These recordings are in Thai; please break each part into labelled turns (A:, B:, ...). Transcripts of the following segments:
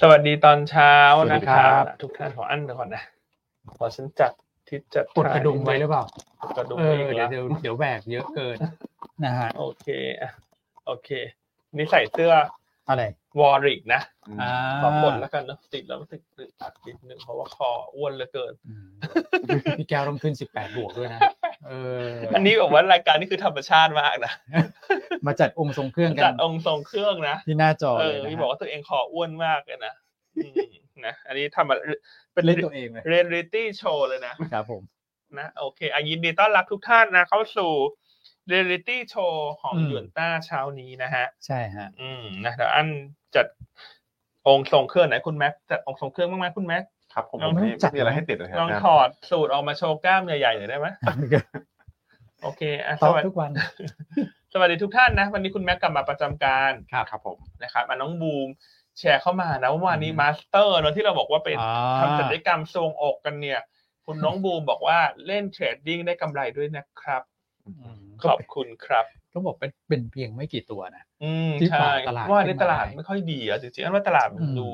A: สวัสดีตอนเช้านะครับ
B: สวัสดีครับ
A: ทุกท่านขออันหนึ่งก่อนนะขอฉันจัดทิศจัด
B: กดกระดุมไว้หรือเปล่า
A: กดกระดุม
B: เอ
A: ไว้
B: อ
A: อีกแล้
B: เดี๋
A: ว
B: ยวเดี๋ยวเดี๋ยวแบกเยอะเกินนะฮะ
A: โอเคอ่ะโอเค นี่ใส่เสื้อ
B: อะไร
A: วอริกนะ
B: อ่า
A: ขอกดแล้วกันนะติดแล้วรู้สึกอึดอัดนิดนึงเพราะว่าคออ้วนเหลือเกิน
B: อืมพี่แก้วต้องขึ้นสิบแปดบวกด้วยนะ เออ
A: อันนี้แบบว่ารายการนี่คือธรรมชาติมากนะ
B: มาจัดองค์ทรงเครื่องกั
A: จัด
B: น
A: องค์ทรงเครื่องนะ
B: ที่หน้าจอ
A: เอ
B: เล
A: อย
B: นะ
A: พี่บอ
B: ฮะ
A: กว่าตัวเองคออ้วนมากเลยนะอืมนะอันนี้ทำมาเป็น
B: เล่นตัวเองเลย
A: เรนลิตี้โชว์เลยนะ
B: ครับผม
A: นะโอเคอะยินดีต้อนรับทุกท่านนะ เข้าสู่เรียลิตี้โชว์ของ
B: อืม
A: หยวนต้าเช้านี้นะฮะ
B: ใช่ฮะ
A: อืมนะเดี๋ยวอันจัดองค์ทรงเครื่องไหนอยคุณแม็กจัดองค์ทรงเครื่องบ้างไหมคุณแม็ก
C: ครับผม
A: ลอง
C: ไม่
A: จัด
C: ไม่มีอะไรให้ติดเลยครั
A: ลองถอดสูตรออกมาโชว์กล้ามใหญ่ๆหน่อยได้ไหมโอเคอ่ะส
B: ตอบ
A: วัสดี
B: ทุกวัน
A: สวัสดีทุกท่านนะ วันนี้คุณแม็กกลับมาประจำการ
C: ครับครับผม
A: นะครับอ่ะน้องบูมแชร์เข้ามานะว่าวันนี้
B: อืม
A: มาสเตอร์เนอะที่เราบอกว่าเป็น
B: อ่า
A: ทำศัลยกรรมทรวงอกกันเนี่ย คุณน้องบูมบอกว่าเล่นเทรดดิ้งได้กำไรด้วยนะครับ
B: อืม
A: ขอบคุณครับ
B: ก็บอกเป็นเป็นเพียงไม่กี่ตัวนะ
A: อืม
B: ที่
A: ใช่
B: ฝากตลาด
A: ว่า
B: ขึ้
A: ใน
B: น
A: ต
B: มา
A: ลาด
B: ได้
A: ไม่ค่อยดีอ่ะจริงๆอันว่าตลาดมัน
B: อืม
A: ดู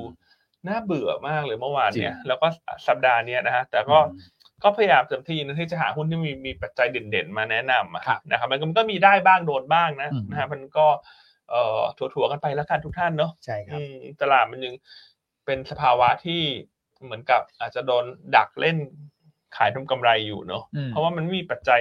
A: น่าเบื่อมากเลยเมื่อวานเนี่ย
B: จริง
A: แล้วก็สัปดาห์เนี้ยนะฮะแต่ก็ก็พยายามเต็มที่นะที่จะหาหุ้นที่มีมีปัจจัยเด่นๆมาแนะนำอะ
B: ครับ
A: นะครับมันก็มันก็มีได้บ้างโดนบ้างนะ
B: อืม
A: นะฮะมันก็เอ่อถั่วๆกันไปแล้วกันทุกท่านเนาะ
B: ใช่ครับ
A: อืมตลาดมันยังเป็นสภาวะที่เหมือนกับอาจจะโดนดักเล่นขายทำกำไรอยู่เนาะ
B: อืม
A: เพราะว่ามันไม่มีปัจจัย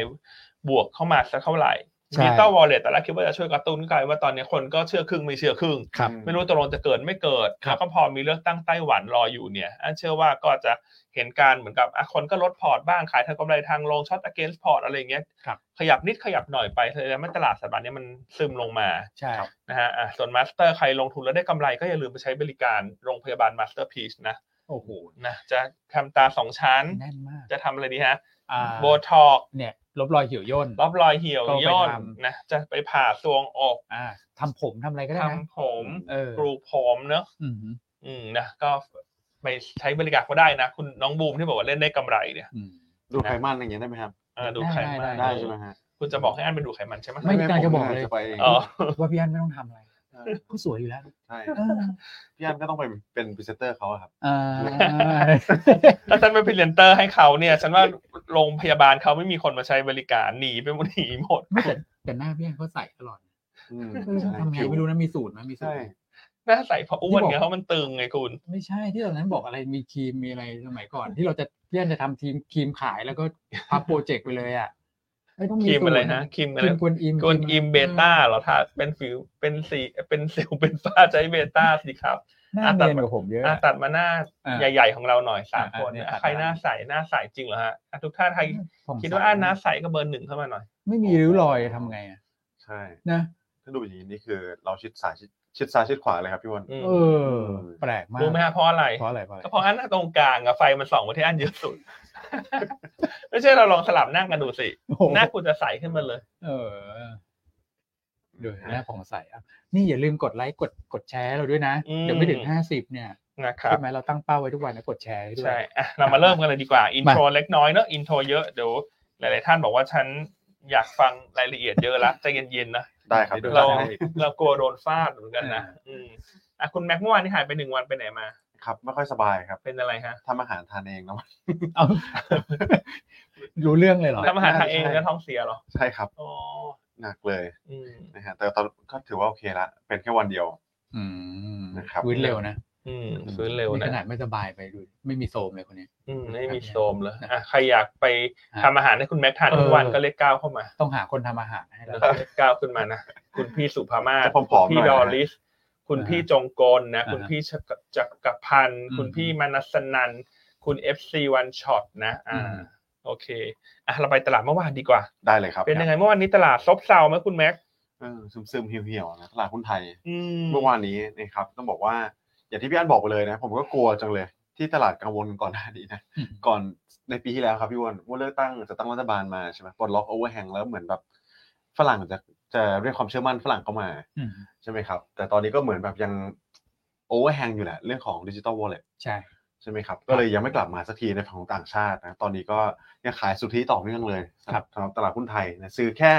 A: บวกเข้ามาสักเท่าไหร่
B: ใช่
A: ดิจิตอลวอลเล็ตแต่ละคิดว่าจะช่วยกระตุ้นกลายว่าตอนนี้คนก็เชื่อครึ่งไม่เชื่อครึ่ง
B: ครับ
A: ไม่รู้ตกลงจะเกิดไม่เกิด
B: ครับ
A: แล้วก็พอมีเลือกตั้งไต้หวันรออยู่เนี่ยอันเชื่อว่าก็จะเห็นการเหมือนกับอ่ะคนก็ลดพอร์ตบ้างขายทางกำไรทางลงช็อต against พอร์ตอะไรอย่างเงี้ย
B: ครับ
A: ขยับนิดขยับหน่อยไปเลยแล้วตลาดสัปดาห์นี้มันซึมลงมา
B: ใช่
A: นะฮะอ่ะส่วนมาสเตอร์ใครลงทุนแล้วได้กำไรก็อย่าลืมไปใช้บริการโรงพยาบาลมาสเตอร์พีชนะ
B: โอ้โห
A: นะจะทำตาสองชั้น
B: แน่นมาก
A: จะทำอะไรดีฮะ
B: อ่า
A: โบท็อก
B: เนี่ยลบรอยเหี่ยวย่น
A: รอบรอยเหี่ยว
B: ก็ไป
A: ย่น
B: ทำ
A: นะจะไปผ่าซวงอก
B: อ่าทำผมทำอะไรก็ได้นะ
A: ทำผม
B: เออ
A: ปลูกผมเนอะ
B: อืมฮึ
A: อืมนะก็ไปใช้บริการก็ได้นะ คุณน้องบูมที่บอกว่าเล่นได้กำไรเนี่ย
B: อืม
C: ดูไขมันอะไรอย่างเงี้ยได้ไหมครับ
A: เออดูไขมัน
B: ได้
C: ได้ใช่ไหมฮะ
A: คุณจะบอกให้อันเป็นดูไขมันใช่ไหม
B: ไม่ กล้าจะบอกเลย
C: จะไปเอง
A: อ๋อ
B: ว่าพี่อันไม่ต้องทำอะไรก็สวยอยู่แล้ว
C: ใช่
B: เออ
C: พี่อันก็ต้องไปเป็นพรีเซนเตอร์เขาอะครับ
B: อ่า
A: ถ้าฉันเป็นพรีเซนเตอร์ให้เขาเนี่ย ฉันว่าโรงพยาบาลเขาไม่มีคนมาใช้บริการหนีไปหมดห นีหมด
B: ไม่แต่แต่หน้าพี่อันเขาใส่ตลอด
C: อืม
B: เออทำไงไม่รู้นะมีสูตรไหมมีสูต
C: ใช่
B: รไหม
A: หน้าใสเพราะอ้วนไงเพราะมันตึงไงคุณ
B: ไม่ใช่ที่ตอนนั้นบอกอะไรมีครีมมีอะไรสมัยก่อน ที่เราจะพี่อันจะทำทีมครีมขายแล้วก็พับโปรเจกต์ไปเลยอ่ะไม่ต้อง
A: ค
B: มี
A: รีม
B: สูต
A: อะไรนะครีม
B: ค
A: อะไร
B: รีมกวนอิม
A: กวนอิมเบต้า
B: อ
A: เหรอถ้าเป็นฟิวเป็นสีเป็นสิว เป็นฝ้าใช้เบต้าสิครับ
B: ่าหน้าเนียนกว่าผมเยอะ
A: อ่ะตัดมาหน้า
B: อ่ะ
A: ใหญ่ ๆ ของเราหน่อยสาม
B: อ่ะ
A: คน
B: เนี่ย
A: นะ
B: ตัดมา
A: ใครหน้าใสหน้าใสจริงเหรอฮะอ่ะทุกท่านใคร
B: ผม
A: คิดว่าอ่าน้าใสก็เบอร์หนึ่งเข้ามาหน่อย
B: ไม่มีริ้วรอยทำไงอ่ะ
C: ใช่
B: นะ
C: ถ้าดูอย่างนี้นี่คือเราชิดซ้ายชิดชิดซ้ายชิดขวาเลยครับพี่วัน
A: อืม
B: เออ แปลกมาก
A: รู้ไหมฮะเพราะอะไร
B: เพราะอะไรเพราะอะไร
A: ก็เพราะอันหน้าตรงกลางอะไฟมันส่องมาที่อันเยอะสุด ไม่ใช่เราลองสลับหน้ากันดูสิ
B: โอ้โห
A: หน้าคุณจะใสขึ้นมาเลย
B: เออดูหน้าผ่องใสอ่ะนี่อย่าลืมกดไลค์กดกดแชร์ให้เราด้วยนะ
A: อืม
B: เดี๋ยวไม่ถึงห้าสิบเนี่ย
A: นะครั
B: ใช่
A: บ
B: ไหมเราตั้งเป้าไว้ทุกวันนะกดแชร์ให้ด้วย
A: ใช่อ่ะเรามาเริ่มกันเลยดีกว่าอินโทรเล็กน้อยเนอะอินโทรเยอะเดี๋ยวหลาย ๆ ท่านบอกว่าฉันอยากฟังรายละเอียดเยอะละใจเย็นๆนะ
C: ได้ครับ
A: เรา
C: ได้
A: เรากลัวโดนฟาดเหมือนกันนะอืมอ่ะคุณแม็กเมื่อวานที่หายไปหนึ่งวันไปไหนมา
C: ครับไม่ค่อยสบายครับ
A: เป็นอะไรฮะ
C: ทำอาหารทานเองเนาะ
B: เอา รู้เรื่องเลยเหรอ
A: ทำอาหารทานเอง
C: ใช่
A: แล้วท้องเสียเหรอ
C: ใช่ครับ
A: อ๋อ
C: หนักเลย
A: อืม
C: นะฮะแต่ตอนก็ถือว่าโอเคละเป็นแค่วันเดียว
B: อืม
C: นะครับ
B: ฟื้นเร็วนะ
A: อืมฟื้นเร็ว
B: นี่
A: นะ
B: ขนาดไม่สบายไปดูไม่มีโซมเลยคนนี้
A: อืมไม่มีโซมเลยอ่ะใครอยากไป
B: ฮะ
A: ทำอาหารให้คุณแม็กทานทุก
B: เออ
A: วันก็เลขเก้าเข้ามา
B: ต้องหาคนทำอาหารให้
A: แล้
B: แล้ว ว
A: ก็เลขเก้าขึ้นมานะ คุณพี่สุภามาศ
C: แต่ผ
A: คุ
C: มผอม
A: ณพี่
C: หน่อย
A: ด
C: นะ
A: อริส คุณพี่จงกลนะ
B: อ่าฮะ
A: คุณพี่จักรจักรพันธ์
B: อืม
A: คุณพี่มนัสนันท์คุณเอฟซีวันช็อตนะ อ่า
B: อืม
A: โอเค อ่ะเราไปตลาดเมื่อวานดีกว่า
C: ได้เลยครับ
A: เป็นยังไงเมื่อวานนี้ตลาดซบเซาไหมคุณแม็ก
C: ซึมซึมๆเหี่ยวเหี่ยวๆนะตลาดหุ้นไทย
A: อืม
C: เมื่อวานนี้นะครับต้องบอกว่าอย่างที่พี่อันบอกไปเลยนะ ผมก็กลัวจังเลยที่ตลาดกังวลก่อนหน้านี้นะ
B: อืม
C: ก่อนในปีที่แล้วครับพี่อ้วนว่าเลือกตั้งจะตั้งรัฐบาลมาใช่ไหมปลดล็อกโอเวอร์แฮงแล้วเหมือนแบบฝรั่งจะจะเรียกความเชื่อมั่นฝรั่งเข้ามา
B: อืม
C: ใช่ไหมครับ แต่ตอนนี้ก็เหมือนแบบยังโอเวอร์แฮงอยู่แหละเรื่องของดิจิ t a ลวอลเล็ต
B: ใช่
C: ใช่ไหมครับ ก็เลยยังไม่กลับมาสักทีในฝั่งของต่างชาตินะตอนนี้ก็ยังขายสุทธิต่อเนื่องเลย
B: ครับ
C: สำหรับตลาดหุ้นไทยนะซื้อแค่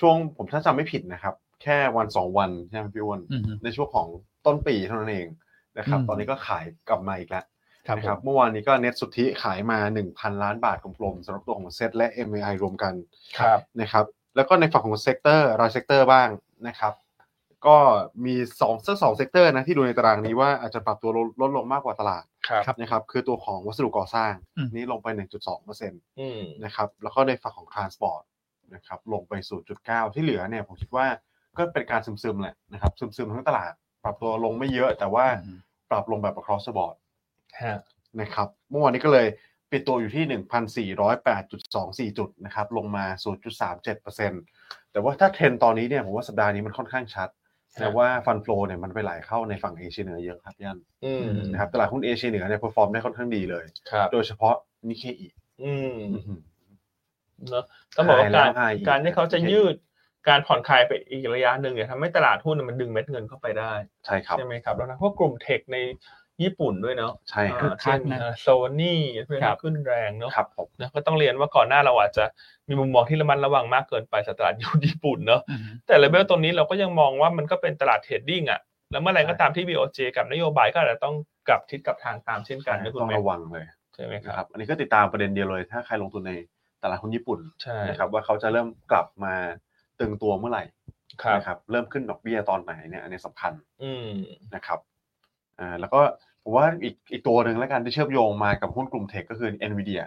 C: ช่วงผมถ้าจำไม่ผิดนะครับ แค่วันสองวันใช่ไหมพี่อ้วน
B: อืม
C: ในช่วงของต้นปีเท่านั้นเอง นะครับ
D: อืม
C: ตอนนี้ก็ขายกลับมาอีกแล้ว
B: ครับ
C: นะ
B: ผ
C: ครับ
B: ม
C: เมื่อวานนี้ก็เน็ตสุทธิขายมา 1,000 ล้านบาทกลมๆสำหรับตัวของเซตและ MAI รวมกัน
A: ครับ
C: นะครับแล้วก็ในฝั่งของเซกเตอร์รายเซกเตอร์บ้างนะครับก็มีสองสักสองเซกเตอร์นะที่ดูในตารางนี้ว่าอาจจะปรับตัวลดลดลงมากกว่าตลาด
A: ครับ
C: นะครับคือตัวของวัสดุก่อสร้าง
D: อืม
C: นี่ลงไป 1.2%น
A: อืม
C: ะครับแล้วก็ในฝั่งของทรานสปอร์ตนะครับลงไป 0.9 ที่เหลือเนี่ยผมคิดว่าก็เป็นการซึมๆแหละนะครับซึมๆทั้งตลาด ปรับตัวลงไม่เยอะแต่ว่า
D: อืม
C: ปรับลงแบบ across the board
A: ฮะ
C: นะครับเมื่อวานนี้ก็เลยปิดตัวอยู่ที่ 1,408.24 จุดนะครับลงมา 0.37%แต่ว่าถ้าเทรนด์ตอนนี้เนี่ยผมว่าสัปดาห์นี้มันค่อนข้างชัด
A: ครั
C: นะ
A: บ
C: ว่าฟันโฟลเนี่ยมันไปไหลเข้าในฝั่งเอเชียเหนือเยอะครับพี่อัน
A: อืม
C: นะครับตลาดหุ้นเอเชียเหนือเนี่ยเพอร์ฟอร์มได้ค่อนข้างดีเลย
A: ครับ
C: โดยเฉพาะนิเคอี
A: อืม
C: อื้อหือ
A: เนอะต้องบอกว่า
C: หายแล้
A: กาว ร
C: หายอีก
A: การที่เขาจะยืดการผ่อนคลายไปอีกระยะหนึ่งเนี่ยทำให้ตลาดหุ้นน่ะมันดึงเม็ดเงินเข้าไปได้
C: ใช่ครับ
A: ใช่ไหมครับ แล้วนะพวกกลุ่มเทคในญี่ปุ่นด้วยเนาะ
C: ใช่ค
A: อ่า
C: รับ
A: เช่น
D: คักนะ
A: โซนี่อ Sony เป็น
D: ครับ
A: ขึ้นแรงเนาะ
C: ครับผม
A: นะก็ต้องเรียนว่าก่อนหน้าเราอาจจะมีมุมมองที่ระมัดระวังมากเกินไปสำหรับตลาดหุ้นญี่ปุ่นเนาะ
D: อืม
A: แต่เลเวลตรงนี้เราก็ยังมองว่ามันก็เป็นตลาดเทรดดิ้งอะแล้วเมื่อไหรก็ตามที่ BOJ กับนโยบายก็อาจจะต้องกลับทิศกลับทางตามเช่นกันนะคุณ
C: ต้อง
A: แม่
C: ระวังเลย
A: ใช่ไหมค
C: นะค
A: รั
C: รับ บอันนี้ก็ติดตามประเด็นเดียวเลยถ้าใครลงทุนในตลาดหุ้นญี่ปุ่น
A: ใช่
C: นะครับว่าเขาจะเริ่มกลับมาตึงตัวเมื่อไหร่
A: ครับ
C: นะครับเริ่มขึ้นดอกเบี้ยตอนไหนเนี่ยอันนี้สำคัญ
A: อืม
C: นะครับอ่าแล้วก็ผมว่าอีกอีกตัวหนึ่งแล้วกันที่เชื่อมโยงมากับหุ้นกลุ่มเทคก็คือ NVIDIA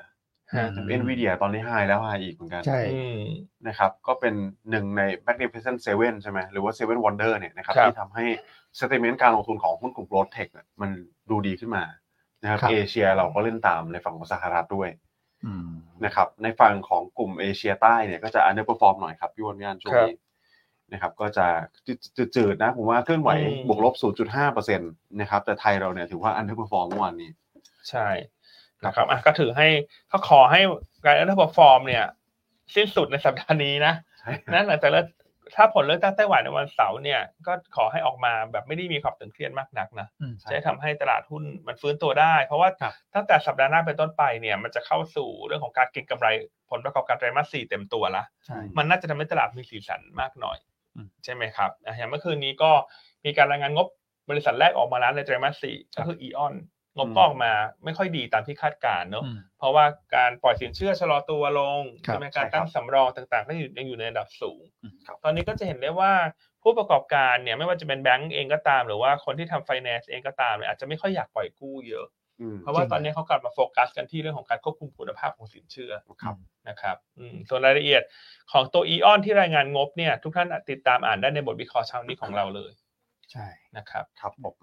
A: ฮะ
D: อืม
C: NVIDIA ตอนนี้ไฮแล้วไฮอีกเหมือนกัน
B: ใช่
A: อืม
C: นะครับก็เป็นหนึ่งใน Magnificent Seven ใช่ไหมหรือว่า Seven Wonder เนี่ยนะครับ
A: ครับ
C: ที่ทำให้ sentiment การลงทุนของหุ้นกลุ่ม growth tech เนี่ยมันดูดีขึ้นมานะครับ
B: ครับ
C: เอเชียเราก็เล่นตามในฝั่งของสหรัฐด้วย
D: อืม
C: นะครับในฝั่งของกลุ่มเอเชียใต้เนี่ยก็จะ underperform หน่อยครับพี่วอนงานช่วงนี้นะครับก็จะจืดๆนะผมว่าเคลื่อนไหว
A: อืม
C: บวกลบ 0.5%นะครับแต่ไทยเราเนี่ยถือว่า underperform เมื่อวานนี้
A: ใช่
C: ครับ
A: นะครับอ่ะก็ถือให้ก็ขอให้การอัลเทอร์พอฟอร์มเนี่ย สิ้นสุดในสัปดาห์นี้นะ
C: ใช่
A: นั่นหลังจากเลือกถ้าผลเลือกตั้งไต้หวันในวันเสาร์เนี่ย ก็ขอให้ออกมาแบบไม่ได้มีความตึงเครียดมากนักนะ
C: ใช่
A: จะทำให้ตลาดหุ้นมันฟื้นตัวได้ เพราะว่า
D: ครับ
A: ตั้งแต่สัปดาห์หน้าเป็นต้นไปเนี่ยมันจะเข้าสู่เรื่องของการเก็งกำไรผลประกอบการไตรมาสสี่เต็มตัวละ มันน่าจะทำให้ตลาดมีสีสันมากหน่อย
D: อืม
A: ใช่ไหมครับอ่ะอย่างเมื่อคืนนี้ก็มีการรายงานงบบริษัทแรกออกมาแล้วในไตรมาสสี่ก็คืออีออนงบก็ออกมาไม่ค่อยดีตามที่คาดการณ์เนอะ
D: อืม
A: เพราะว่าการปล่อยสินเชื่อชะลอตัวลง
B: ครับ
A: ใช่ไหมการตั้งสำรองต่างๆ ก็อยู่ยังอยู่ในระดับสูง
D: อืมครับ
A: ตอนนี้ก็จะเห็นได้ว่าผู้ประกอบการเนี่ยไม่ว่าจะเป็นแบงก์เองก็ตาม หรือว่าคนที่ทำไฟแนนซ์เองก็ตามเนี่ยอาจจะไม่ค่อยอยากปล่อยกู้เยอะ
C: อืม
A: เพราะว่าตอนนี้เขากลับมาโฟกัสกันที่เรื่องของการควบคุมคุณภาพของสินเชื่อ
C: ครับ
A: นะครับอืมส่วนรายละเอียดของตัวอีออนที่รายงานงบเนี่ยทุกท่านติดตามอ่านได้ในบทวิเคราะห์เช้านี้ของเราเลย
B: ใช่
A: นะครับ
C: ครับผม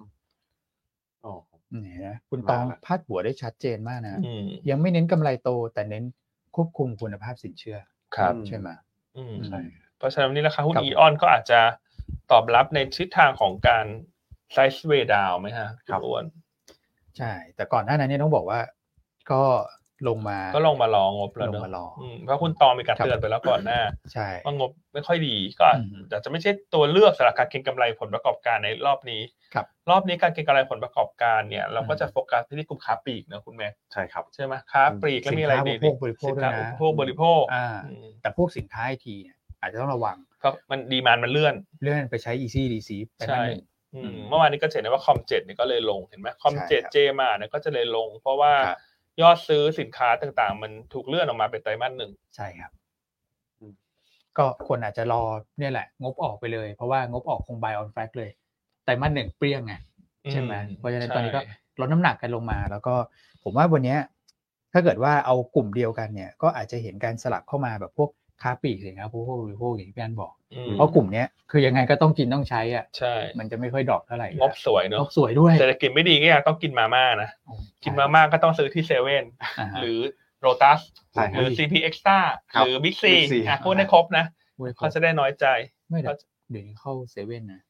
C: โอ้
B: เนี่ยนะคุณตอง
C: มาละ
B: พาดหัวได้ชัดเจนมากนะ
A: อืม
B: ยังไม่เน้นกำไรโตแต่เน้นควบคุมคุณภาพสินเชื่อ
A: ครับ
B: ใช่ไหม
A: อืม
C: ใช่
A: เพราะฉะนั้นวันนี้ราคาหุ้น
B: ครับ
A: อีออนก็อาจจะตอบรับในทิศทางของการไซส์เวดาวไหมฮะ
C: ครับ
A: ณอ้วน
B: ใช่ แต่ก่อนหน้านั้นเนี่ยต้องบอกว่า ก็ลงมา
A: ก็ลงมารองบแล้ว
B: ลง
A: เนอะ
B: มารอ
A: อืมเพราะคุณตองมีการ
B: ครับ
A: เตือนไปแล้วก่อนหน้า
B: ใช่
A: ว่างบไม่ค่อยดีก็
B: อืม
A: อาจจะไม่ใช่ตัวเลือกสำหรับการเก็งกำไรผลประกอบการในรอบนี้
B: ครับ
A: รอบนี้การเก็งกำไรผลประกอบการเนี่ย เราก็
B: อืม
A: จะโฟกัสไปที่กลุ่มค้าปลีกนะคุณแม่
C: ใช่ครับ
A: ใช่ไหมค้าปลีกแล้วมีอะไรดี
B: สินค้า
A: สินค้า
B: อุปโภคบริโภคด้วยนะ
A: อุปโภคบริโภค
B: อ่า
A: อืม
B: แต่พวกสินค้าไอทีเนี่ยอาจจะต้องระวัง
A: ก็มันดีมานมันเลื่อน
B: เลื่อนไปใช้ easy DC ไป
A: ใช่
B: นั่นหนึ่ง
A: อื
B: อื
A: ม
B: ม
A: เมื่อวานนี้ก็จะเห็นได้ว่าคอมเจ็ดเนี่ยก็เลยลงเห็นไหมคอมเจ็ด
B: ใช่ครับ
A: เจมาเนี่ยก็จะเลยลง เพราะว่า
B: ครับ
A: ยอดซื้อสินค้าต่างๆ มันถูกเลื่อนออกมาเป็นไตรมาสหนึ่ง
B: ใช่ครับ
C: อืม
B: ก็คนอาจจะรอเนี่ยแหละ งบออกไปเลย เพราะว่างบออกคง buy on fact เลย แต่มันหนึ่งเปรี้ยงไงใช่ไหม
A: อืม
B: เพราะฉะนั้น
A: ใช่
B: ตอนนี้ก็ลดน้ำหนักกันลงมา แล้วก็ผมว่าวันเนี้ยถ้าเกิดว่าเอากลุ่มเดียวกันเนี่ย ก็อาจจะเห็นการสลับเข้ามาแบบพวกค้าปลีกสินค้าพวกพวกพวกอย่างที่พี่อันบอก
A: อืม
B: เพราะกลุ่มเนี้ยคือยังไงก็ต้องกินต้องใช้อ่ะ
A: ใช่
B: มันจะไม่ค่อยดรอปเท่าไหร่อยู่
A: งบสวย
B: แล้ว
A: เนาะ
B: งบสวยด้วย
A: เศรษฐกิจไม่ดีก็ยังต้องกินมาม่านะกินมาม่าก็ต้องซื้อที่เซเว่น
B: อ่าฮะ
A: หรือโรตัส
C: ใช่
A: ห
C: ครับ
A: รือ CP Extra
C: ครับ
A: หรือ Big C
C: บิ๊กซี
A: อ่ะ
B: อ่า
A: พูดให้ครบนะ
B: เว้ย
A: เขาจะได้น้อยใจ
B: ไม่แต่
A: เขาจะ
B: เดี๋ยวนี้เข้าเซเว่นนะ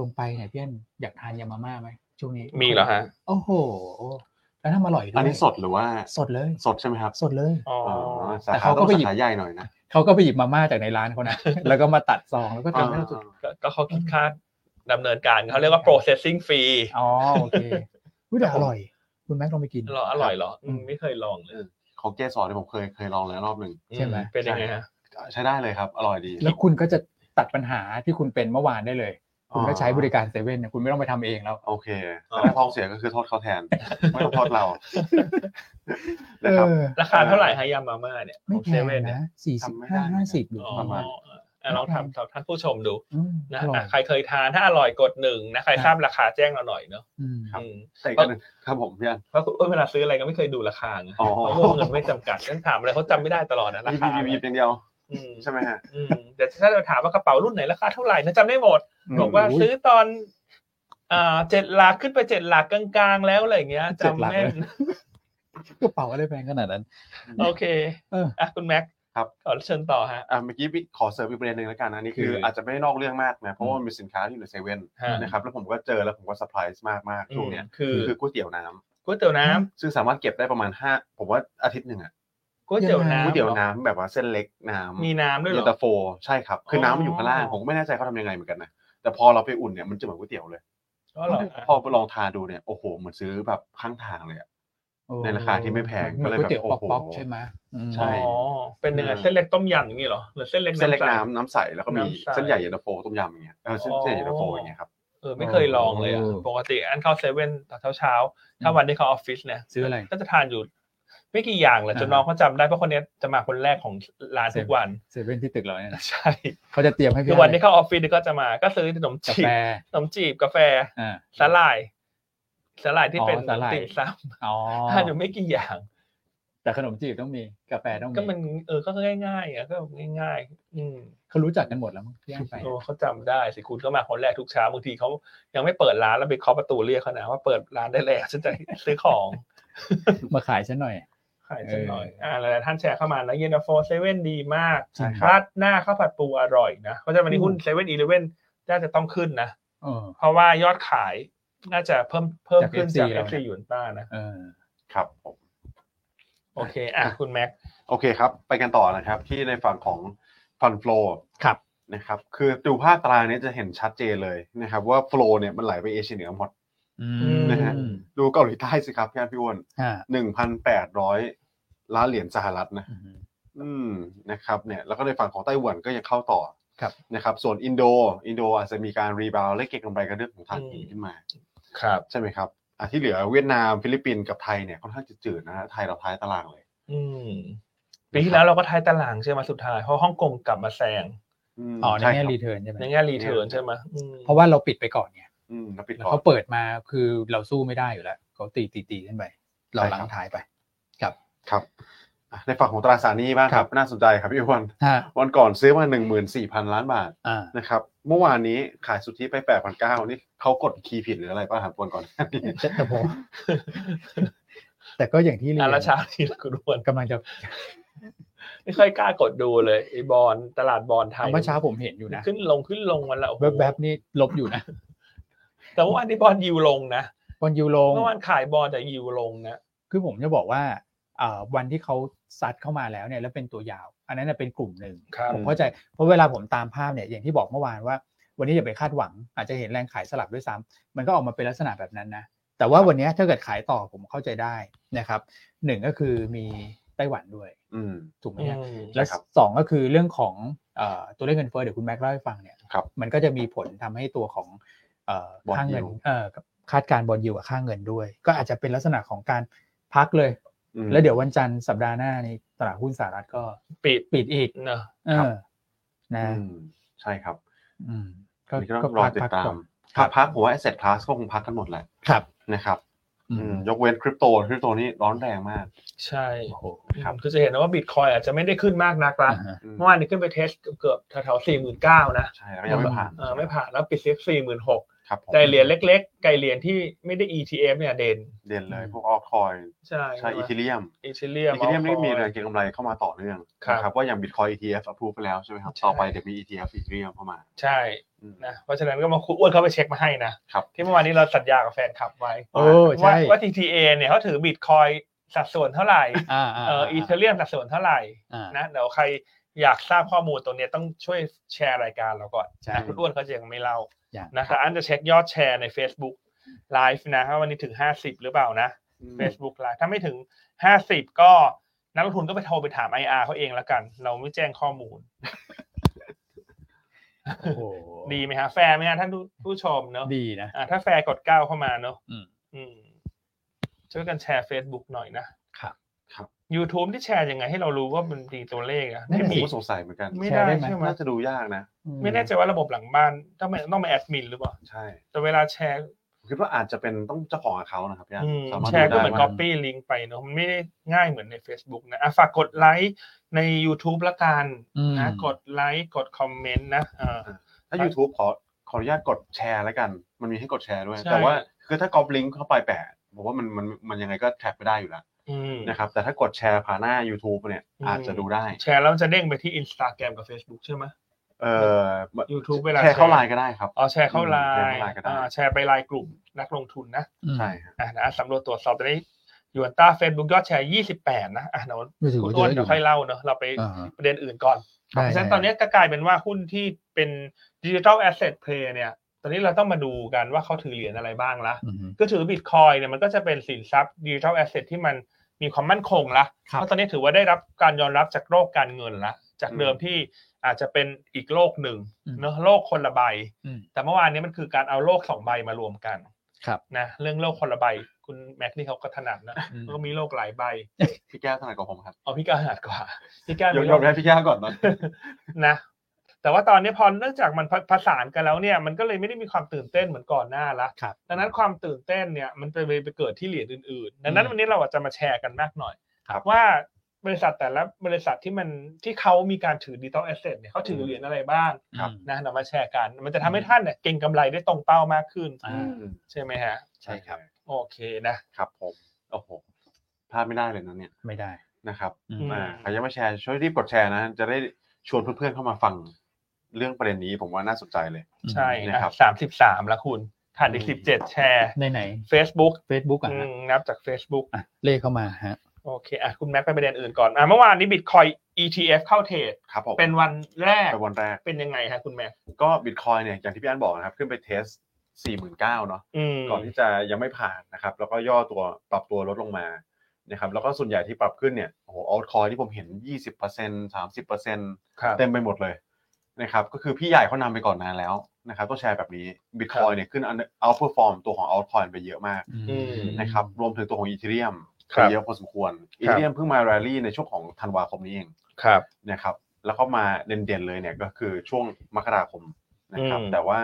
B: ลงไปเนี่ยพี่อันอยากทานยามาม่าไหมช่วงนี้
A: มีเหรอฮะ
B: โอ้โห แล้วทำอร่อยด้วย
C: อันนี้สดหรือว่า
B: สดเลย
C: สดใช่ไหมครับ
B: สดเลย
A: อ๋ออ
C: สา
B: แต่
C: ขา
B: เขาก็
C: ต้อง
B: ไป
C: สา
B: หยิบ
C: ขาใหญ่หน่อยนะ
B: เขาก็ไปหยิบมาม่าจากในร้านเขา นะ แล้วก็มาตัดซองแล้วก็ทำให้เราสุด
C: อ่า
A: ก็ก็เขาคิดค่าดำเนินการเขาเรียกว่า processing fee
B: อ๋อโอเคอุ้ยแต่อร่อย คุณแม็กลองไปกิน
A: เหรออร่อยเหรออืมไม่เคยลองเลย
C: ของเจสอนเนี่ยผมเคยเคยลองแล้วรอบหนึ่ง
A: อื
B: ใช่ไหม
A: เป็นยังไงฮะ
C: ใช้ได้เลยครับ อร่อยดี
B: แล้วคุณก็จะตัดปัญหาที่คุณเป็นเมื่อวานได้เลย คุณก็ใช้บริการเซเว่นเนี่ยคุณไม่ต้องไปทำเองแล้ว
C: โอเคแต่ถ้าท้องเสียก็คือโทษเขาแท น ไม่ต้องโทษเรานะครับ
A: ราคาเท่าไหร่ฮะยามาม่าเนี่ย
B: ไม่แพ
A: เซ
B: ง
A: เว่นเนี่ย
B: นะสี่สิบ
C: ทำไม่ได้
B: ห้า
C: นะ
B: ห้าสิบอยู่
A: อ๋อ
B: ประมาณ
A: อ่ะลองทำกับท่านผู้ชมดู
B: อืม
A: นะ
B: อร่อย
A: อ่ะใครเคยทานถ้าอร่อยกดหนึ่งนะใคร
B: ครับ
A: ทราบราคาแจ้งเราหน่อยเนาะ
B: อืม
C: ครับ
A: อืม
C: แต่อีกอันหนึ่งครับผมพี่อัน
A: เพราะคุณเอ้ยเวลาซื้ออะไรก็ไม่เคยดูราคาไง
C: อ๋อ
A: เพราะวงเงินไม่จำกัดฉันถามอะไรเขาจำไม่ได้ตลอดนะ
C: ห
A: รา
C: ยิบ
A: คา
C: หยิบหยิบอย่างเดียว
A: อืม
C: ใช่ไหมฮะ
A: อืมแต่ถ้าเราถามว่ากระเป๋ารุ่นไหนราคาเท่าไหร่นะจำได้หมด บอกว่า
B: โอ้ย
A: ซื้อตอนอ่าเจ็ดหลักขึ้นไปเจ็ดหลักกลางๆ แล้วอะไรอย่างเงี้ย
B: เจ็ดหลั
A: จำ
B: ก
A: แม่
B: เล
A: น
B: ย กระเป๋าอะไรแพงขนาดนั้น
A: โอเค
B: เออ
A: อ่ะคุณแม็กซ์
C: ครับ
A: ขอเชิญต่อฮะ
C: อ่ะเมื่อกี้พี่ขอเสริมอีกประเด็นหนึ่งแล้วกันนะอันนี่
B: คื
C: คือ
B: ออ
C: อาจจะไม่ได้นอกเรื่องมากนะเพราะว่ามันมีสินค้าที่อยู่ในเซเว่น
A: ฮะ
C: นะครับแล้วผมก็เจอแล้วผมก็เซอร์ไพรส์มากมากๆช่วงเนี้ย
A: อืมคือ
C: คือก๋วยเตี๋ยวน้ำ
A: ก๋วยเตี๋ยวน้ำ
C: ซึ่งสามารถเก็บได้ประมาณห้าผมว่าอาทิตย์หนึ่งอ่ะ
A: ก๋วยเตี๋ยว
B: ำ
A: น้ำ
C: ก๋วยเตี๋ยวน้ำแบบว่าเส้นเล็กน้ำ
A: มีน้ำด้วยเหร
C: เย็
A: อ
C: นตาโฟใช่ครับ คืออ
A: อ
C: น้ำมันอยู่ข้างล่าง ผมก็ไม่แน่ใจเขาทำยังไงเหมือนกันนะ แต่พอเราไปอุ่นเนี่ยมันจะเหมือนก๋วยเตี๋ยวเลย
A: ก็เหรออ่ะ
C: พอไปลองทานดูเนี่ย โอ้โห เหมือนซื้อแบบข้างทางเลยอะ ในราคาที่ไม่แพง
B: เหมือน
C: ก็เลย
B: ก๋วยเตี๋ยว
C: แบบโอ้โห
B: ป๊อกๆใช่ไหมอืม
C: ใช่
A: อ๋อเป็นยังไงเส้นเล็กต้มยำอย่างงี้เหรอหรือเส้นเล็ก
C: เส้นเล็ก
A: ใส
C: น้ำน้ำใสแล้วก็มี
A: น้ำใส
C: เส้นใหญ่เย็นตาโฟต้มยำอย่างเงี้ยเออเส้น
A: อ๋อ
C: เส้นใหญ่เย็นตาโฟอย่างเงี้ยครับ
A: เออไม่เคยลองเลยอะปกติอันเข้าเซเว่นตอนเช้าๆถ้าวันที่เขาออฟฟิศเนี่ย
B: ซื้ออะไร
A: ก็จะทานอยู่ไม่กี่อย่างแหละจนน้องเขาจำได้เพราะคนเนี้ยจะมาคนแรกของร้านทุกวัน
B: เซเว่นที่ตึกเราเนี่ยนะ
A: ใช่
B: เขาจะเตรียมให้
A: คื
B: พี่
A: อวันที่เข้าออฟฟิศก็จะมาก็ซื้อขนม
B: กา
A: จี
B: แฟ
A: บขนมจีบกาแฟ
B: อ่า
A: สาหร่ายสาหร่ายที่เป็น
B: อ๋อสาหร่าย
A: ติ่มซ
B: อ๋อ
A: ำทานอยู่ไม่กี่อย่าง
B: แต่ขนมจีบต้องมีกาแฟต้องมี
A: ก็มันเออก็ง่ายๆอ่ะก็ง่าย ๆ อืม
B: เขารู้จักกันหมดแล้วมั้งพี่อันไป
A: โอ้เขาจำได้สิคุณก็มาคนแรกทุกเช้าบางทีเขายังไม่เปิดร้านแล้วไปเคาะประตูเรียกเขานะว่าเปิดร้านได้แล้วฉันจะซื้อของ
B: มาขายฉันหน่อย
A: ขายสักหน่อย
B: เอออ่
A: อ่าหลายๆท่านแชร์เข้ามานะเย็นตาโฟเซเว่นดีมาก
C: ใช่ครับ
A: ราดหน้าข้าวผัดปูอร่อยนะเพราะฉะนั้นวันนี้หุ้นเซเว่นอีเลเว่นน่าจะต้องขึ้นนะ
B: เออ
A: เพราะว่ายอดขายน่าจะเพิ่มเพิ่มขึ้นจาก
B: จาก
A: เอฟซี
B: FC แล้วนะ
A: ยูนต้านะ
B: เออ
C: ครับผม
A: โอเค อ่ะ คุณแม็ก
C: โอเคครับ ไปกันต่อนะครับ ที่ในฝั่งของฟันฟลอ
B: ครับ
C: นะครับ คือดูภาพตารางเนี้จะเห็นชัดเจนเลยนะครับว่าฟลอเนี่ยมันไหลไปเอเชียเหนือหมด
B: อื
A: ม
C: นะฮะ ดูเกาหลีใต้สิครับพี่อันพี่อ้วน
B: อ่า
C: หนึ่งพันแปดร้อยล้านเหรียญสหรัฐนะ
B: อืม
C: อืมนะครับเนี่ยแล้วก็ในฝั่งของไต้หวันก็ยังเข้าต่อ
B: ครับ
C: นะครับ ส่วนอินโดอินโดอาจจะมีการรีบาวด์และเก็งกำไรกันเรื่องของทาง
A: อืม
C: จีนขึ้นมา
A: ครับ
C: ใช่ไหมครับอ่ะที่เหลือเวียดนามฟิลิปปินส์กับไทยเนี่ยค่อนข้างจะจืดนะฮะไทยเราท้ายตารางเลย
A: อืมปีที่แล้วเราก็ท้ายตารางใช่ไหมสุดท้าย เพราะฮ่องกงกลับมาแซง
C: ม
B: อ๋อใน
C: ช่ค
B: แง่
C: รับ
B: รีเทิร์นใช่ไหม
A: ในแง่รีเทิร์นใช่ไหมอืม
B: เพราะว่าเราปิดไปก่อนไง
C: อืมแล้วปิด
B: แล้ว
C: ก่อ
B: เขา
C: น
B: เปิดมาคือเราสู้ไม่ได้อยู่แล้วเขาตีตีตีขึ้นไป เรา
C: ใช่ค
B: ห
C: รับ
B: ลังท้ายไป
C: ครับอ่ะในฝั่งของตราสารหนี้บ้างครับ น่าสนใจครับพี่อ้วัน
B: ฮะ
C: วันก่อนซื้อมาหนึ่งหมื่นสี่พันล้านบาท
B: อ่า
C: นะครับเมื่อวานนี้ขายสุทธิไปแปดพันเก้านี่เขากดคีย์ผิดหรืออะไรป่ะครับวันก่อน
B: แต่แต่ผม แต่ก็อย่างที่เรีย
A: อ่ะ
B: น
A: แล้วเช้านี้ล่ะคุณรวน
B: กำลังจะ
A: ไม่ค่อยกล้ากดดูเลยไอ้บอลตลาดบอลไทย
B: เมื่อเช้าผมเห็นอยู่นะ
A: ขึ้นลงขึ้นลงวันละโอ้โห
B: แวบๆนี่ลบอยู่นะ
A: แต่ว่าอันนี้บอลยิวลงนะ
B: วันยูโร
A: เมื่อวานขายบอลแต่ยิวลงนะ
B: คือผมจะบอกว่าอ่าวันที่เขาซัดเข้ามาแล้วเนี่ย แล้วเป็นตัวยาว อันนั้นนะเป็นกลุ่มหนึ่ง
A: ครับ
B: ผมเข้าใจเพราะเวลาผมตามภาพเนี่ยอย่างที่บอกเมื่อวานว่า วันนี้อย่าไปคาดหวัง อาจจะเห็นแรงขายสลับด้วยซ้ำมันก็ออกมาเป็นลักษณะแบบนั้นนะแต่ว่าวันนี้ถ้าเกิดขายต่อผมเข้าใจได้นะครับหนึ่งก็คือมีไต้หวันด้วย
C: อืม
B: ถูกไหม
A: อื
B: ฮะ
A: ม
B: แล้ว
C: นะครับ
B: สองก็คือเรื่องของเอ่อตัวเลขเงินเฟ้อเดี๋ยวคุณแม็กเล่าให้ฟังเนี่ย
C: ครับ
B: มันก็จะมีผลทำให้ตัวของเอ่อ
C: Bond
B: ค่าเงิน
C: yield
B: เอ่อคาดการณ์บอลยูกับค่าเงินด้วย ก็อาจจะเป็นลักษณะของการพักเลย
C: อืม
B: แล้วเดี๋ยววันจันทร์สัปดาห์หน้านี้ตลาดหุ้นสหรัฐก็
A: ปิด
B: ปิดอีก
A: เนอะ
B: เอ
C: ครับ
B: อนะ
C: อืมใช่ครับ
B: อืม
C: อันนี้ก็ต้องรอติดตาม
B: พัก
C: พักหัว asset class ก็คงพักกันหมดแหละ
B: ครับ
C: นะครับ
B: อื
C: อื
B: ม
C: มยกเว้นคริปโตคริปโตนี่ร้อนแรงมาก
A: ใช่
B: โอ้โห
C: ครับ
A: คือจะเห็นนะว่าบิตคอยอาจจะไม่ได้ขึ้นมากนักละ
B: อ่าฮะ
C: อืม
A: เมื่อวานนี้ขึ้นไปเทสเกือบแถวๆสี่หมื่นเก้านะ
C: ใช่แล้วก็ยังไม่ผ่าน
A: เออไม่ผ่านแล้วปิดเซฟสี่หมื่นหก
C: ครับผม
A: แต่เหรียญเล็กๆไกลเหรียญที่ไม่ได้ ETF เนี่ยเด่น
C: เด่นเลย
B: อืม
C: พวกออคอย
A: ใช่
C: ใช่อีเทเรียม
A: อีเทเรียม
C: อีเทเรียมนี่มีแรงเก็งกำไรเข้ามาต่อเนื่อง
A: ครับ
C: นะครับว่าอย่างบิตคอย ETF approve ไปแล้วใช่ไหมครับ
A: ใช่
C: ต่อไปเดี๋ยวมี ETF อีเทเรียมเข้ามา
A: ใช่
C: อืม
A: นะเพราะฉะนั้นก็มาคุณอ้วนเข้าไปเช็คมาให้นะครับ ที่เมื่อวานนี้เราสัญญากับแฟนคลับไว้
B: โอ้ใช่
A: ว่าว่า TTA เนี่ยเขาถือบิตคอยสัดส่วนเท่าไหร่
B: อ่า
A: เอออีเทเรียมสัดส่วนเท่าไหร่
B: อ่า
A: นะเดี๋ยวใครอยากทราบข้อมูลตรงเนี้ยต้องช่วยแชร์รายการเราก่อน
B: ใช่
A: นะคุณอ้วนเขาจะยังไม่เล่า
B: อย่าง
A: นะแต่อันจะเช็คยอดแชร์ใน Facebook ไลฟ์นะว่าวันนี้ถึง 50 หรือเปล่านะ
C: อืม
A: Facebook ไลฟ์ถ้าไม่ถึง 50 ก็นักลงทุนก็ไปโทรไปถาม IR เขาเองแล้วกัน เราไม่แจ้งข้อมูล
B: โอ้โห
A: ดีไหมฮะแฟร์ไหมฮะท่านผู้ผู้ชมเนอะ
B: ดีนะ
A: อ่ะถ้าแฟร์กดเก้าเข้ามาเนอะ
B: อืม
A: อืมช่วยกันแชร์ Facebook หน่อยนะครับ YouTube ที่แชร์ยังไงให้เรารู้ว่ามันมีตัวเลขอะ
B: นั่น
A: ไม่
B: น่ะ
C: ผ
A: มี
C: ม
B: สิ
C: ก็สงสัยเหมือนกัน
A: ไม่ได้
B: แชร์ได้ไหม
A: ใช่ไหม
C: น่าจะดูยากนะ
A: ไม่แน่ใจว่าระบบหลังบ้านต้องไม่ต้องมาแอดมินหรือเปล่า
C: ใช่
A: แต่เวลาแชร์
C: ผมคิดว่าอาจจะเป็นต้องเจ้าของ account นะครับย่า
A: อืม
C: สามารถ
A: แชร์ก็
C: ดู
A: เห
C: ได้
A: มือน
C: ว่า
A: copy ลิงก์ไปเนอะมันไม่ได้ง่ายเหมือนใน Facebook นะอ่ะฝากกดไลค์ใน YouTube ละกันนะ
B: อืม
A: กดไลค์กดคอมเมนต์นะเออ
C: ถ้า YouTube ขอขออนุญาตกดแชร์แล้วกัน มันมีให้กดแชร์ด้วย
A: ใช่
C: แต่ว่าคือถ้ากอปลิงก์เข้าไปแปะผมว่ามันมันมันยังไงก็แท็บไม่ได้อยู่แล้ว
A: อืม
C: นะครับแต่ถ้ากดแชร์ผ่านหน้า YouTube เนี่ย
A: อืม
C: อาจจะดูได้
A: แชร์แล้วมันจะเด้งไปที่ Instagram กับ Facebook ใช่ไหม
C: เอ่อ
A: YouTube เวลา
C: แชร์เข้า
A: แชร์
C: ไลน์ก็ได้ครับ
A: อ๋อแชร์เข้าไล
C: อืมแชร์
A: น์
C: เข้า Line ก็ได้
A: อ่าแชร์ไปไลน์กลุ่มนักลงทุนนะ
B: อืม
C: ใช่ครับ
A: อ่ะนะสำรวจตรวจสอบตอนนี้ยูนต้าเฟซบุ๊กยอดแชร์ 28 นะอ่ะเดี๋ยว
B: ไม่ถือ
A: คุณ
B: ว่า
A: อ้วน
B: เยอะอยู่
A: เดี๋ยวค่อยเล่าเนอะเราไป
B: อ่าฮะ
A: ประเด็นอื่นก่อน
B: ได้
A: เพราะฉะนั้น
B: ได้
A: ตอนนี้ก็กลายเป็นว่าหุ้นที่เป็นดิจิทัลแอสเซทเพลย์เนี่ย ตอนนี้เราต้องมาดูกันว่าเขาถือเหรียญอะไรบ้างละ
B: อืม
A: ก็ถือบิตคอยเนี่ยมันก็จะเป็นสินทรัพย์ดิจิทัลแอสเซทที่มันมีความมั่นคงละ
B: ครับ
A: เพราะตอนนี้ถือว่าได้รับการยอมรับจากโลกการเงินละ จาก
C: อืม
A: เดิมที่อาจจะเป็นอีกโลกหนึ่งเนอะโลกคนละใบ
B: อืม
A: แต่เมื่อวานนี้มันคือการเอาโลกสองใบมารวมกัน
B: ครับ
A: นะเรื่องโลกคนละใบ คุณแม็กนี่เขาก็ถนัดนะ
B: อืม
A: มันก็มีโลกหลายใบ
C: พี่แก้วถนัดกว่าผมครับ
A: เอาพี่ก้าวถนัดกว่าพี่ก้าว
C: ยกยอมให้พี่แก้วก่อนนะ
A: นะแต่ว่าตอนนี้พอเนื่องจากมันผผสานกันแล้วเนี่ยมันก็เลยไม่ได้มีความตื่นเต้นเหมือนก่อนหน้าละ
B: ครับ
A: ดังนั้นความตื่นเต้นเนี่ยมันจะไปเกิดที่เหรียญอื่นๆ ดังนั้น
B: อืม
A: วันนี้เราอาจจะมาแชร์กันมากหน่อย
B: ครับ
A: ว่าบริษัทแต่ละบริษัทที่มันที่เขามีการถือดิจิตอลแอสเซทเนี่ยเขาถือเหรียญอะไรบ้าง
B: ครับ
A: นะเรามาแชร์กัน มันจะทำให้ท่านเนี่ยเก่งกำไรได้ตรงเป้ามากขึ้น
B: อ่า
A: ใช่ไหมฮะ
B: ใช่ครับ
A: โอเคนะครับ
C: ผมโอ้โหพลาดไม่ได้เลยนะเนี่ย
B: ไม่ได้
C: นะครับ
B: อืม
A: อืม
C: อ่าใครยังไม่แชร์ช่วยรีบกดแชร์นะ จะได้ชวนเพื่อนๆเข้ามาฟังเรื่องประเด็นนี้ผมว่าน่าสนใจเลย
A: ใช่
C: นะ
A: นะ
C: ค
A: ค
C: รั
A: รับ บสามสิบสามละคุณขาดอีกสิบเจ็ดแชร์
B: ในไหน
A: Facebook
B: Facebook อ่ะ
A: อื
B: ฮะ
A: มนับจาก Facebook
B: อ่ะเลขเข้ามาฮะ
A: โอเคอ่ะคุณแม็กไปประเด็นอื่นก่อนอ่ะเมื่อวานนี้บิตคอย ETF เข้าเทรด
C: ครับผม
A: เป็นวันแรก
C: เป็นวันแรก
A: เป็นยังไงฮะคุณแม็ก
C: ก็บิตคอยเนี่ยอย่างที่พี่อันบอกนะครับ ขึ้นไปเทส 49,000เนาะ
A: อืม
C: ก่อนที่จะยังไม่ผ่านนะครับ แล้วก็ย่อตัวปรับตัวลดลงมานะครับแล้วก็ส่วนใหญ่ที่ปรับขึ้นเนี่ยโอ้โหเอาคอยที่ผมเห็น 20% 30%
A: ครับ
C: เต็มไปหมดเลยนะครับก็คือพี่ใหญ่เขานำไปก่อนนานแล้วนะครับต้องแชร์แบบนี้บิตคอยเนี่ยขึ้นเอาเปอร์ฟอร์มตัวของเอาคอยไปเยอะมาก
A: อืม
C: นะครับรวมถึงตัวของอีเทเรียม
A: ค
C: ไป
A: รับ
C: เยอะพอสมควร
A: ครับ
C: อีเทเรียมเพิ่งมาแรลลี่ในช่วงของธันวาคมนี้เอง
A: ครับ
C: นะครับแล้วก็มาเด่นๆเลยเนี่ยก็คือช่วงมกราคมนะครับ แต่ว่า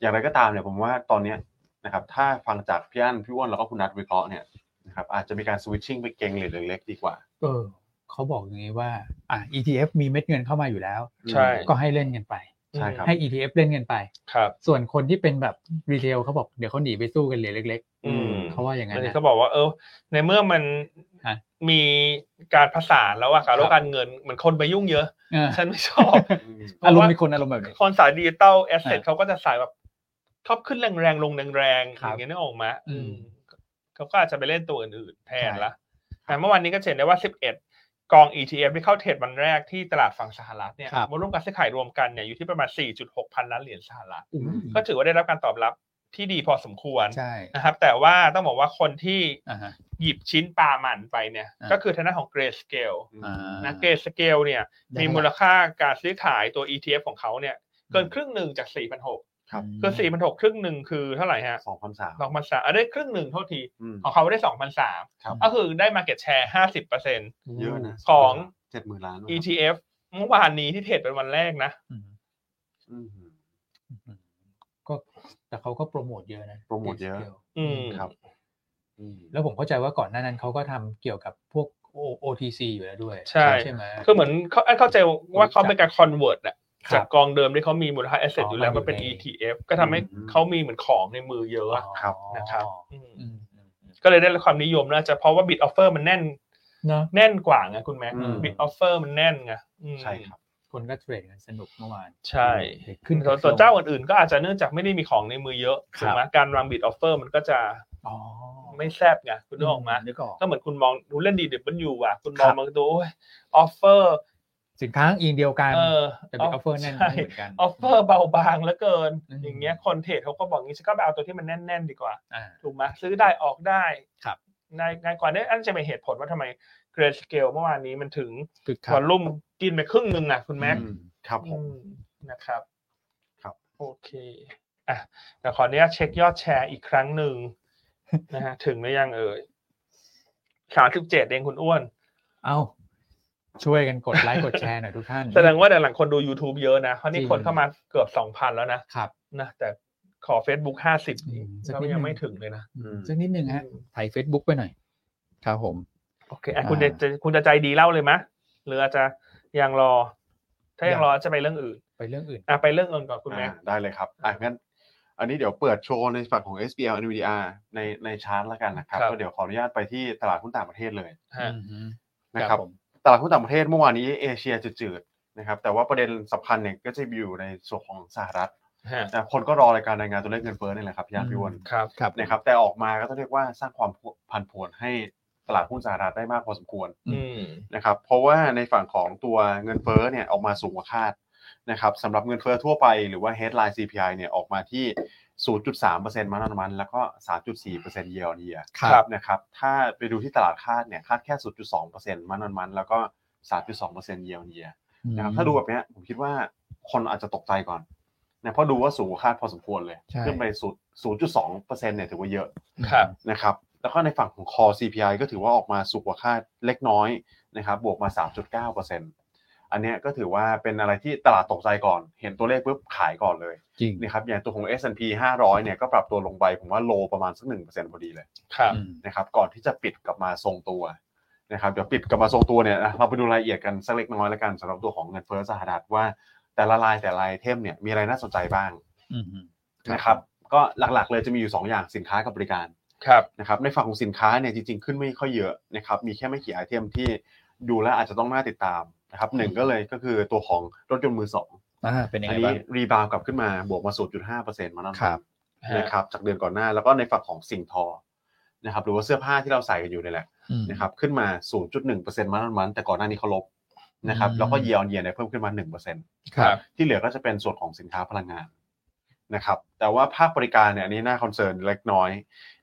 C: อย่างไรก็ตามเนี่ยผมว่าตอนเนี้ยนะครับถ้าฟังจากพี่อั้นพี่อ้วนแล้วก็คุณนัทวิเคราะห์เนี่ยนะครับอาจจะมีการสวิตชิ่งไปเก็งเหรียญเล็กๆดีกว่า
B: เออเขาบอกอย่างนี้ว่าอ่ะ ETF มีเม็ดเงินเข้ามาอยู่แล้ว
A: ใช่
B: ก็ให้เล่นกันไป
C: ใช่ครับ
B: ให้ ETF เล่นกันไป
A: ครับ
B: ส่วนคนที่เป็นแบบรีเทลเขาบอกเดี๋ยวเขาหนีไปสู้กันเหรียญเล็ก
A: อืม
B: ๆเขาว่าอย่างนั้
A: อัน
B: น
A: นี้
B: นะ
A: เขาบอกว่าเออ ในเมื่อมัน
B: ฮะ
A: มีการผสานแล้วอะการโลกการเงินเหมือนคนไปยุ่งเยอะ
B: เออ
A: ฉันไม่ชอบ
C: อืม
B: อารมณ์มีคนอารมณ์แบบนี้
A: คนสายดิจิตอลแอสเซท
B: อ่ะ
A: เขาก็จะสายแบบชอบขึ้นแรงๆลงแรงๆ
B: ค
A: อ
B: รับ
A: ย่างเงี้ยนึกออกไหมา
B: อืม
A: เขาก็อาจจะไปเล่นตัวอื่นๆแทนละ
C: ใช่
A: แต่เมื่อวานนี้ก็เห็นได้ว่า 11 กอง ETF ที่เข้าเทรดวันแรกที่ตลาดฝั่งสหรัฐเนี่ย
B: ครับ
A: วอลุ่มการซื้อขายรวมกันเนี่ยอยู่ที่ประมาณ 4.6 พันล้านเหรียญสหรัฐ
B: อุ้ย
A: ก็ถือว่าได้รับการตอบรับที่ดีพอสมควร
B: ใช่
A: นะครับ แต่ว่าต้องบอกว่าคนที่
B: อ่าฮะ
A: หยิบชิ้นปลาหมันไปเนี่ย
B: อ่า
A: ก็คือทางด้านของ Grayscale
B: อ่า
A: นะ Grayscale เนี่ย
B: ได้
A: มี
B: เท่าไหร่
A: มูลค่าการซื้อขายตัว ETF ของเขาเนี่ยเกินครึ่งหนึ่งจาก 4,600
C: ครับ
A: คือ 4,600 ครึ่งหนึ่งคือเท่าไหร่ฮะ
C: สองพันสาม
A: 2,300อ่ะได้ครึ่งหนึ่งโทษที
C: อืม
A: ของเขาได้ 2,300
C: ครับ
A: ก็คือได้ market share 50%
C: เยอะนะ
A: ของ
C: เจ็ดหมื่นล้านนะครับ
A: ETF เมื่อวานนี้ที่เทรดเป็นวันแรกนะ
B: อืม
C: อืม
B: อืมก็แต่เขาก็โปรโมทเยอะนะ
C: โปรโมทเยอะ
B: Grayscale
A: อืม
C: ครับอืม
B: แล้วผมเข้าใจว่าก่อนหน้านั้นเขาก็ทำเกี่ยวกับพวก O- OTC อยู่แล้วด้วย
A: ใช่
B: ใช่ไหม
A: คือเหมือนเขาเข้าใจว่าเขาเป็นการ convert อะ
B: ครับ
A: จากกองเดิมที่เขามีมูลค่า asset
B: อ๋อ
A: อ
B: อยู่
A: แล้วมาเป็น
B: มันอยู่ใน
A: ETF ก็ทำให้เขามีเหมือนของในมือเยอะอะ
C: ครับ
A: นะครับอืม
B: อืมอืมอืม
A: ก็เลยได้รับความนิยมน่าจะเพราะว่า bid offer มันแน่น
B: เนอะ
A: แน่นกว่าไงคุณแม็ก
C: อืม
A: บิตออฟเฟอร์มันแน่นไงอืม
C: ใช่ครับ
B: คนก็เทรดกันสนุกเมื่อวาน
A: ใช่
B: ขึ้น
A: ส่วน
B: ขึ้
A: ส่วน
B: ลง
A: เจ้าอื่นๆก็อาจจะเนื่องจากไม่ได้มีของในมือเยอะ
B: ครับ
A: ถูกไหมการวางบิตออฟเฟอร์มันก็จะ
B: อ๋อ
A: ไม่แซบไงคุณนึกออกไหม
B: นึกออก
A: ก็เหมือนคุณมองดูเล่นดีเดบันยูอ่ะ คุณม
B: ค
A: อ
B: รั
A: ง
B: บ
A: มาดูโอ้ยออฟเฟอร์
B: สินค้าอิงเดียวกัน
A: เออ
B: แต่เป็นออฟเฟอร์แน่นไม่เหมือนกัน
A: ออฟเฟอร์เบาบางเหลือเกิน
B: อืม
A: อย่างเงี้ยคนเทรดเขาก็บอกงี้ฉันก็ไปเอาตัวที่มันแน่นๆดีกว่า
B: อ่า
A: ถูกไหมซื้อได้ออกได้
B: ครับ
A: ง่ายง่ายกว่านี่อันจะเป็นเหตุผลว่าทำไมเกรดสเกลเมื่อวานนี้มันถึง
B: คือครั
A: วอบ ลลุ่มกินไปครึ่งหนึงอ่ะคุณแม็ก
C: อืมครับผ
A: อื
C: ม
A: มนะครับ โอเคอ่ะแต่ขออนุญาตเช็คยอดแชร์อีกครั้ง หนึ่งนะฮะ ถึงหรือยังเอ่ยสามสิบเจ็ดเองคุณอ้วน
B: เอา
D: ช่วยกันกดไลค์กดแชร์หน่อยทุกท่าน
A: แสดงว่าหลังๆคนดู YouTube เยอะนะ เพราะนี่
D: จริง
A: คนเข้ามาเกือบสองพันแล้วนะครับ นะแต่ขอ Facebook ห้าสิบ
D: อืมสักนิ
A: ก็
D: ดหนึ่ง
A: ยังไม่ถึงเลยนะ
C: อืม
D: สักนิดหนึ่งฮะถ่าย Facebook ไปหน่อย ครับผม
A: โอเคอ่ะคุณ
D: อ่า
A: จะคุณจะใจดีเล่าเลยมะ หรืออาจจะยังรอ ถ้ายังรอจะไปเรื่องอื่น
D: ไปเรื่องอื่น
A: อ่ะไปเรื่องเงินก่อนคุณแม่
C: อ่าได้เลยครับอ่ะงั้น อันนี้เดี๋ยวเปิดโชว์ในฝั่งของ SBL NVDR ในในชาร์ตแล้วกันนะครับ
A: ครับ
C: ก็เดี๋ยวขออนุญาตไปที่ตลาดหุ้นต่างประเทศเลย
A: ฮะ
C: นะค
B: ค
C: รั
B: รับ บผม
C: ตลาดหุ้นต่างประเทศเมื่อวานนี้เอเชียจืดๆนะครับ แต่ว่าประเด็นสำคัญเนี่ยก็จะอยู่ในส่วนของสหรัฐ
A: ฮะ
C: นะคนก็รอรายการรายงานตัวเลขเงินเฟ้อนี่แหละครับพี่ยานพี่วอน
A: ครับ
B: ครับ
C: นะครับ แต่ออกมาก็ต้องเรียกว่าสร้างความผันผวนให้ตลาดหุ้นสหรัฐได้มากพอสมควร
A: อืม
C: นะครับเพราะว่าในฝั่งของตัวเงินเฟ้อเนี่ยออกมาสูงกว่าคาดนะครับสำหรับเงินเฟ้อทั่วไปหรือว่า headline CPI เนี่ยออกมาที่ 0.3%มาตอนมัน แล้วก็ 3.4% year on year
B: ครับ
A: ครับ
C: นะครับถ้าไปดูที่ตลาดคาดเนี่ยคาดแค่ 0.2%มาตอนมัน แล้วก็ 3.2% year on year นะครับถ้าดูแบบเนี้ยผมคิดว่าคนอาจจะตกใจก่อนนะเพราะดูว่าสูงกว่าคาดพอสมควรเลย
B: ใช่
C: ขึ้นไปสุด0.2%เนี่ยถือว่าเยอะ
A: ครับ
C: นะครับแล้วก็ในฝั่งของ core CPI ก็ถือว่าออกมาสูงกว่าคาดเล็กน้อยนะครับบวกมา 3.9%อันเนี้ยก็ถือว่าเป็นอะไรที่ตลาดตกใจก่อน เห็นตัวเลขปุ๊บขายก่อนเลย
B: จริง
C: นะครับอย่างตัวของ S&P 500เนี่ยก็ปรับตัวลงไป ผมว่าโลประมาณสัก1%พอดีเลย
A: ครับ
B: อืม
C: นะครับก่อนที่จะปิดกลับมาทรงตัวนะครับเดี๋ยวปิดกลับมาทรงตัวเนี่ยนะเราไปดูรายละเอียดกันสักเล็กน้อยแล้วกันสำหรับตัวของเงินเฟ้อสหรัฐว่าแต่ละรายแต่ละไอเทมเนี่ยมีอะไรน่าสนใจบ้าง
B: อืม ครับ
C: นะครับก็หลักๆเลยจะมีอยู่สองอย่างสินค้ากับบริการ
A: ครับ
C: นะครับในฝั่งของสินค้าเนี่ยจริงๆ ขึ้นไม่ค่อยเยอะนะครับมีแค่ไม่กี่ไอเทมที่ดูแล้วอาจจะต้องน่าติดตามนะครับหนึ่งก็เลยก็คือตัวของรถยนต์มือสอง
B: อ่าเป็นยัง
C: อั
B: ไง
C: นนี้
B: บ้าง
C: รีบาวด์กลับขึ้นมาบวกมา 0.5%มานั่น
B: ครับ
C: นะครับจากเดือนก่อนหน้าแล้วก็ในฝั่งของสิ่งทอนะครับหรือว่าเสื้อผ้าที่เราใส่กันอยู่เนี่ยแหละ
B: อืม
C: นะครับขึ้นมา 0.1%มานั่นมันแต่ก่อนหน้านี้เขาลบนะครับ
B: อืม
C: แล้วก็เยียร์เยียร์เนี่ยเพิ่มขึ้นมา 1%
A: ครับ
C: ที่เหลือก็จะเป็นส่วนของสินค้าพลังงานนะครับแต่ว่าภาคบริการเนี่ยอันนี้น่าคอนเซิร์นเล็กน้อย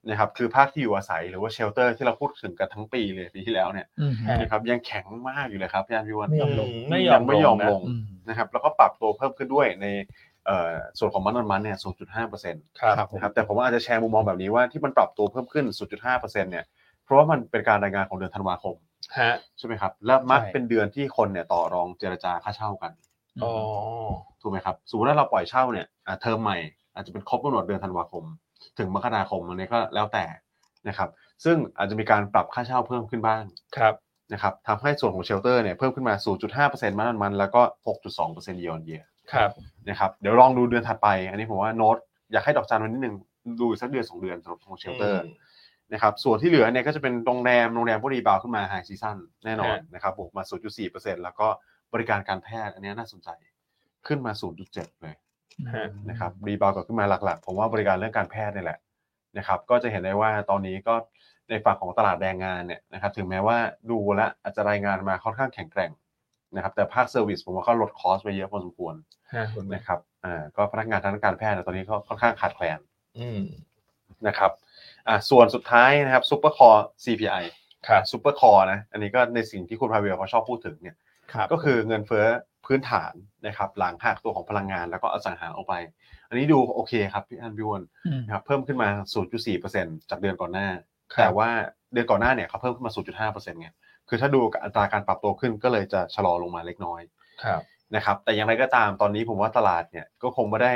C: นะครับคือภาคที่อยู่อาศัยหรือว่าเชลเตอร์ที่เราพูดถึงกันทั้งปีเลยปีที่แล้วเนี่ย
B: อืม
C: นะครับยังแข็งมากอยู่เลยครับพี่อันพี่อ้วัน
A: ไม่ยอมลงไม่ยอมลง
C: ยัไม่ยอมลง
B: อืม
C: นะครับแล้วก็ปรับตัวเพิ่มขึ้นด้วยในเอ่อส่วนของมันนอนมันเนี่ย 0.5%น
A: ครับ
B: ครับผม
C: ะครับแต่ผมว่าอาจจะแชร์มุมมองแบบนี้ว่าที่มันปรับตัวเพิ่มขึ้น 0.5%เนี่ยเพราะว่ามันเป็นการรายงานของเดือนธันวาคม
A: ฮะ
C: ใช่ไหมครับและมักเป็นเดือนที่คนเนี่ยต่อรองเจรจาค่าเช่ากัน
A: อ๋อ
C: ถูกไหมครับสมมติว่าเราปล่อยเช่าเนี่ยอ่ะเทอมใหม่อาจจะเป็นครบกำหนดเดือนธันวาคม ถึงมกราคมอันนี้ก็แล้วแต่นะครับซึ่งอาจจะมีการปรับค่าเช่าเพิ่มขึ้นบ้าง
A: ครับ
C: นะครับทำให้ส่วนของเชลเตอร์เนี่ยเพิ่มขึ้นมา 0.5%มันมันๆแล้วก็ 6.2%เยียร์เยีย
A: ครับ
C: นะครับเดี๋ยวลองดูเดือนถัดไป อันนี้ผมว่าโน้ตอยากให้ดอกจันไว้นิดนึงดูอีกสักเดือนสองเดือนสำหรับของเชลเตอร์ นะครับส่วนที่เหลือเนี่ยก็จะเป็นโรงแรมโรงแรมพวกรีบาวขึ้นมาไฮซีซั่นแน่นอน
A: ฮะ
C: นะครับบวกมา 0.4%แล้วก็บริการการแพทย์อันเนี้ยน่าสนใจขึ้นมา 0.7 เลย
A: ฮะ
C: นะครับรีบาวกลับขึ้นมาหลักๆ ผมว่าบริการเรื่องการแพทย์เนี่ยแหละนะครับก็จะเห็นได้ว่าตอนนี้ก็ในฝั่งของตลาดแรงงานเนี่ยนะครับถึงแม้ว่าดูและอาจจะรายงานมาค่อนข้างแข็งแกร่งนะครับแต่ภาคเซอร์วิสผมว่าก็ลดคอสไปเยอะพอสมควร
A: ฮะคุณแม่
C: นะครับอ่าก็พนักงานทางด้านการแพทย์เนี่ยตอนนี้ก็ค่อนข้างขาดแคลน
A: อืม
C: นะครับอ่าส่วนสุดท้ายนะครับซูเปอร์คอ CPI
A: ครับ
C: ซูเปอร์คอนะ อันนี้ก็ในสิ่งที่คุณพาเวลเขาชอบพูดถึงเนี่ย
B: ครับ
C: ก็คือเงินเฟ้อพื้นฐานนะครับ หลังหักตัวของพลังงานแล้วก็อสังหาออกไป อันนี้ดูโอเคครับพี่อันพิวน
B: ม
C: นะครับ เพิ่มขึ้นมา 0.4%จากเดือนก่อนหน้า
A: ครับ
C: แต่ว่าเดือนก่อนหน้าเนี่ยเขาเพิ่มขึ้นมา 0.5%ไง คือถ้าดูอัตราการปรับตัวขึ้นก็เลยจะชะลอลงมาเล็กน้อย
A: ครับ
C: นะครับแต่อย่างไรก็ตามตอนนี้ผมว่าตลาดเนี่ยก็คงไม่ได้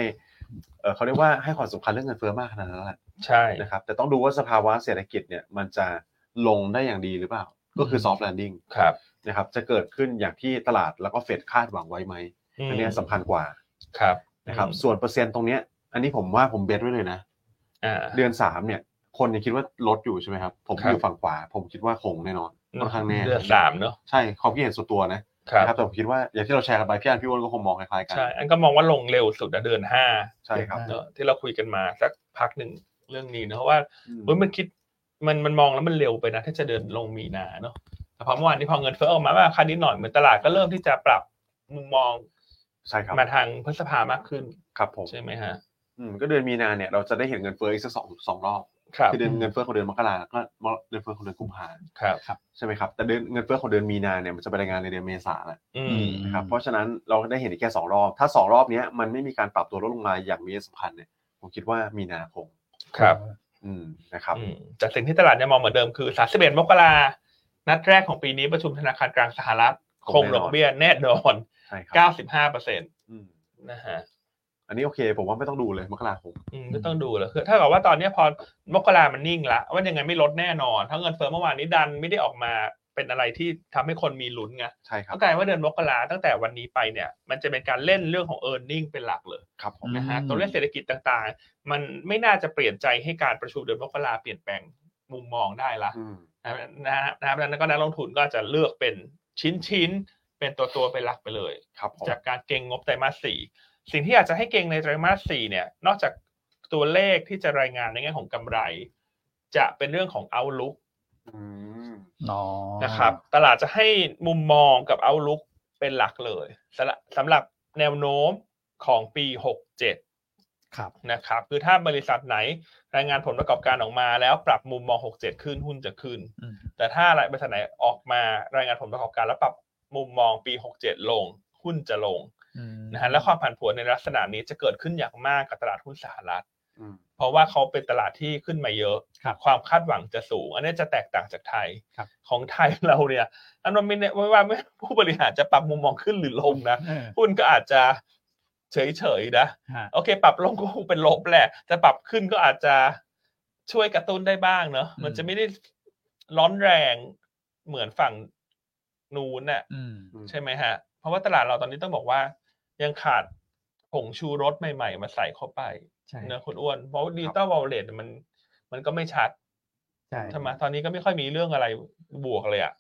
C: เอ่อเขาเรียกว่าให้ความสำคัญเรื่องเงินเฟ้อมากขนาดนั้นแหละ
A: ใช่
C: นะครับแต่ต้องดูว่าสภาวะเศรษฐกิจเนี่ยมันจะลงได้อย่างดีหรือเปล่า ก็คือ soft landing
A: ครับ
C: นะครับจะเกิดขึ้นอย่างที่ตลาดแล้วก็เฟดคาดหวังไว้ไหม
A: ม
C: อันเนี้ยสำคัญกว่า
A: ครับ
C: นะครับ
A: อืม
C: ส่วนเปอร์เซ็นต์ตรงเนี้ยอันนี้ผมว่าผมเบสไว้เลยนะ
A: อ่า
C: เดือน 3 เนี่ย คนยังคิดว่าลดอยู่ใช่ไหมครับ ผม
A: ครับ
C: อยู่ฝั่งขวา ผมคิดว่าคงแน่นอนค่อนข้างแน่
A: เดือนสามเนอะ
C: ใช่ความคิดเห็นส่วนตัวนะครับ นะครับแต่ผมคิดว่าอย่างที่เราแชร์กันไปพี่อันพี่อ้วนก็คงมองคล้ายๆกัน
A: ใช่ อันก็มองว่าลงเร็วสุดอะเดือนห้า
C: ใช่ครับ
A: เนอะที่เราคุยกันมาสักพักหนึ่งเรื่องนี้เนอะเพราะว่า
C: อืม
A: เฮ้ยมันคิดมันมันมองแล้วมันเร็วไปนะถ้าจะเดินลงมีนาเนอะแต่พอเมื่อวานนี้พอเงินเฟ้อออกมาว่าคานิดหน่อยเหมือนตลาดก็เริ่มที่จะปรับมุมมอง
C: ใช่ครับ
A: มาทางพฤษภามากขึ้น
C: ครับผม
A: ใช่ไหมฮะ
C: อืมก็เดือนมีนาเนี่ยเราจะได้เห็นเงินเฟ้ออีกสักสองสองรอบ
A: ครับ
C: คือเดือนเงินเฟ้อของเดือนมกราก็เงินเฟ้อของเดือนกุมภา
A: ครับ
C: ใช่ไหมครับแต่เดือนเงินเฟ้อของเดือนมีนาเนี่ยมันจะไปรายงานในเดือนเมษาแหละ
A: อื
B: อื
A: ม
B: ม
C: นะครับเพราะฉะนั้นเราได้เห็นอีกแค่สองรอบถ้าสองรอบเนี้ยมันไม่มีการปรับตัวลดลงมาอย่างมีนัยสำคัญเนี่ยผมคิดว่ามีนาคง
A: ครับ
C: อืมนะครับ
A: อืมแต่สิ่งที่ตลาดยังมองเหมือนเดิมคือ 31 มกรานัดแรกของปีนี้ประชุมธนาคารกลางสหรัฐ คงดอกเบี้ยแน่นอน
C: ใช่ครับ
A: 95เปอร์เซ็นต์
C: อืม
A: นะฮะ
C: อันนี้โอเคผมว่าไม่ต้องดูเลยมกราคม
A: อืมไม่ต้องดูแล้วคือถ้ากับว่าตอนเนี้ยพอมกรามันนิ่งละว่ายังไงไม่ลดแน่นอน ทั้งเงินเฟ้อเมื่อวานนี้ดันไม่ได้ออกมาเป็นอะไรที่ทำให้คนมีลุ้นไง
C: ใช่ครั
A: ก็
C: บ
A: กลายว่าเดือนมกราตั้งแต่วันนี้ไปเนี่ย มันจะเป็นการเล่นเรื่องของ e a r n i n g เป็นหลักเลย
C: ครับผม
A: นะฮะ
B: อืม
A: ตัวเลขเศรษฐกิจต่างๆ มันไม่น่าจะเปลี่ยนใจให้การประชุมเดือนมกราเปลี่ยนแปลงมุมมองได้ละ
C: อืม
A: นะฮะนะครับดังนั้นก็นักลงทุนก็จะเลือกเป็นชิ้นๆ เป็นตัวๆ เป็นหลักไปเลย
C: ครับผม
A: จากการเก็งงบไตรมาสสี่สิ่งที่อยากจะให้เก็งในไตรมาสสี่เนี่ย นอกจากตัวเลขที่จะรายงานในแง่ของกำไร จะเป็นเรื่องของ outlook
C: อืม
B: อ๋อ
A: นะครับตลาดจะให้มุมมองกับ outlook เป็นหลักเลยสำหรับสำหรับแนวโน้มของปี 67
B: ครับ
A: นะครับคือถ้าบริษัทไหนรายงานผลประกอบการออกมาแล้วปรับมุมมอง 67 ขึ้นหุ้นจะขึ้น
B: อืม
A: แต่ถ้าบริษัทไหนออกมารายงานผลประกอบการแล้วปรับมุมมองปี 67 ลง หุ้นจะลง
B: อืม
A: นะฮะและความผันผวนในลักษณะนี้จะเกิดขึ้นอย่างมากกับตลาดหุ้นสหรัฐ
C: อืม
A: เพราะว่าเขาเป็นตลาดที่ขึ้นมาเยอะ
B: ครับ
A: ความคาดหวังจะสูง อันนี้จะแตกต่างจากไทย
B: ครับ
A: ของไทยเราเนี่ยอันนั้นไม่แน่ไม่ว่าไม่ผู้บริหารจะปรับมุมมองขึ้นหรือลงนะ
B: เออ
A: หุ้นก็อาจจะเฉยๆนะ
B: ฮะ
A: โอเค ปรับลงก็คงเป็นลบแหละ จะปรับขึ้นก็อาจจะช่วยกระตุ้นได้บ้างเนอะ
B: อืม
A: มันจะไม่ได้ร้อนแรงเหมือนฝั่งนูนน่ะ
B: อืม
A: ใช่ไหมฮะ เพราะว่าตลาดเราตอนนี้ต้องบอกว่า ยังขาดผงชูรสใหม่ๆ มาใส่เข้าไป
B: ใช่
A: เนอะคุณอ้วน เพราะดิจิตอลวอลเล็ตมัน มันก็ไม่ชัด
B: ใช่
A: ทำไมตอนนี้ก็ไม่ค่อยมีเรื่องอะไรบวกเลยอะ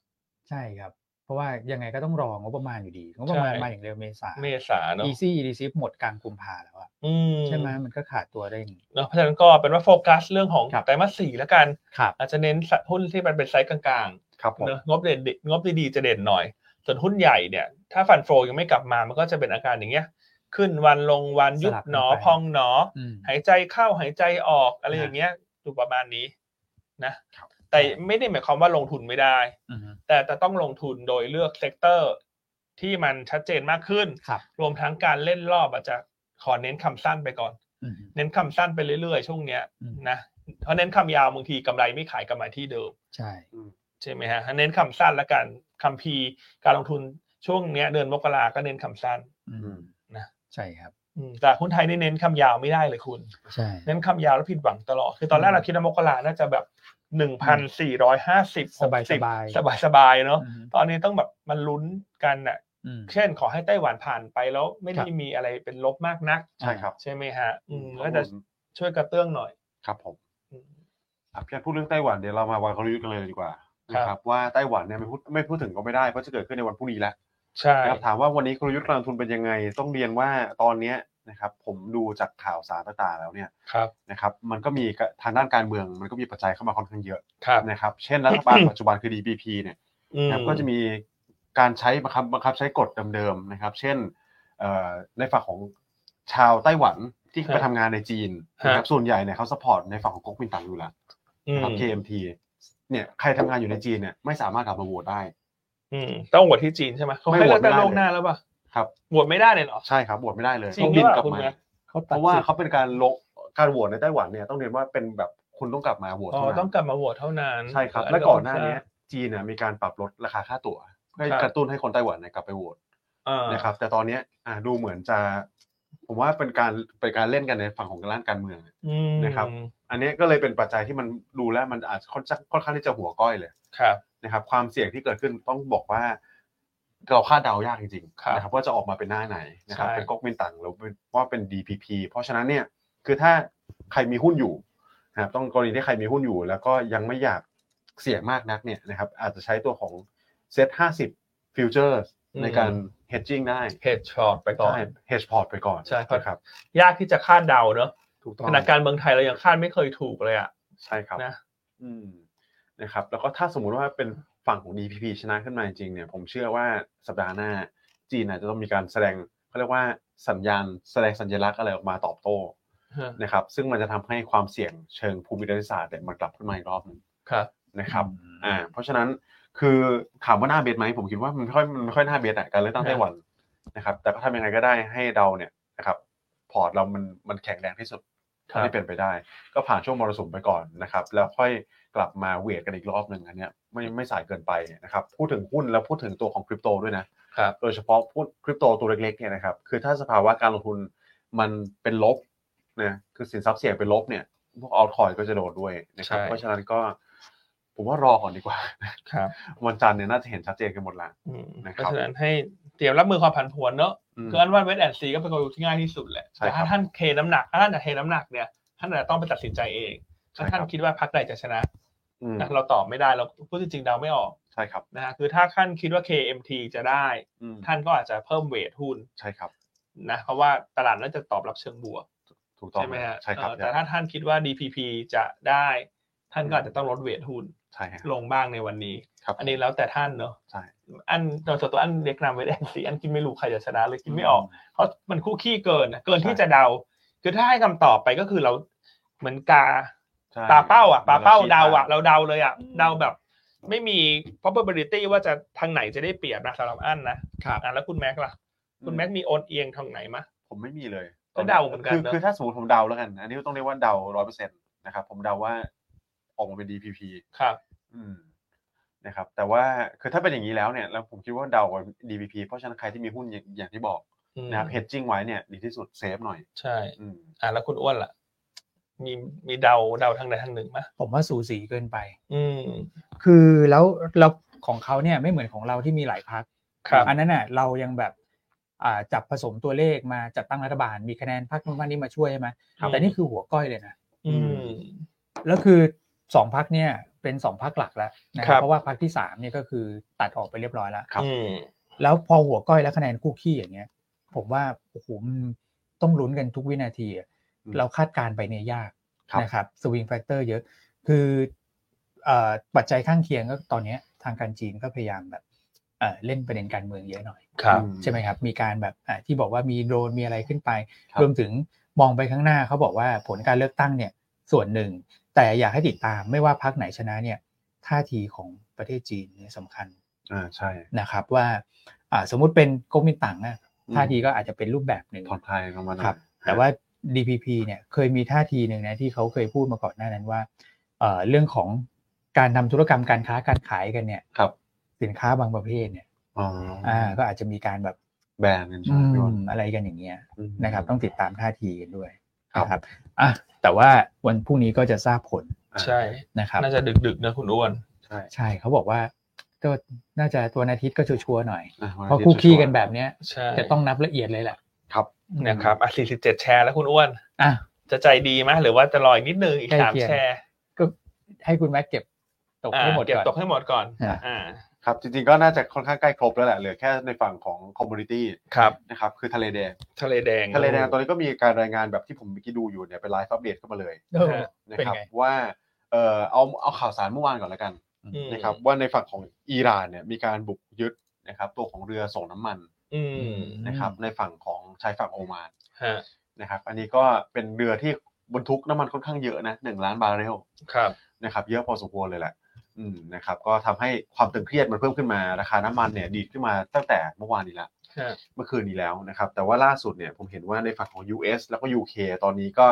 B: ใช่ครับ เพราะว่ายังไงก็ต้องรองบประมาณอยู่ดีงบประมาณ
A: ใช่
B: มาอย่างเร็วเมษา
A: เมษาเนอะ
B: easy e d c หมดกลางกุมภาแล้วอะ
A: อืม
B: ใช่ไหมมันก็ขาดตัวได้อย่างนี้
A: เนอะเพราะฉะนั้นก็เป็นว่าโฟกัสเรื่องของ
B: ครับ
A: ไตรมาสสี่แล้วกัน
B: ครับ
A: อาจจะเน้นหุ้นที่มันเป็นไซส์กลางๆ
C: ครับผม
A: เนอะงบเด่นงบดีๆจะเด่นหน่อย ส่วนหุ้นใหญ่เนี่ย ถ้าฟันโฟยังไม่กลับมามันก็จะเป็นอาการอย่างเงี้ย ขึ้นวันลงวันยุบหนอ
B: สลับกันไป
A: พองหนอ
B: อืม
A: หายใจเข้าหายใจออกอะไรอย่างเงี้ยอยู่ประมาณนี้นะ แต่ไม่ได้หมายความว่าลงทุนไม่ได้
B: อืม
A: แต่จะต้องลงทุนโดยเลือกเซกเตอร์ที่มันชัดเจนมากขึ้น
B: ครับ
A: รวมทั้งการเล่นรอบอาจจะขอเน้นคำสั้นไปก่อน
B: อืม
A: เน้นคำสั้นไปเรื่อยๆช่วงเนี้ย
B: อืม
A: นะเพราะเน้นคำยาวบางทีกำไรไม่ขายกำไรที่เดิม
B: ใช่
A: ใช่ไหมฮะเน้นคำสั้นและการคำพีร์การลงทุนช่วงเนี้ยเดือนมกราก็เน้นคำสั้น
B: อื
C: อืม
B: ม
A: นะ
B: ใช่ครับ
A: อืมแต่หุ้นไทยนี่เน้นคำยาวไม่ได้เลยคุณ
B: ใช่
A: เน้นคำยาวแล้วผิดหวังตลอด คือตอนแรกเราคิดว่ามกราน่าจะแบบหนึ่งพันสี่ร้อยห้าสิบ
B: สบายๆ
A: สบายสบายๆเนาะ
B: อืม
A: ตอนนี้ต้องแบบมันลุ้นกันอ่ะ
B: อืม
A: เช่นขอให้ไต้หวันผ่านไปแล้วไม่
B: ครั
A: ได้
B: บ
A: มีอะไรเป็นลบมากนัก
C: ใช่ครับ
A: ใช่ไหมฮะอืม
C: ข้อ
A: ก็
C: มูล
A: จะช่วยกระเตื้องหน่อย
C: ครับผม
A: อืม
C: อ่ะพี่อันพูดเรื่องไต้หวันเดี๋ยวเรามาวางกลยุทธ์กันเลยดีกว่า
A: ครับ
C: นะครับว่าไต้หวันเนี่ยไม่พูดไม่พูดถึงก็ไม่ได้เพราะจะเกิดขึ้นในวันพรุ่งนี้แล้ว
A: ใช่
C: นะครับถามว่าวันนี้กลยุทธ์การลงทุนเป็นยังไง ต้องเรียนว่าตอนเนี้ยนะครับผมดูจากข่าวสารต่างๆแล้วเนี่ย
A: ครับ
C: นะครับมันก็มีกะทางด้านการเมืองมันก็มีปัจจัยเข้ามาค่อนข้างเยอะ
A: ครับ
C: นะครับเช่นรัฐบา ลปัจจุบันคือ DPP เนี่ย
A: อืม
C: นะครับก็จะมีการใช้บังคับบังคับใช้กฎเดิมๆนะครับ เช่นเอ่อในฝั่งของชาวไต้หวันที่
A: ครับ
C: ไปทำงานในจีนนะครับ
A: ฮะ
C: ส่วนใหญ่เนี่ยเขาสปอร์ตในฝั่งของก๊กมินตั๋งอยู่แล้ว
A: อืม
C: นะครับ KMT เนี่ยใครทำงานอยู่ในจีนเนี่ยไม่สามารถกลับมาโหวตได้
A: อืมต้องโหวตที่จีนใช่ไหมเขาให้เลือกตั้งล่วงหน้าแล้วป่ะ
C: ครับ
A: โหวตไม่ได้เลยเหรอ
C: ใช่ครับโหวตไม่ได้เลย
A: จริง
C: ต้องบิน
A: หรือก
C: ลับ
A: เปล่าคุณ
C: มา
A: แม่
C: เพ
B: เขาตัด
C: ราะว่า
B: สิทธิ์
C: เขาเป็นการลงการโหวตในไต้หวันเนี่ยต้องเรียนว่าเป็นแบบคุณต้องกลับมาโหวต
A: อ๋อ
C: เท่า
A: ต้อง
C: นั้น
A: กลับมาโหวตเท่านั้น
C: ใช่ครับ
A: เ
C: และก่อนหน้านี้จีนเนี่ยมีการปรับลดราคาค่าตั๋วเพื่อ
A: ครับ
C: กระตุ้นให้คนไต้หวันเนี่ยกลับไปโหวต
A: อ่าน
C: นะครับแต่ตอนเนี้ยอ่าดูเหมือนจะ ผมว่าเป็นการเป็นการเล่นกันในฝั่งของด้านการเมือง
A: อืม
C: นะครับ อันเนี้ยก็เลยเป็นปัจจัยที่มันดูแล้วมันอาจจะค่อนข้างค่อนข้างที่จะหัวก้อยเลย
A: ครับ
C: นะครับ ความเสี่ยงที่เกิดขึ้นต้องบอกว่าเราคาดเดายากจริง
A: ครับ
C: ๆนะครับว่าจะออกมาเป็นหน้าไหนนะครับ
A: ใช่
C: เป็นก๊กมินตั๋งหรือเป็นว่าเป็น DPP เพราะฉะนั้นเนี่ยคือถ้าใครมีหุ้นอยู่นะครับต้องกรณีที่ใครมีหุ้นอยู่ แล้วก็ยังไม่อยากเสี่ยงมากนักเนี่ยนะครับอาจจะใช้ตัวของเซ็ตห้าสิบฟิวเจอร์ในการ hedging ได้
A: เฮดช็อตไปก่อน
C: ใช่ hedge port ไปก่อน
A: ใช่ครับ
C: นะครับ
A: ยากที่จะคาดเดาเนอะ
C: ถูกต้อง
A: ขณะการเมืองไทยเรายังคาดไม่เคยถูกเลยอ่ะ
C: ใช่ครับ
A: นะ
C: อืมนะครับ แล้วก็ถ้าสมมุติว่าเป็นฝั่งของ DPP ชนะขึ้นมาจริงๆเนี่ยผมเชื่อว่าสัปดาห์หน้าจีนอาจจะต้องมีการแสดงเขาเรียกว่าสัญญาณแสดงสัญลักษณ์อะไรออกมาตอบโต้
A: ฮะ
C: นะครับ ซึ่งมันจะทำให้ความเสี่ยงเชิงภูมิรัฐศาสตร์เนี่ยมันกลับขึ้นมาอีกรอบหนึง
A: ครับ
C: นะครับ อ่า เพราะฉะนั้นคือถามว่าน่าเบสไหมผมคิดว่ามันไม่ค่อยมันไม่ค่อยน่าเบสอะการเลือกตั้งไต้หวันนะครับ แต่ก็ทำยังไงก็ได้ให้เราเนี่ยนะครับพอร์ตเรามันมันแข็งแรงที่สุด
A: ค
C: เท่า
A: รับ
C: ที่เป็นไปได้ ก็ผ่านช่วงมรสุมไปก่อนนะครับ แล้วค่อยกลับมาเวทกันอีกรอบหนึ่งอันเนี้ยไม่ไม่สายเกินไปนะครับพูดถึงหุ้นแล้วพูดถึงตัวของคริปโตด้วยนะ
A: ครับ
C: โดยเฉพาะพูดคริปโตตัวเล็กๆเนี่ยนะครับคือถ้าสภาวะการลงทุนมันเป็นลบนะคือสินทรัพย์เสี่ยงเป็นลบเนี่ยพวกออลคอยก็จะโดดด้วยนะครับ
A: ใช่
C: เพราะฉะนั้นก็ผมว่ารอก่อนดีกว่า
A: ค รับ
C: วันจันทร์เนี่ยน่าจะเห็นชัดเจนกันหมดละ
A: อืม
C: นะครับ
A: เพราะฉะนั้นให้เตรียมรับมือความผันผวนเนอะ
C: อืม
A: คืออันว่าเวทแอนซีก็เป็นกลยุทธ์ที่ง่ายที่สุดแหละ
C: ใช่
A: แต่
C: ครั
A: ถ้า
C: บ
A: ท่านเทน้ำหนักถ้าท่านจะเทน้ำหนักเนี่ยท่านอาจจะต้องไปตัดสินใจเองถ้าท่าน
C: ใช่ครับ
A: คิดว่าพรรคใดจะชนะ
C: อืม
A: นะเราตอบไม่ได้เราพูดจริงๆเดาไม่ออก
C: ใช่ครับ
A: นะฮะคือถ้าท่านคิดว่า KMT จะได้
C: อืม
A: ท่านก็อาจจะเพิ่มเวทหุ้น
C: ใช่ครับ
A: นะเพราะว่าตลาดน่าจะตอบรับเชิงบวก
C: ถูกต้อง
A: ใช่ไหมฮะ
C: ใช่ครับ
A: เออแต่ถ้าท่านคิดว่า DPP จะได้ ท่านก็อาจจะต้องลดเวทหุ้น
C: ใช่ฮะ
A: ลงบ้างในวันนี้
C: ครับ
A: อันนี้แล้วแต่ท่านเนอะ
C: ใช่
A: อันโดยส่วนตัวอันเรียกนำเวทแอนซีอันกินไม่รู้ใครจะชนะเลยกินไม่ออก เพราะมันคู่ขี้เกินนะเกินที่จะเดา คือถ้าให้คำตอบไปก็คือเราเหมือนกา
C: ใช่
A: ตาเป้าอ่ะตาเป้า
C: ชี้
A: เดาอ่ะ
C: ทง
A: เราเดาเลยอ่ะ
C: อืม
A: เดาแบบ ไม่มี probability ว่าจะทางไหนจะได้เปรียบนะสำหรับอันนะครับ อ่ะแล้วคุณแม็กซ์ล่ะ คุณแม็กซ์มีโอนเอียงทางไหนมะ
C: ผมไม่มีเลย
A: ก็เดาเหมือนกัน
C: คือ
A: เนอะ
C: คือถ้าสมมติผมเดาแล้วกัน อันนี้ต้องเรียกว่าเดาร้อยเปอร์เซ็นต์นะครับผมเดาว่าออกมาเป็น DPP
A: ครับ
C: อืมนะครับแต่ว่าคือถ้าเป็นอย่างนี้แล้วเนี่ยแล้วผมคิดว่าเดาว่า DVP เพราะฉะนั้นใครที่มีหุ้นอย่างอย่างที่บอก
A: อืม
C: นะครับ hedging ไว้เนี่ยดีที่สุดเซฟหน่อย
A: ใช่
C: อืม
A: อ่ะแล้วคุณอ้วนล่ะ มีมีเดาเดาทางใดทางหนึ่งมะ
B: ผมว่าสูสีเกินไป
A: อืม
B: คือแล้วเราของเขาเนี่ยไม่เหมือนของเราที่มีหลายพัก
A: ครับ
B: อันนั้นน่ะเรายังแบบอ่าจับผสมตัวเลขมาจัดตั้งรัฐบาลมีคะแนนพรรคนู้นพรรคนี้มาช่วยใช่ไหม
A: ครับ
B: แต่นี่คือหัวก้อยเลยนะ
A: อืม
B: แล้วคือสองพรรคเนี่ยเป็นสองพรรคหลักแล้วนะค
A: ครั
B: รับบ เพราะว่าพรรคที่สามเนี่ยก็คือตัดออกไปเรียบร้อยแล้ว
C: ครับ
A: อืม
B: แล้วพอหัวก้อยและคะแนนคู่ขี้อย่างเงี้ย ผมว่าโอ้โหมันต้องลุ้นกันทุกวินาทีอะ
C: อืม
B: เราคาดการณ์ไปเนี่ยยาก
C: ครับ
B: นะครับสวิงแฟกเตอร์เยอะคือเอ่อปัจจัยข้างเคียงก็ตอนเนี้ยทางการจีนก็พยายามแบบเอ่อเล่นประเด็นการเมืองเยอะหน่อย
A: ครับ
C: อืม
B: ใช่ไหมครับ มีการแบบอ่าที่บอกว่ามีโดรนมีอะไรขึ้นไป
C: ครับ
B: รวมถึงมองไปข้างหน้าเขาบอกว่าผลการเลือกตั้งเนี่ยส่วนหนึ่ง แต่อยากให้ติดตามไม่ว่าพรรคไหนชนะเนี่ยท่าทีของประเทศจีนเนี่ยสำคัญ
C: อ่าใช่
B: นะครับว่าอ่าสมมุติเป็นก๊กมินตั๋งอะ
C: อืม
B: ท่าทีก็อาจจะเป็นรูปแบบหนึ่ง
C: ผ่อนคลายลงมาหน่อย
B: ครับ แต่ว่า DPP เนี่ยเคยมีท่าทีหนึ่งนะที่เขาเคยพูดมาก่อนหน้านั้นว่าเอ่อเรื่องของการทำธุรกรรมการค้าการขายกันเนี่ย
C: ครับ
B: สินค้าบางประเภทเนี่ย
C: อ๋ออ
B: อ่าก็อาจจะมีการแบบ
C: แบนกันใช่
B: อื
C: ไหมพี่อ้น
B: มอะไรกันอย่างเงี้ย
C: อืม
B: นะครับต้องติดตามท่าทีกันด้วย
C: ครับ
B: นะอ่ะแต่ว่าวันพรุ่งนี้ก็จะทราบผล
A: ใช่
B: นะครับ
A: น่าจะดึกๆนะคุณอ้วน
C: ใช่
B: ใช่เขาบอกว่าก็น่าจะตัววันอาทิตย์ก็ชัวร์ๆหน่อย
C: อ่วัน
B: เพราะ
C: ทิตย์
B: คู่ขี้
C: ชัวๆ
B: กันแบบเนี้ย
A: ใช่
B: จะต้องนับละเอียดเลยแหละ
C: ครับ
A: นะครับอ่ะ47แชร์แล้วคุณอ้วน
B: อ่ะ
A: จะใจดีไหมหรือว่าจะรออีกนิดนึงอีก
B: ใกล้
A: สาม
B: เคียง
A: แชร์
B: ก็ให้คุณแม็กเก็บตกให้หมด
A: อ่าเก็บ
B: ก่อน
A: ตกให้หมดก่อน
B: อ่า
A: อ่า
C: ครับจริงๆก็น่าจะค่อนข้างใกล้ครบแล้วแหละเหลือแค่ในฝั่งของคอมมูนิตี้
A: ครับ
C: นะครับคือทะเลแดง
A: ทะเลแดง
C: ทะเลแดงตอนนี้ก็มีการรายงานแบบที่ผมเมื่อกี้ดูอยู่เนี่ยเป็นไลฟ์อัปเดตเข้ามาเลย
B: เออ
C: นะ
B: เป็น
C: ครับ
B: ไง
C: ว่าเออเอาเอาข่าวสารเมื่อวานก่อนละกัน
A: อืม
C: นะครับว่าในฝั่งของอิหร่านเนี่ยมีการบุกยึดนะครับตัวของเรือส่งน้ำมัน
A: อืม
C: นะครับในฝั่งของชายฝั่งโอมาน
A: ฮะ
C: นะครับอันนี้ก็เป็นเรือที่บรรทุกน้ำมันค่อนข้างเยอะนะหนึ่งล้านบาร์เรล
A: ครับ
C: นะครับเยอะพอสมควรเลยแหละอืมนะครับก็ทำให้ความตึงเครียดมันเพิ่มขึ้นมาราคาน้ำมันเนี่ยดีดขึ้นมาตั้งแต่เมื่อวานนี้ละ
A: ฮะ
C: เมื่อคืนนี้แล้วนะครับแต่ว่าล่าสุดเนี่ยผมเห็นว่าในฝั่งของ US แล้วก็ UK ตอนนี้ก็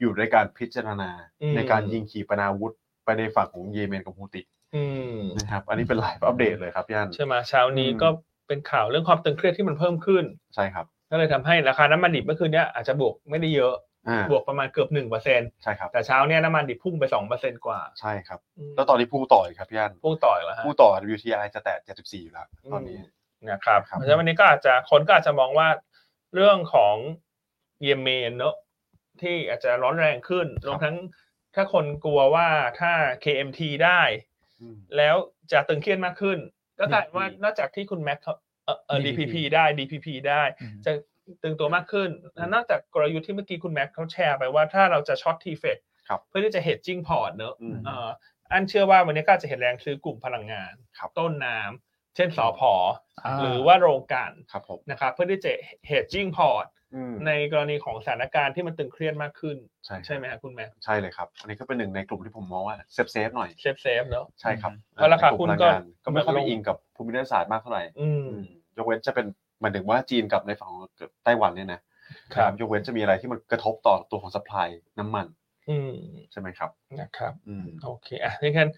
C: อยู่ในการพิจารณา
A: อืม
C: ในการยิงขีปนาวุธไปในฝั่งของเยเมนกับฮูติ
A: อืม
C: นะครับอันนี้เป็นไลฟ์อัปเดตเลยครับพี่อัน
A: ใช่ไหมเช้านี้
C: อืม
A: ก็เป็นข่าวเรื่องความตึงเครียดที่มันเพิ่มขึ้น
C: ใช่ครับ
A: ก็เลยทำให้ราคาน้ำมันดิบเมื่อคืนเนี้ยอาจจะบวกไม่ได้เยอะ
C: อ่า
A: บวกประมาณเกือบหนึ่งเปอร์เซ็น
C: ใช่ครับ
A: แต่เช้าเนี้ยน้ำมันดิบพุ่งไปสองเปอร์เซ็นกว่า
C: ใช่ครับ
A: ม
C: แล้วตอนนี้พุ่งต่ออีกครับพี่อัน
A: พุ่งต่อยแล้วฮะ
C: พุ่งต่อ WTI จะแตะ74อยู่แล้วตอนนี้
A: อืม นะครับ
C: ครับ
A: เพราะฉะนั้นวันนี้ก็อาจจะคนก็อาจจะมองว่าเรื่องของเยเมนเนอะที่อาจจะร้อนแรงขึ้นรวมทั้งถ้าคนกลัวว่าถ้า KMT ได้
C: อืม
A: แล้วจะตึงเครียดมากขึ้น ก็กลายเป็นว่า
C: DPP
A: นอกจากที่คุณแม็กเขาเอ่อเอ่อ
B: DPP
A: DPP ได้ DPP ได้
B: อืม
A: จะตึงตัวมากขึ้นและนอกจากกลยุทธ์ที่เมื่อกี้คุณแม็กเขาแชร์ไปว่าถ้าเราจะช็อตทีเฟก
C: ครับ
A: เพื่อที่จะเฮดจิ้งพอร์ตเนอะ
C: อืม
A: เอ่ออันเชื่อว่าวันนี้ก็อาจจะเห็นแรงซื้อกลุ่มพลังงาน
C: ครับ
A: ต้นน้ำเช่นสอพอ
B: อ่า
A: หรือว่าโรงกลั่น
C: ครับผม
A: นะครับเพื่อที่จะ hedging port
C: อืม
A: ในกรณีของสถานการณ์ที่มันตึงเครียดมากขึ้น
C: ใช่
A: ใช่ไหมครับคุณแม่
C: ใช่เลยครับ อันนี้ก็เป็นหนึ่งในกลุ่มที่ผมมองว่าเซฟเซฟหน่อย
A: เซฟเซฟเนาะ
C: ใช่ครับ
A: เพราะราคา
C: ในกลุ่ม
A: หุ้นก็
C: พลังงานก็ไม่ค่อยไป
A: ลง
C: อิงกับภูมิรัฐศาสตร์มากเท่าไหร่
A: อืม
C: อืมยกเว้นจะเป็นหมายถึงว่าจีนกับในฝั่งของไต้หวันเนี่ยนะครับ ยกเว้นจะมีอะไรที่มันกระทบต่อตัวของสป라이น้ำมัน
A: อืม
C: ใช่ไหมครับ
A: นะครับ
C: อืม
A: โอเคอ่ะนี่กัน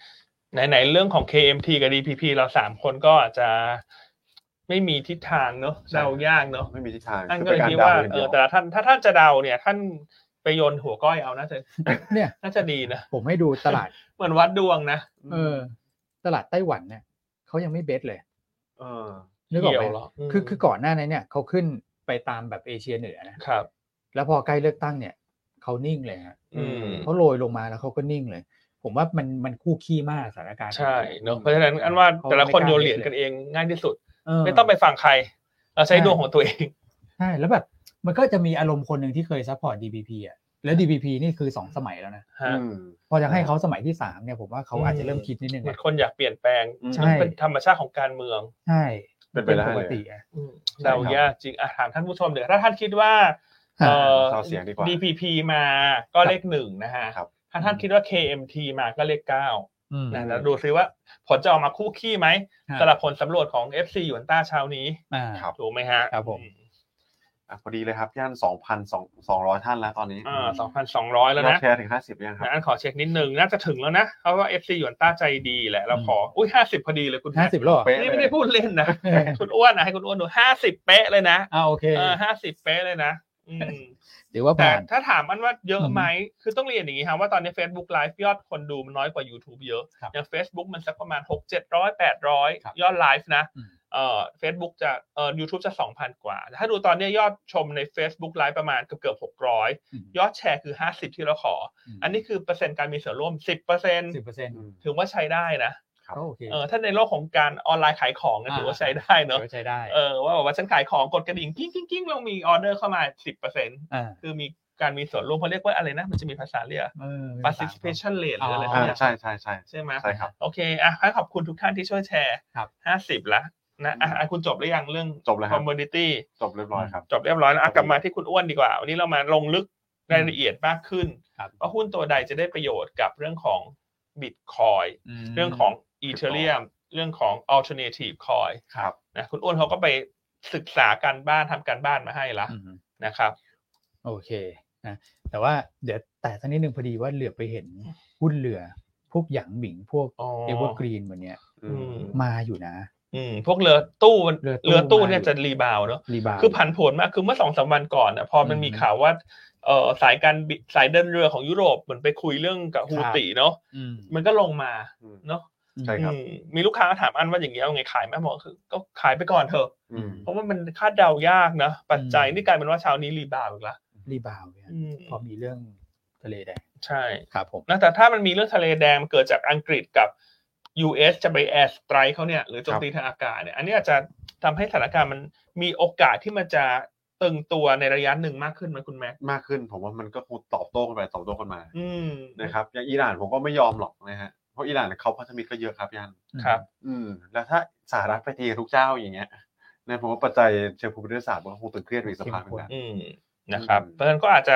A: ไหนๆเรื่องของ KMT กับ DPP เราสามคนก็อาจจะไม่มีทิศทางเนาะ
C: ใช่
A: เดายากเนาะ
C: ไม่มีทิศทาง
A: ท่านก็
C: คื
A: เล
C: อย ป็น
A: คิดว่า
C: เดอย่าง
A: เอ
C: เดี
A: อ
C: ยว
A: แต่ละท่านถ้าท่านจะเดาเนี่ย ท่านไปโยนหัวก้อยเอาน่า จะ
B: เนี่ย
A: น่าจะดีนะ
B: ผมให้ดูตลาด
A: เหมือนวัดดวงนะ
B: เออ ตลาดไต้หวันเนี่ยเขายังไม่เบสเลย
C: เออ
B: นึกออกไหม
A: เหี่ยวเหรออืม
B: คือคือก่อนหน้านั้นเนี่ยเขาขึ้นไปตามแบบเอเชียเหนือนะครับ แล้วพอใกล้เลือกตั้งเนี่ยเขานิ่งเลยฮะ
A: อืม
B: เขาโรยลงมาแล้วเขาก็นิ่งเลย ผมว่ามันมันคู่ขี้มากสถานการณ์
A: ใช่เนาะเพราะฉะนั้นอันว่า
B: เขา
A: แต่ละคน
B: ไม่กล้า
A: โยนเหรียญ
B: เล่นเลย
A: กันเองง่ายที่สุด
B: เ
A: ไม่ต้องไปฟังใคร เราใช้
B: ใช่
A: ดวงของตัวเอง
B: ใช่แล้วแบบมันก็จะมีอารมณ์คนหนึ่งที่เคยซัพพอร์ต DPP อ่ะแล้ว DPP นี่คือสองสมัยแล้วนะ
A: ฮะ
B: พอจะให้เขาสมัยที่สามเนี่ยผมว่าเขา
A: อืม
B: อาจจะเริ่มคิดนิดนึง
A: เหมือน
B: นะ
A: คนอยากเปลี่ยนแปลง
B: ใช่
A: มันเป็นธรรมชาติของการเมือง
B: ใช่
C: เป็นไปได้เลย
B: ปกติอ่ะ
A: อืม
B: ใช่
A: เดายากจริงอ่ะถามท่านผู้ชมเดี๋ยวถ้าท่านคิดว่า
B: อ่า
A: เอ่อ
C: เอาเสียงดีกว่า
A: DPP มาก็เลขหนึ่งนะฮะ
C: ครับ
A: ถ้าท่าน
B: อืม
A: คิดว่า KMT มาก็เลขเก้า
B: อืม
A: นะแล้วดูซิว่าผลจะออกมาคู่ขี้ไหม
B: ฮะ
A: สำหรับผลสำรวจของ FC หยวนต้าเช้านี้
B: อ่า
C: ครับ
A: ถูกไหมฮะ
B: ครับผม
C: อ่ะพอดีเลยครับย่านสองพันสองสองร้อยท่านแล้วตอนนี้
A: อ่าสองพันสองร้อยแล้ว
C: ยอด
A: นะ
C: แชร์ถึงห้าสิบยังครับ
A: นะอันขอเช็คนิดนึงน่าจะถึงแล้วนะเพราะว่า FC หยวนต้าใจดีแหละเราขออุ้ยห้าสิบพอดีเลยคุณ
B: ห้าสิบรอบ
C: เป๊ะ
A: นี่ไม่ได้พูดเล่นนะ
B: เออ
A: คุณอ้วนนะให้คุณอ้วนดูห้าสิบเป๊ะเลยนะ
B: อ่าโอเค
A: เออห้าสิบเป๊ะเลยนะอืม
B: หรือว่า
A: แต่
B: ผ่าน
A: ถ้าถามอันว่าเยอะไหม คือต้องเรียนอย่างนี้ครับว่าตอนนี้ Facebook Live ยอดคนดูมันน้อยกว่า YouTube เยอะ
B: ครับ
A: อย่าง Facebook มันสักประมาณหกเจ็ดร้อยแปดร้อย
B: ครับ
A: ยอดไลฟ์นะ
B: อืม
A: เอ่อ Facebook จะเอ่อ YouTube จะสองพันกว่าแต่ถ้าดูตอนนี้ยอดชมใน Facebook Live ประมาณเกือบเกือบหกร้อย
B: ม
A: ยอดแชร์คือห้าสิบที่เราขอ อันนี้คือเปอร์เซ็นต์การมีส่วนร่วม
B: สิบเปอร์เซ็นต์
A: 10%ถือว่าใช้ได้นะ
C: ครับ
B: ก็โอเค
A: เออถ้าในโลกของการออนไลน์ขายของเนี่ย
B: อ่า
A: ถือว่าใช้ได้เนอะ
B: ก็ใช้ได้
A: เออว่าแบบว่าฉันขายของกดกระดิ่งกิ้งกิ้งกิ้งเรามีออเดอร์เข้ามา 10%
B: อ่า
A: คือมีการมีส่วนร่วมเขาเรียกว่าอะไรนะ มันจะมีภาษาเรียก
B: เออ
A: participation rate หรืออะไร
B: อ๋
A: สัก
B: อ
C: อ่า
A: อย่าง
C: ใช่ใช่ใช่
A: ใช่ไหม
C: ใช่ครับ
A: โอเคอ่ะขอบคุณทุกท่านที่ช่วยแชร์
B: ครับ
A: ห้าสิบละนะอ่ะอ่ะคุณจบหรือยังเรื่อง
C: จบแล้วครับ
A: commodity
C: จบเรียบร้อยครับ
A: จบเรียบร้อยแล้วอ่ะ
C: ครับ
A: กลับมาที่คุณอ้วนดีกว่า วันนี้เรามาลงลึกรายละเอียดมากขึ้น
B: ครับ
A: ว่าหุ้นตัวใดจะได้ประโยชน์กับเรื่องของบิตคอย
B: ม
A: เรื่องของอีเทเรียมเรื่องของ alternative coin
C: ครับ
A: นะคุณอ้วนเขาก็ไปศึกษาการบ้านทำการบ้านมาให้ละ
B: อืม
A: นะครับ
B: โอเคนะแต่ว่าเดี๋ยวแต่สักนิดนึงพอดีว่าเหลือไปเห็นหุ้นเรือ พวกหยางหมิงพวก
A: อ๋อ
B: เอเวอร์กรีนวันเนี้ย
C: อืม
B: มาอยู่นะ
A: อืมพวกเรือตู้มัน
B: เรือตู้
A: เรือตู้เนี่ย
B: มาอยู่
A: จะรีบาวด์เนอะ
B: รีบาวด์
A: คือผันผวนมากคือเมื่อสองสามวันก่อนนะพอมัน
B: อืม
A: มีข่าวว่าเออสายการบินสายเดินเรือของยุโรปเหมือนไปคุยเรื่องกับฮู
B: ครับ
A: ติเนาะ
B: อืม
A: มันก็ลงมาเนาะ
C: ใช่ครับ
A: อืมมีลูกค้าถามอันว่าอย่างเงี้ยเอาไงขายไหมบอกคือก็ขายไปก่อนเถอะ
C: อืม
A: เพราะว่ามันคาดเดายากนะ ปัจจัย
B: อืม
A: นี่กลายเป็นว่าเช้านี้รีบาวด์อีกละ
B: รีบาวด์เนี่ย
A: อืม
B: พอมีเรื่องทะเลแดง
A: ใช่
B: ครับผม
A: นะแต่ถ้ามันมีเรื่องทะเลแดงมันเกิดจากอังกฤษกับ US จะไปแอร์สไตร์เขาเนี่ยหรือโจมตีทางอากาศเนี่ยอันนี้อาจจะทำให้สถานการณ์มันมีโอกาสที่มันจะตึงตัวในระยะหนึ่งมากขึ้นไหมคุณแม็ก
C: มากขึ้นผมว่ามันก็คงตอบโต้กันไปตอบโต้กันมา
A: อืม
C: นะครับอย่างอิหร่านผมก็ไม่ยอมหรอกนะฮะเพราะอิหร่านเขาพันธมิตรก็เยอะครับยัน
A: ครับ
C: อืม แล้วถ้าสหรัฐไปตีกับทุกเจ้าอย่างเงี้ยนะผมว่าปัจจัยเชิงภูมิรัฐศาสตร์มันก็คงตึงเครียดไปอีกสักพักหนึงนะ
A: อืมนะครับ
C: อืม
A: เพราะฉะนั้นก็อาจจะ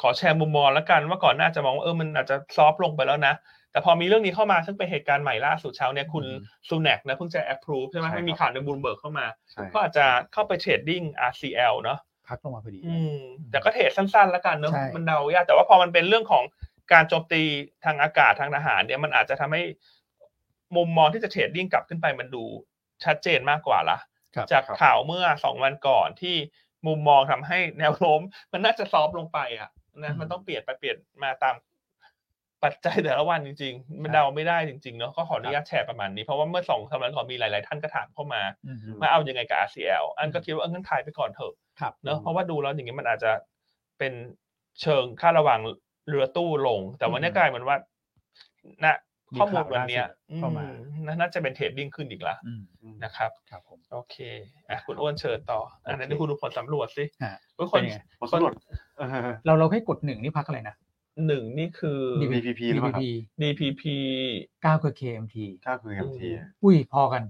A: ขอแชร์มุมมองแล้วกันว่าก่อนหน้าจะมองว่าเออมันอาจจะซอฟต์ลงไปแล้วนะ แต่พอมีเรื่องนี้เข้ามาซึ่งเป็นเหตุการณ์ใหม่ล่าสุดเช้าเนี่ยคุณ
B: อืม
A: ซูแนกนะเพิ่งจะ approve ใช่ไหม
C: ใช่ครับ
A: ให้มีข่าวในบูมเบิร์กเข้ามา
C: ใช่
A: ก็อาจจะเข้าไปเทรดดิ้ง RCL เนอะ
B: พักลงมาพอดี
A: อืมแต่ก็เทรดสั้นๆแล้วกันเนอะ
B: ใช่
A: มันเดายากแต่ว่าพอมันเป็นเรื่องของการโจมตีทางอากาศทางทหารเนี่ยมันอาจจะทำให้มุมมองที่จะเทรดดิ้งกลับขึ้นไปมันดูชัดเจนมากกว่าละ
B: ครับ
A: จากข่าวเมื่อสองวันก่อนที่มุมมองทำให้แนวโน้ม มันน่าจะซอฟต์ลงไปอ่ะนะมันต้องเปลี่ยนไปเปลี่ยนมาตามปัจจัยแต่ละวันจริง ๆ มันเดาไม่ได้จริงๆเนาะก็ขออนุญาตแชร์ประมาณนี้ เพราะว่าเมื่อสองสามวันก่อนมีหลายๆ ท่านก็ถามเข้ามา
B: อืม
A: ว่าเอายังไงกับ RCL อันก็คิดว่าเอองั้นขายไปก่อนเถอะ
B: ครับ
A: เนาะเพราะว่าดูแล้วอย่างนี้มันอาจจะเป็นเชิงค่าระวังเรือตู้ลง แต่วันนี้กลายเหมือนว่าณข้อมูลวันเนี้ย
B: มีข่าวล่าสุดเข้ามา
A: อืมน่าจะเป็นเทรดดิ้งขึ้นอีกละ
B: อืม
C: อืม
A: นะครับ
B: ครับผม
A: โอเคอ่ะคุณอ้วนเชิญต่อ อัน
C: โอเค
A: นี้คุณดูผลสำรวจสิ
B: ฮะ
A: ว่าค
B: เป็น
A: น
B: ยังไง
C: ผลสำรวจเออ
B: เราเราให้กดหนึ่งนี่พักอะไรนะ
A: หนึ่งนี่คือ
C: DPP DPP หรือเปล่าครับ
A: DPP
B: เก้าคือ KMT
C: ถ้าคือ MT
A: อืม
B: อุ้ยพอกัน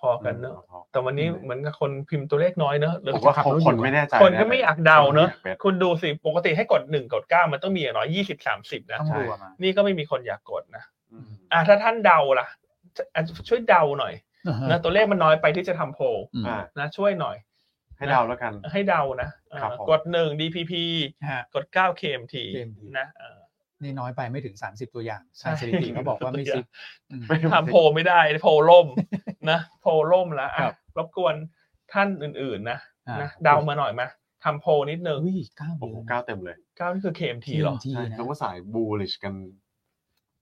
A: พอๆกันเนอะแต่วันนี้
C: อืม
A: เหมือนกับคนพิมพ์ตัวเลขน้อยเนอะหรือ
C: ผม
A: ว่า
C: ว่าเขาคนไม่แน่ใจ
A: คนก็ไม่อยากเดาเนอะ
C: คไม่อยากเป็
A: คุณดูสิปกติให้กดหนึ่งกดเก้ามันต้องมีอย่างน้อยยี่สิบสามสิบนะ
B: ต้อง
C: ใช่
B: รัวมา
A: นี่ก็ไม่มีคนอยากกดนะ
C: อืม
A: อ่ะถ้าท่านเดาล่ะอ่ะช่วยเดาหน่อยนะตัวเลขมันน้อยไปที่จะทำโพล
B: อืม
C: อ่า
A: นะช่วยหน่อย
C: ให้เดาแล้วกัน
A: ให้เดานะเอ่อ
C: ครับผม
A: กดหนึ่ง DPP
B: ฮะ
A: กดเก้า KMT
B: KMT
A: นะเอ่อ
B: นี่น้อยไปไม่ถึง 30 ตัวอย่าง
A: ใช่
B: ทางสถิติเขาบอกว่าไม่ ซิกอืม
A: ทำโพลไม่ได้โพลล่ม นะโพลล่มแล้วอ่ะ
B: ครับ
A: รบกวนท่านอื่นๆนะ
B: อ่าน
A: นะเดามาหน่อยมาทำโพลนิดนึง
B: อุ้ยเก้า
C: โอ้โห
B: เดือน
C: ก้าวเต็มเลย
A: เก้านี่คือ KMT เหรอ
B: ที
C: ใช่
B: นะ
C: แล้วก็สายบูลิชกัน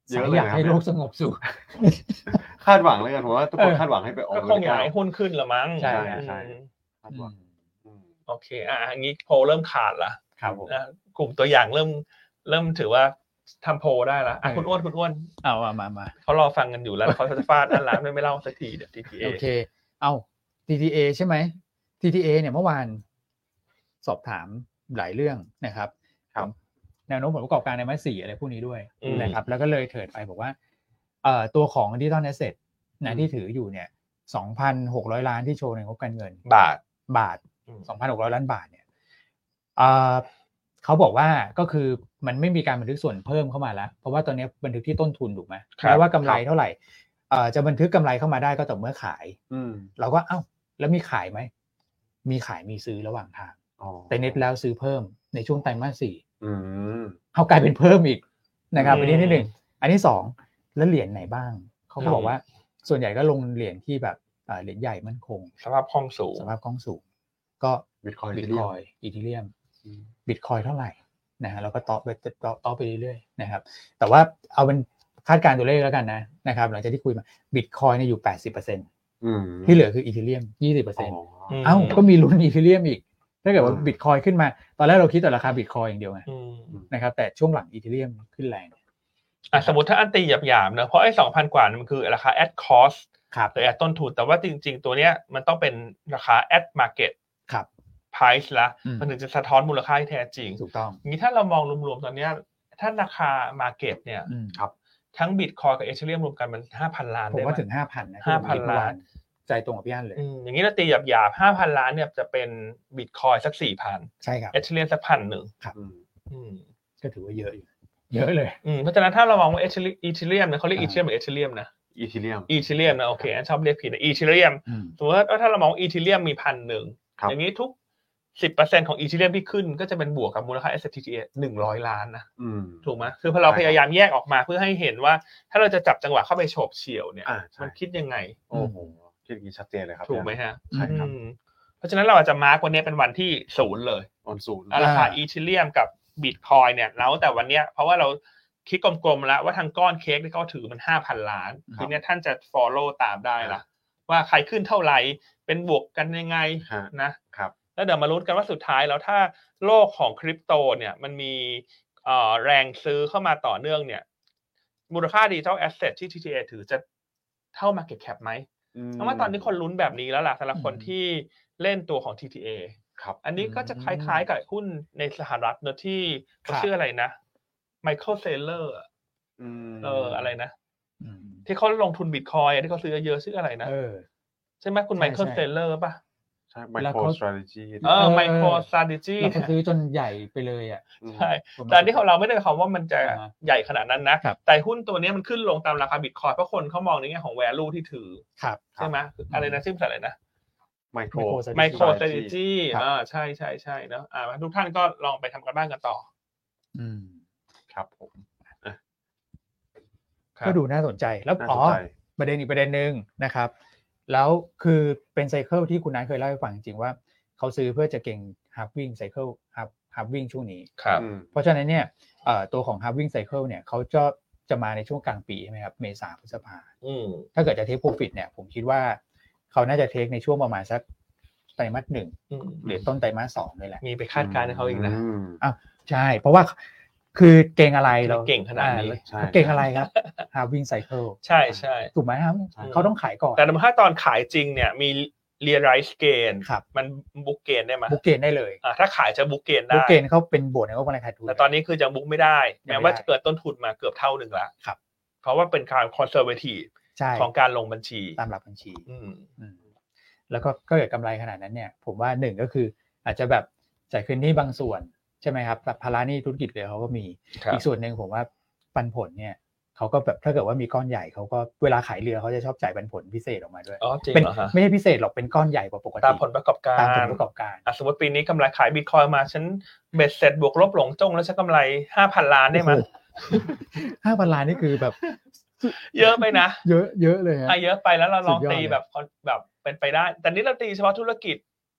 C: เย
B: สา
C: อะ
B: ย
C: เล
B: อย ยาก
C: นะครั
B: ให้
C: บ
B: โลกสงบสุข
C: คาดหวังเลยกันผมว่าทุกคน
B: เออ
C: คาดหวังให้ไปออก
A: ก็คงอยากให้หุ้นขึ้นละมั้ง
C: ใช่
A: อืม
C: ใช่คาดหวังอืม
A: โอเค อ่ะอันนี้โพลเริ่มขาดละ
C: ครับผม
A: นะกลุ่มตัวอย่างเริ่ม เริ่มถือว่าทำโพลได้ละอ่ะคุณอ้วนคุณอ้วน
B: เอามามามา
A: เขารอฟังกันอยู่แล้วเขาจะฟา ดอันร้านไม่ไม่เล่าสักทีเดี๋ยว TTA
B: โอเค เอา TTA ใช่ไหม TTA เนี่ยเมื่อวานสอบถามหลายเรื่องนะครับ
C: ครับ
B: แนวโน้มผลประกอบการในมาสี่อะไรพวกนี้ด้วย
A: อืม
B: นะครับ แล้วก็เลยเถิดไปบอกว่าเอ่อตัวของดิจิตอลแอสเซท
C: อืม
B: นะที่ถืออยู่เนี่ย2,600 ล้านที่โชว์ในงบการเงิน
A: บาท
B: บาท
A: อืม
B: 2,600 ล้านบาทเนี่ยเอ่อเขาบอกว่าก็คือมันไม่มีการบันทึกส่วนเพิ่มเข้ามาแล้ว เพราะว่าตอนนี้บันทึกที่ต้นทุนถูกไหม
A: ครับ
B: แม้ว่ากำไร
A: ครับ
B: เท่าไหร่เอ่อจะบันทึกกำไรเข้ามาได้ก็ต่อเมื่อขาย
C: อืม
B: เราก็เอ้า แล้วมีขายไหม มีขายมีซื้อระหว่างทาง
C: อ๋อ
B: แต่เน็ตแล้วซื้อเพิ่มในช่วงไตรมาสสี่
C: อืม
B: เอากลายเป็นเพิ่มอีกนะครับอันนี้นิดหนึ่ง
A: อืม
B: อันที่สองแล้วเหรียญไหนบ้างเขาก็บอกว่าส่วนใหญ่ก็ลงเหรียญที่แบบเอ่อเหรียญใหญ่มั่นคง
A: สภาพคล่องสูง
B: สภาพคล่องสูงก็
C: Bitcoin
B: บิตคอย
C: Ethereum
B: อีทีเรียม
C: อืม
B: บิตคอยเท่าไหร่นะฮะแล้วก็ต่อไปต่อต่อไปเรื่อยๆนะครับ แต่ว่าเอาเป็นคาดการณ์ตัวเลขแล้วกันนะนะครับ หลังจากที่คุยมาบิตคอยเนี่ยอยู่ 80%
C: อืม
B: ที่เหลือคืออีทีเรียม 20%
C: อ๋อ
B: เอ้าก็มีลุ้นอีทีเรียมอีก ถ้าเกิดว่า
C: อืม
B: บิตคอยขึ้นมา ตอนแรกเราคิดแต่ราคาบิตคอยอย่างเดียวไง
A: อืม
B: นะครับแต่ช่วงหลังอีทีเรียมขึ้นแรง
A: อ่ะสมมติถ้าอันตีหยาบๆเนอะเพราะไอ้สองพันกว่ามันคือราคา at cost
B: ครับ
A: หรือ at ต้นทุน แต่ว่าจริงๆ ตัวเนี้ยมันต้องเป็นราคา at market
B: ครับ
A: price ละ
B: อืม
A: มันถึงจะสะท้อนมูลค่าที่แท้จริง
B: ถูกต้อง
A: งี้ถ้าเรามองรวมๆ ตอนเนี้ยถ้าราคา market เนี่ย
B: อืม
A: ทั้งบิตคอยกับเอเชเรียมรวมกันมันห้าพันล้าน
B: ผม
A: ได้ไหม
B: ว่าถึง 5,000นะที่ผมคิด
A: 5,000ล้าน
B: ใจตรงกับพี่อันเลย
A: อืมอย่างนี้เราตีหยาบๆห้าพันล้านเนี่ยจะเป็นบิตคอยสักสี่พัน
B: ใช่ครับ
A: เอเชเรียมสักพันหนึ่ง
C: อืม
A: อืม
B: ก็ถือว่าเยอะอยู่เยอะเลย
A: อืมเพราะฉะนั้นถ้าเรามองว่าเอเชเรียมอีเทเรียมเนี่ยเขาเรียกอี
B: อ่า
A: เทเรียมหรือเอเชเรียมนะ
C: Ethereum
A: อีเทเรียมนะโอเคอันชอบเรียกผิดนะอีเทเรียม
B: อืม
A: สมมติว่าถ้าเรามองอีเทเรียมมีพันหนึ่ง
C: ครับ
A: อย่างนี้ทุกสิบเปอร์เซ็นของอีเทเรียมที่ขึ้นก็จะเป็นบวกกับมูลค่า s t t a หนึ่งร้อยล้านนะ
C: อืม
A: ถูกไหมคือพอเรา
C: ใช่
A: พ
C: ครับ
A: ยายามแยกออกมาเพื่อให้เห็นว่า ถ้าเราจะจับจังหวะเข้าไปโฉบเฉี่ยวเนี่ย
C: อ่า
A: มั
C: ใช่
A: นคิดยังไง
C: โอ้โหคิดอย่างนี้ชัดเจนเลยครับ
A: ถูกไหมฮะ
B: ใช่ครับ
A: อืมเพราะฉะนั้นเราอาจจะมาร์กวันนี้เป็นวันที่ศูนย์เลย
C: ออนศูนย์
A: ราคาอีเทเรียมกับบิตคอยเนี่ยแล้วแต่วันเนี้ยเพราะว่าเราคิดกลมๆแล้วว่าทางก้อนเค้กที่เขาถือมันห้าพันล้าน
C: ครับ
A: ทีเนี้ยท่านจะ follow ตามได้
C: ครั
A: ละ
C: บ
A: ว่าใครขึ้นเท่าไหร่ เป็นบวกกันยังไง
C: ฮะ
A: นะครับ แล้วเดี๋ยวมาลุ้นกันว่าสุดท้ายแล้วถ้าโลกของคริปโตเนี่ยมันมีเอ่อแรงซื้อเข้ามาต่อเนื่องเนี่ย มูลค่าดิจิทัลแอสเซทที่ TTA ถือจะเท่า Market Cap ไหมเพราะว่าตอนนี้คนลุ้นแบบนี้แล้วล่ะสำหรับคน
B: อืม
A: ที่เล่นตัวของ TTA
C: ครับ
A: อันนี้ก็จะ
B: อื
A: ค
B: ม
A: ล้ายๆกับหุ้นในสหรัฐเนอะที่เขา
B: ครับ
A: ชื่ออะไรนะไมเคิลเซเลอร์เอออะไรนะ
B: อืม
A: ที่เขาลงทุนบิตคอยที่เขาซื้อเยอะๆชื่ออะไรนะ
B: เออ
A: ใช่ไหมคุณ
B: ใช่
A: ไมเคิล
B: ใช่
A: เซเลอร์ป่ะ
C: ใช่
B: แล้ว
C: micro
B: เขา
C: strategy
A: เออ
B: เออ
A: ไมโครสตาดิจี
B: เราก็ซื้อจนใหญ่ไปเลยอ่ะ
A: ใช่
B: ผม
A: แต่อันนี่ของเราไม่ได้หมายความว่ามันจะ
B: อ่าฮะ
A: ใหญ่ขนาดนั้นนะครับ แต่หุ้นตัวเนี้ยมันขึ้นลงตามราคาบิตคอยเพราะคนเขามองในแง่ของ value ที่ถือ
B: ครับ
A: ใช่ไหมอะไรนะชื่อภาษาอะไรนะ
C: micro
B: micro
A: ไม
B: strategy
A: โครสตาดิจี
B: ครับ
A: อ่าใช่ใช่ใช่เนอะอ่าทุกท่านก็ลองไปทำกันบ้านกันต่อ
B: อืม
C: ครับผม
A: ครับ
B: ก็ดูน่าสนใจแล้ว
C: น่าส
B: อ๋อน
C: ใจ
B: ประเด็นอีกประเด็นหนึ่งนะครับ แล้วคือเป็นไซเคิลที่คุณนัทเคยเล่าให้ฟังจริงๆว่า เขาซื้อเพื่อจะเก่งฮาร์ปวิ่งไซเคิลฮาร์ปฮาร์ปวิ่งช่วงนี้
A: ครับ
C: อืม
B: เพราะฉะนั้นเนี่ยเอ่อตัวของฮาร์ปวิ่งไซเคิลเนี่ยเขาจะจะมาในช่วงกลางปีใช่ไหมครับเมษาพฤษภา
A: อืม
B: ถ้าเกิดจะเทคโปรฟิตเนี่ยผมคิดว่าเขาน่าจะเทคในช่วงประมาณสักไตรมาสหนึ่ง
A: อืม
B: หรือต้นไตรมาสสองนี่แหละ
A: มีไปคาดการณ์ให้เขาอีกนะ
C: ม
B: ใช่ เพราะว่าคือเก่งอะไรเรา
A: เก่งขนาดนี้
B: อ่
C: ใช่
B: เก่งอะไรครับ h a r v i n g cycle
A: ใช่ใช่
B: ถูกไหมครับ
A: อืม
B: เขาต้องขายก่อน
A: แต่ถ้าตอนขายจริงเนี่ยมีเรียไรส์เกน
B: ครับ
A: มันบุ๊กเกนได้ไหม
B: บุกเกณฑ์ได้เลย
A: อ่าถ้าขายจะบุ๊กเกน
B: บุก
A: ได้
B: เกณฑ์เขาเป็นบวกในงบการเงินขาดทุน
A: แต่ตอนนี้คือยังบุ๊กไม่ได้
B: ยัง
A: แม้
B: ไม่ได้
A: ว่าจะเกิดต้นทุนมาเกือบเท่าหนึ่งละ
B: ครับ
A: เพราะว่าเป็นการคอนเซอร์เวที
B: ใช่
A: ของการลงบัญชี
B: ตามหลักบัญชี
A: อืม
B: อืมแล้วก็ก็เกิดกำไรขนาดนั้นเนี่ย ผมว่าหนึ่งก็คืออาจจะแบบจ่ายคืนหนี้บางส่วนใช่ไหมครับแต่ภาระหนี้ธุรกิจเลยเขาก็มี
A: ครับ
B: อีกส่วนหนึ่งผมว่าปันผลเนี่ยเขาก็แบบถ้าเกิดว่ามีก้อนใหญ่เขาก็เวลาขายเรือเขาจะชอบจ่ายปันผลพิเศษออกมาด้วย
A: อ๋อจริง
B: เป็น
A: เหรอฮะ
B: ไม่ใช่พิเศษหรอกเป็นก้อนใหญ่กว่าปกติ
A: ตามผลประกอบการ
B: ตามผลประกอบการ
A: อ่ะสมมติปีนี้กำไรขายบิตคอยมาฉันเบ็ดเสร็จบวกลบหลงจงแล้วฉันกำไรห้าพันล้านได้ไหมย
B: ห้าพันล้านนี่คือแบบ
A: เยอะไปนะ
B: เยอะเยอะเลยฮะ
A: อ่ะเยอะไปแล้วเราลอง
B: สุดยอด
A: ตี
B: เลย
A: แบบคอนแบบเป็นไปได้ แต่นี้เราตีเฉพาะธุรกิจ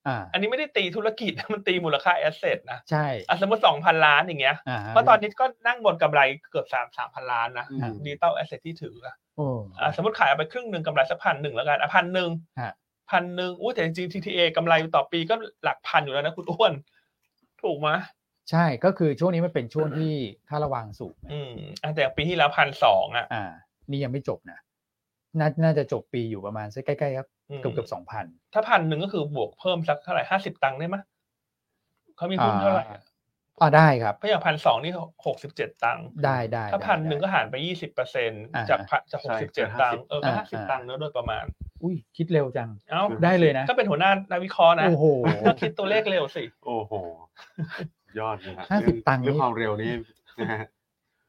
B: อ่า
A: อันนี้ไม่ได้ตีธุรกิจ มันตีมูลค่าแอสเซทนะ
B: ใช่
A: อ่ะสมมติสองพันล้านอย่างเงี้ย
B: อ่า
A: เพราะตอนนี้ก็นั่งบนกำไรเกือบสามสามพันล้านนะ
C: อืม
A: ดิจิตอลแอสเซทที่ถืออ่ะ
B: โอ้
A: อ่ะสมมติขายเอาไปครึ่งหนึ่งกำไรสักพันหนึ่งแล้วกันอ่ะพันหนึ่ง
B: ฮะ
A: พันหนึ่งอู้แต่จริง TTA กำไรต่อปีก็หลักพันอยู่แล้วนะคุณอ้วน ถูกไหมย
B: ใช่ก็คือช่วงนี้มันเป็นช่วงที่ค่าระวางสูงนะ
A: อืมอ่ะแต่อย่างปีที่แล้วพันสองอ่ะ
B: อ่า นี่ยังไม่จบนะนาน่าจะจบปีอยู่ประมาณสักใกล้ๆครับ
A: อืม
B: เกือบเกือบสองพัน
A: ถ้าพันหนึ่งก็คือบวกเพิ่มสักเท่าไหร่ห้าสิบตังค์ได้ไหมยเขามีหุ้นเท่าไหร่อ่ะ
B: อ่าได้ครับ
A: เพราะอย่างพันสองนี่หกสิบเจ็ดตังค์
B: ได้ได้
A: ถ้า
B: ได้
A: พันหนึ่ง
B: ได้
A: ก็หารไปยี่สิบเปอร์เซ็นต์
B: อ่า
A: จากพันจากห
C: ใช่
A: กสิบเจ็ด
C: เกิน
A: ตังค์
C: 50
A: เออก็ห้าสิบตังค์เนอะโดยประมาณ
B: อุ้ยคิดเร็วจัง
A: เอ้า
B: ได้เลยนะ
A: ก็เป็นหัวหน้านักวิเคราะห์นะ
B: โอ้โห
A: ต้องคิดตัวเลขเร็วสิ
C: โอ้โห ยอดเลยครับ
B: ห้าสิบตังค์
C: เรื่องความเร็วนี่นะฮะ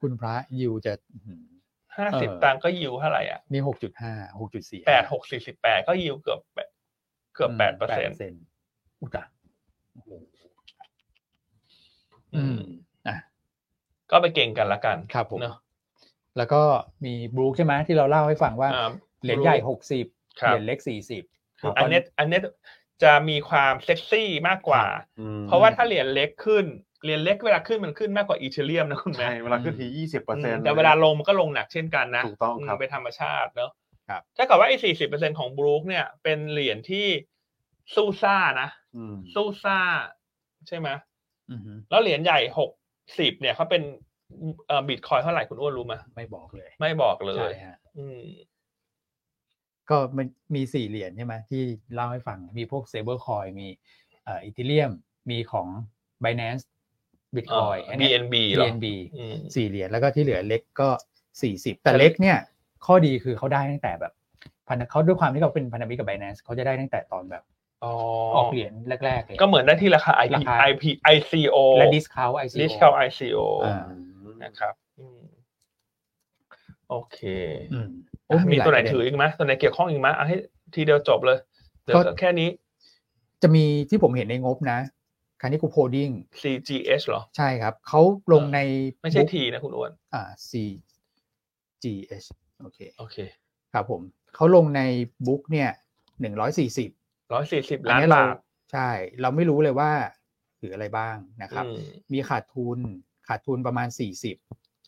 B: คุณพระยิวจะอื้อหือ
A: ห้า
B: เอ
A: สิบ
B: อ
A: ตังค์ก็ยิวเท่าไหร่อ่ะ
B: นี่หกจุดห้าหกจุดสี่
A: แปดหกสี่สิบแปดก็ยิวเกือบแปดเกือบแปดเปอร์เซ็นต์
B: นต์อุยตะ
A: อืม
B: อ่ะ
A: ก็ไปเก่งกันละกัน
B: ครับผม
A: เนอะ
B: แล้วก็มีบรูคใช่ไหมที่เราเล่าให้ฟังว่า
A: อ่า
B: เหรียญใหญ่ห
A: Brook
B: กสิบ
A: ครับ
B: เหรียญเล็กสี่สิบ
C: ครับ
A: อันเนี้ยอันเนี้ยจะมีความเซ็กซี่มากกว่า
C: อืม
A: เพราะว่าถ้าเหรียญเล็กขึ้นเหรียญเล็กเวลาขึ้นมันขึ้นมากกว่าอีเทเรียมนะคุณแม่
C: ใช่เวลาขึ้นทียี่สิบเปอร์เซ็นต์
A: แต่เวลาลงมันก็ลงหนักเช่นกันนะ
C: ถูกต้องครับ
A: มเป็นธรรมชาติเนอะ
B: ครับ
A: ถ้าเกิดว่าไอ้สี่สิบเปอร์เซ็นของบรูคเนี่ยเป็นเหรียญที่สู้ซ่านะสู้ซ่า ใช่ไหม
B: อื้อหือ
A: แล้วเหรียญใหญ่หกสิบเนี่ยเขาเป็นเอ่อบิตคอยเท่าไหร่คุณอ้วนรู้ไหม
B: ไม่บอกเลย
A: ไม่บอกเลย
B: ใช่ฮะ
A: อืม
B: ก็มันมีสี่เหรียญใช่ไหมที่เล่าให้ฟังมีพวกเซเบอร์คอยมีเอ่ออีเทเรียมมีของ b i n a n c e Bitcoin
A: เอ่อ
B: อันเนี้ย
A: BNB เหรอ
B: BNB
A: อืม
B: สี่เหรียญแล้วก็ที่เหลือเล็กก็สี่สิบแต่เล็กเนี่ย ข้อดีคือเขาได้ตั้งแต่แบบพันธเขาด้วยความที่เขาเป็นพันธมิตรกับ Binance เขาจะได้ตั้งแต่ตอนแบบ
A: อ๋อ
B: ออกเหรียญแรกๆเลย
A: ก็เหมือนได้ที่ราคา IP
B: ราคา
A: IP ICO
B: และ discount ICO
A: discount ICO
B: อ่า
A: นะครับอืมโอเค
B: อืมโอ้
A: อ่ะมี
B: ลาย
A: ตัวไหน
B: ประเด็
A: ถืออีกไหมตัวไหนเกี่ยวข้องอีกไหมเอาให้ทีเดียวจบเลยเดี๋ยว
B: ก็
A: แค่นี้
B: จะมีที่ผมเห็นในงบนะคันนี้กูโพดิ้ง
A: CGS เหรอ
B: ใช่ครับเขาลงใน
A: ไม่ใช่
B: book
A: ทีนะคุณอ้วน
B: อ่า CGH โอเค
A: โอเค
B: ครับผมเขาลงในบุ๊กเนี่ยหนึ่งร้อยสี่สิบ
A: ร้อยสี่สิบ
B: อัน
A: ล้าน
B: นี้เรา
A: บาท
B: ใช่ เราไม่รู้เลยว่าถืออะไรบ้างนะครับ
A: อืม
B: มีขาดทุนขาดทุนประมาณสี่สิบ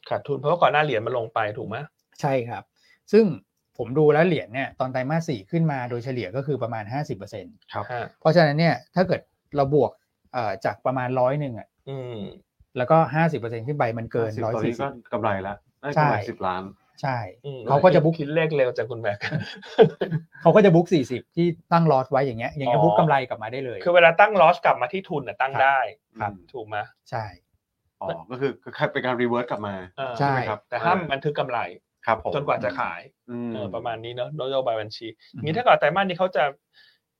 A: ขาดทุนเพราะว่าก่อนหน้าเหรียญมันลงไปถูกไหม
B: ใช่ครับ ซึ่งผมดูแล้วเหรียญเนี่ยตอนไตรมาสสี่ขึ้นมาโดยเฉลี่ยก็คือประมาณห้าสิบเปอร์เซ็น
C: ครับ
A: ฮะ
B: เพราะฉะนั้นเนี่ยถ้าเกิดเราบวกเอ่อจากประมาณร้อยหนึ่งอ่ะ
A: อืม
B: แล้วก็ห้าสิบเปอร์เซ็นขึ้นไปมันเกิน
C: 50
B: ร้อย
C: ตอน
B: สี่
C: นี้
B: สิ
C: ก็
B: บ
C: กำไรละได้
B: ใช่
C: กำไรสิบล้าน
B: ใช่
A: อืม
B: เขาก็จะบุ๊ก
A: คิดเลขเร็วจากคุณแบก
B: เขาก็จะบุ๊กสี่สิบที่ตั้งลอตไว้อย่างเงี้ยยังจะบุ๊ก
A: อ๋อ
B: กำไรกลับมาได้เลย
A: คือเวลาตั้งลอสกลับมาที่ทุนน่ะตั้ง
B: ครับ
A: ได้
C: ครับ
A: ถูกไหม
B: ใช่
C: อ๋อ ก็คือก็เป็นการรีเวิร์สกลับมา
A: เออ
B: ใช่
C: ไหมครับ
A: แต่ห้ามบันทึกกำไร
C: ครับผม
A: จนกว่าจะขาย
C: อืม
A: เออประมาณนี้เนอะนโยบายบัญชีงี้ถ้าเก่อนไตรมาสนี้เขาจะ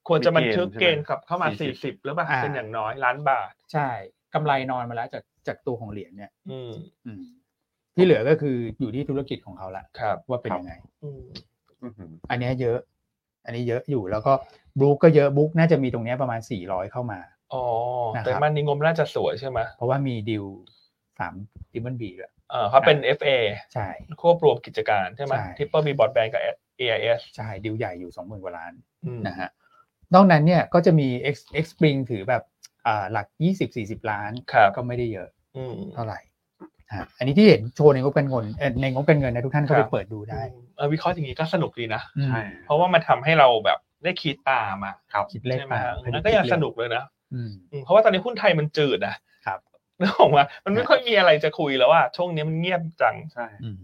A: ควรจะบันทึก
C: มีเก
A: เกณ
C: ณฑ์
A: ฑ์กลับเข้ามา
C: สี่
A: สี่
C: สิ
A: สิบบ หรือเปล่า
B: อ่า
A: เป็นอย่างน้อยล้านบาท
B: ใช่กำไรนอนมาแล้วจากจากตัวของเหรียญเนี่ย
A: อืม
B: อืมที่เหลือก็คืออยู่ที่ธุรกิจของเขาละ
A: ครับ
B: ว่าเป็นยังไง
A: อืม
C: อื้อหือ
B: อันเนี้ยเยอะ อันนี้เยอะอยู่แล้วก็บ o ู k ก็เยอะบุ๊กน่าจะมีตรงเนี้ยประมาณ 400 เข้ามา
A: อ๋อ
B: นะครับ
A: แต่มันนี้งบน่าจะสวยใช่ไหม
B: เพราะว่ามีดิวสามดิมเบิลบีด้วย
A: เออเขาเป็น FA
B: ใช่
A: ควบรวมกิจการใช่ไหม
B: ใช่
A: ทิปเปอร์มีบอร์ดแบนกับ AIS
B: ใช่ดิวใหญ่อยู่ 20,000 กว่าล้าน
A: อืม
B: นะฮะนอกนั้นเนี่ยก็จะมี X X Spring ถือแบบอ่าหลัก 20-40 ล้าน
A: ครับ
B: ก็ไม่ได้เยอะ
A: อืม
B: เท่าไหร่ฮะอันนี้ที่เห็นโชว์ในงบการเงินเอ่อในงบการเงินนะทุกท่านก็
A: ค
B: ไป
A: รับ
B: เปิดดูได้
A: เออวิเคราะห์อย่างนี้ก็สนุกดีนะ
C: ใช่
A: เพราะว่ามันทำให้เราแบบได้คิดตามอ่ะ
C: ครับ
B: คิดเลข
A: ใช่ไหม
B: ตาม
A: ฮะนั่นก็ยังสนุกเลยนะ
B: อืม
A: อืมเพราะว่าตอนนี้หุ้นไทยมันจืดอ่ะ
B: ครับ
A: นึกออกมามันไม่ค่อยมีอะไรจะคุยแล้วอ่ะช่วงนี้มันเงียบจัง
C: ใช่
B: อืม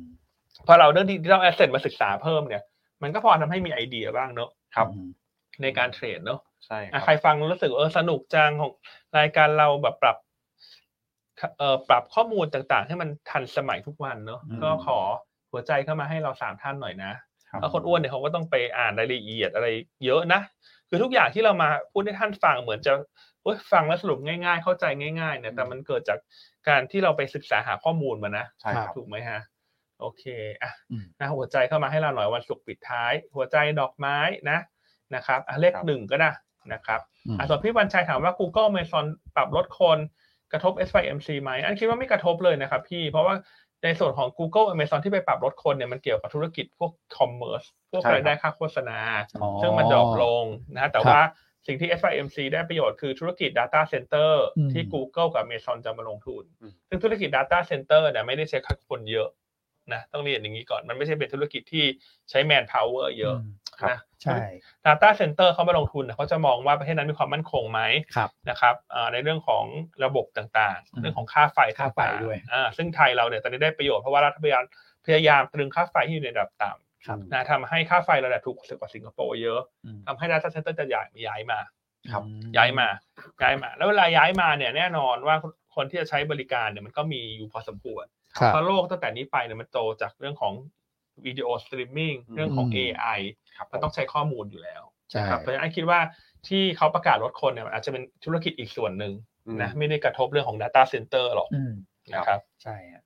A: พอเราเรื่องดิจิทัลแอสเซทมาศึกษาเพิ่มเนี่ย มันก็พอทำให้มีไอเดียบ้างเนอะ
C: ครับ
A: ในการเทรดเนอะ
C: ใช่ค
A: อ่ะ
C: รับ
A: ใครฟังรู้สึกเออสนุกจังของรายการเราแบบปรับเอ่อปรับข้อมูลต่างๆ ให้มันทันสมัยทุกวันเนอะ
C: อืม
A: ก็ขอหัวใจเข้ามาให้เราสามท่านหน่อยนะ
C: ครับ
A: แล้วคนอ้วนเนี่ยเขาก็ต้องไปอ่านรายละเอียดอะไรเยอะนะ คือทุกอย่างที่เรามาพูดให้ท่านฟังเหมือนจะเอ้ยฟังแล้วสรุปง่าย ๆ เข้าใจง่ายๆเนี่ยแต่มันเกิดจากการที่เราไปศึกษาหาข้อมูลมานะ
C: ใช่ครับ
A: ถูกไหมฮะ โอเคอ่ะ
B: อืม
A: นะหัวใจเข้ามาให้เราหน่อยวันศุกร์ปิดท้าย หัวใจดอกไม้นะนะครับอ่ะเลข
C: ครับ
A: หนึ่งก็ได้นะครับ
B: อืม
A: อ่ะส่วนพี่วันชัยถามว่า Google Amazon ปรับลดคนกระทบ s y m c ไหมอันคิดว่าไม่กระทบเลยนะครับพี่ เพราะว่าในส่วนของ Google Amazon ที่ไปปรับลดคนเนี่ยมันเกี่ยวกับธุรกิจพวกคอมเมอร์สพวก
C: ใช่ครับ
A: รายได้ค่าโฆษณา
B: อ๋อ
A: ซึ่งมันดรอปลงนะฮะแต่
B: ครับ
A: ว่าสิ่งที่ s y m c ได้ประโยชน์คือธุรกิจ Data Center
B: อืม
A: ที่ Google กับ Amazon จะมาลงทุน
C: อืม
A: ซึ่งธุรกิจ Data Center เนี่ยไม่ได้ใช้คนเยอะนะต้องเรียนอย่างนี้ก่อน มันไม่ใช่เป็นธุรกิจที่ใช้ manpower เยอะ
C: ครับ
A: นะ
B: ใช่
A: Data Center เขามาลงทุนเนี่ยเขาจะมองว่าประเทศนั้นมีความมั่นคงไหม
B: ครับ
A: นะครับอ่าในเรื่องของระบบต่าง
B: อื
A: ๆ
B: ม
A: เรื่องของค่าไฟ
B: ค่าไฟ
A: ต่งๆ
B: ด้วย
A: อ่าซึ่งไทยเราเนี่ยตอนนี้ได้ประโยชน์เพราะว่ารัฐบาลพยายามตรึงค่าไฟที่อยู่ในระดับต่ำ
B: ครับ
A: นะทำให้ค่าไฟเราเนี่ยถูกกว่าสิงคโปร์เยอะ
B: อืม
A: ทำให้ data center จะย้ายย้ายมา
C: ครับ
A: ย้ายมาย้ายมา แล้วเวลาย้ายมาเนี่ยแน่นอนว่าคนที่จะใช้บริการเนี่ยมันก็มีอยู่พอสมควร
B: ครับ
A: เพราะโลกตั้งแต่นี้ไปเนี่ยมันโตจากเรื่องของวิดีโอสตรีมมิ่ง
C: อืม
A: เรื่องของ
B: อืม
A: AI
C: ครับ
A: มันต้องใช้ข้อมูลอยู่แล้ว
B: ใช่
A: นะครับเพราะฉะนั้นคิดว่าที่เขาประกาศลดคนเนี่ยมันอาจจะเป็นธุรกิจอีกส่วนหนึ่งนะไม่ได้กระทบเรื่องของ Data Center หรอก
B: อืม
A: นะครับ
B: ใช่ฮะ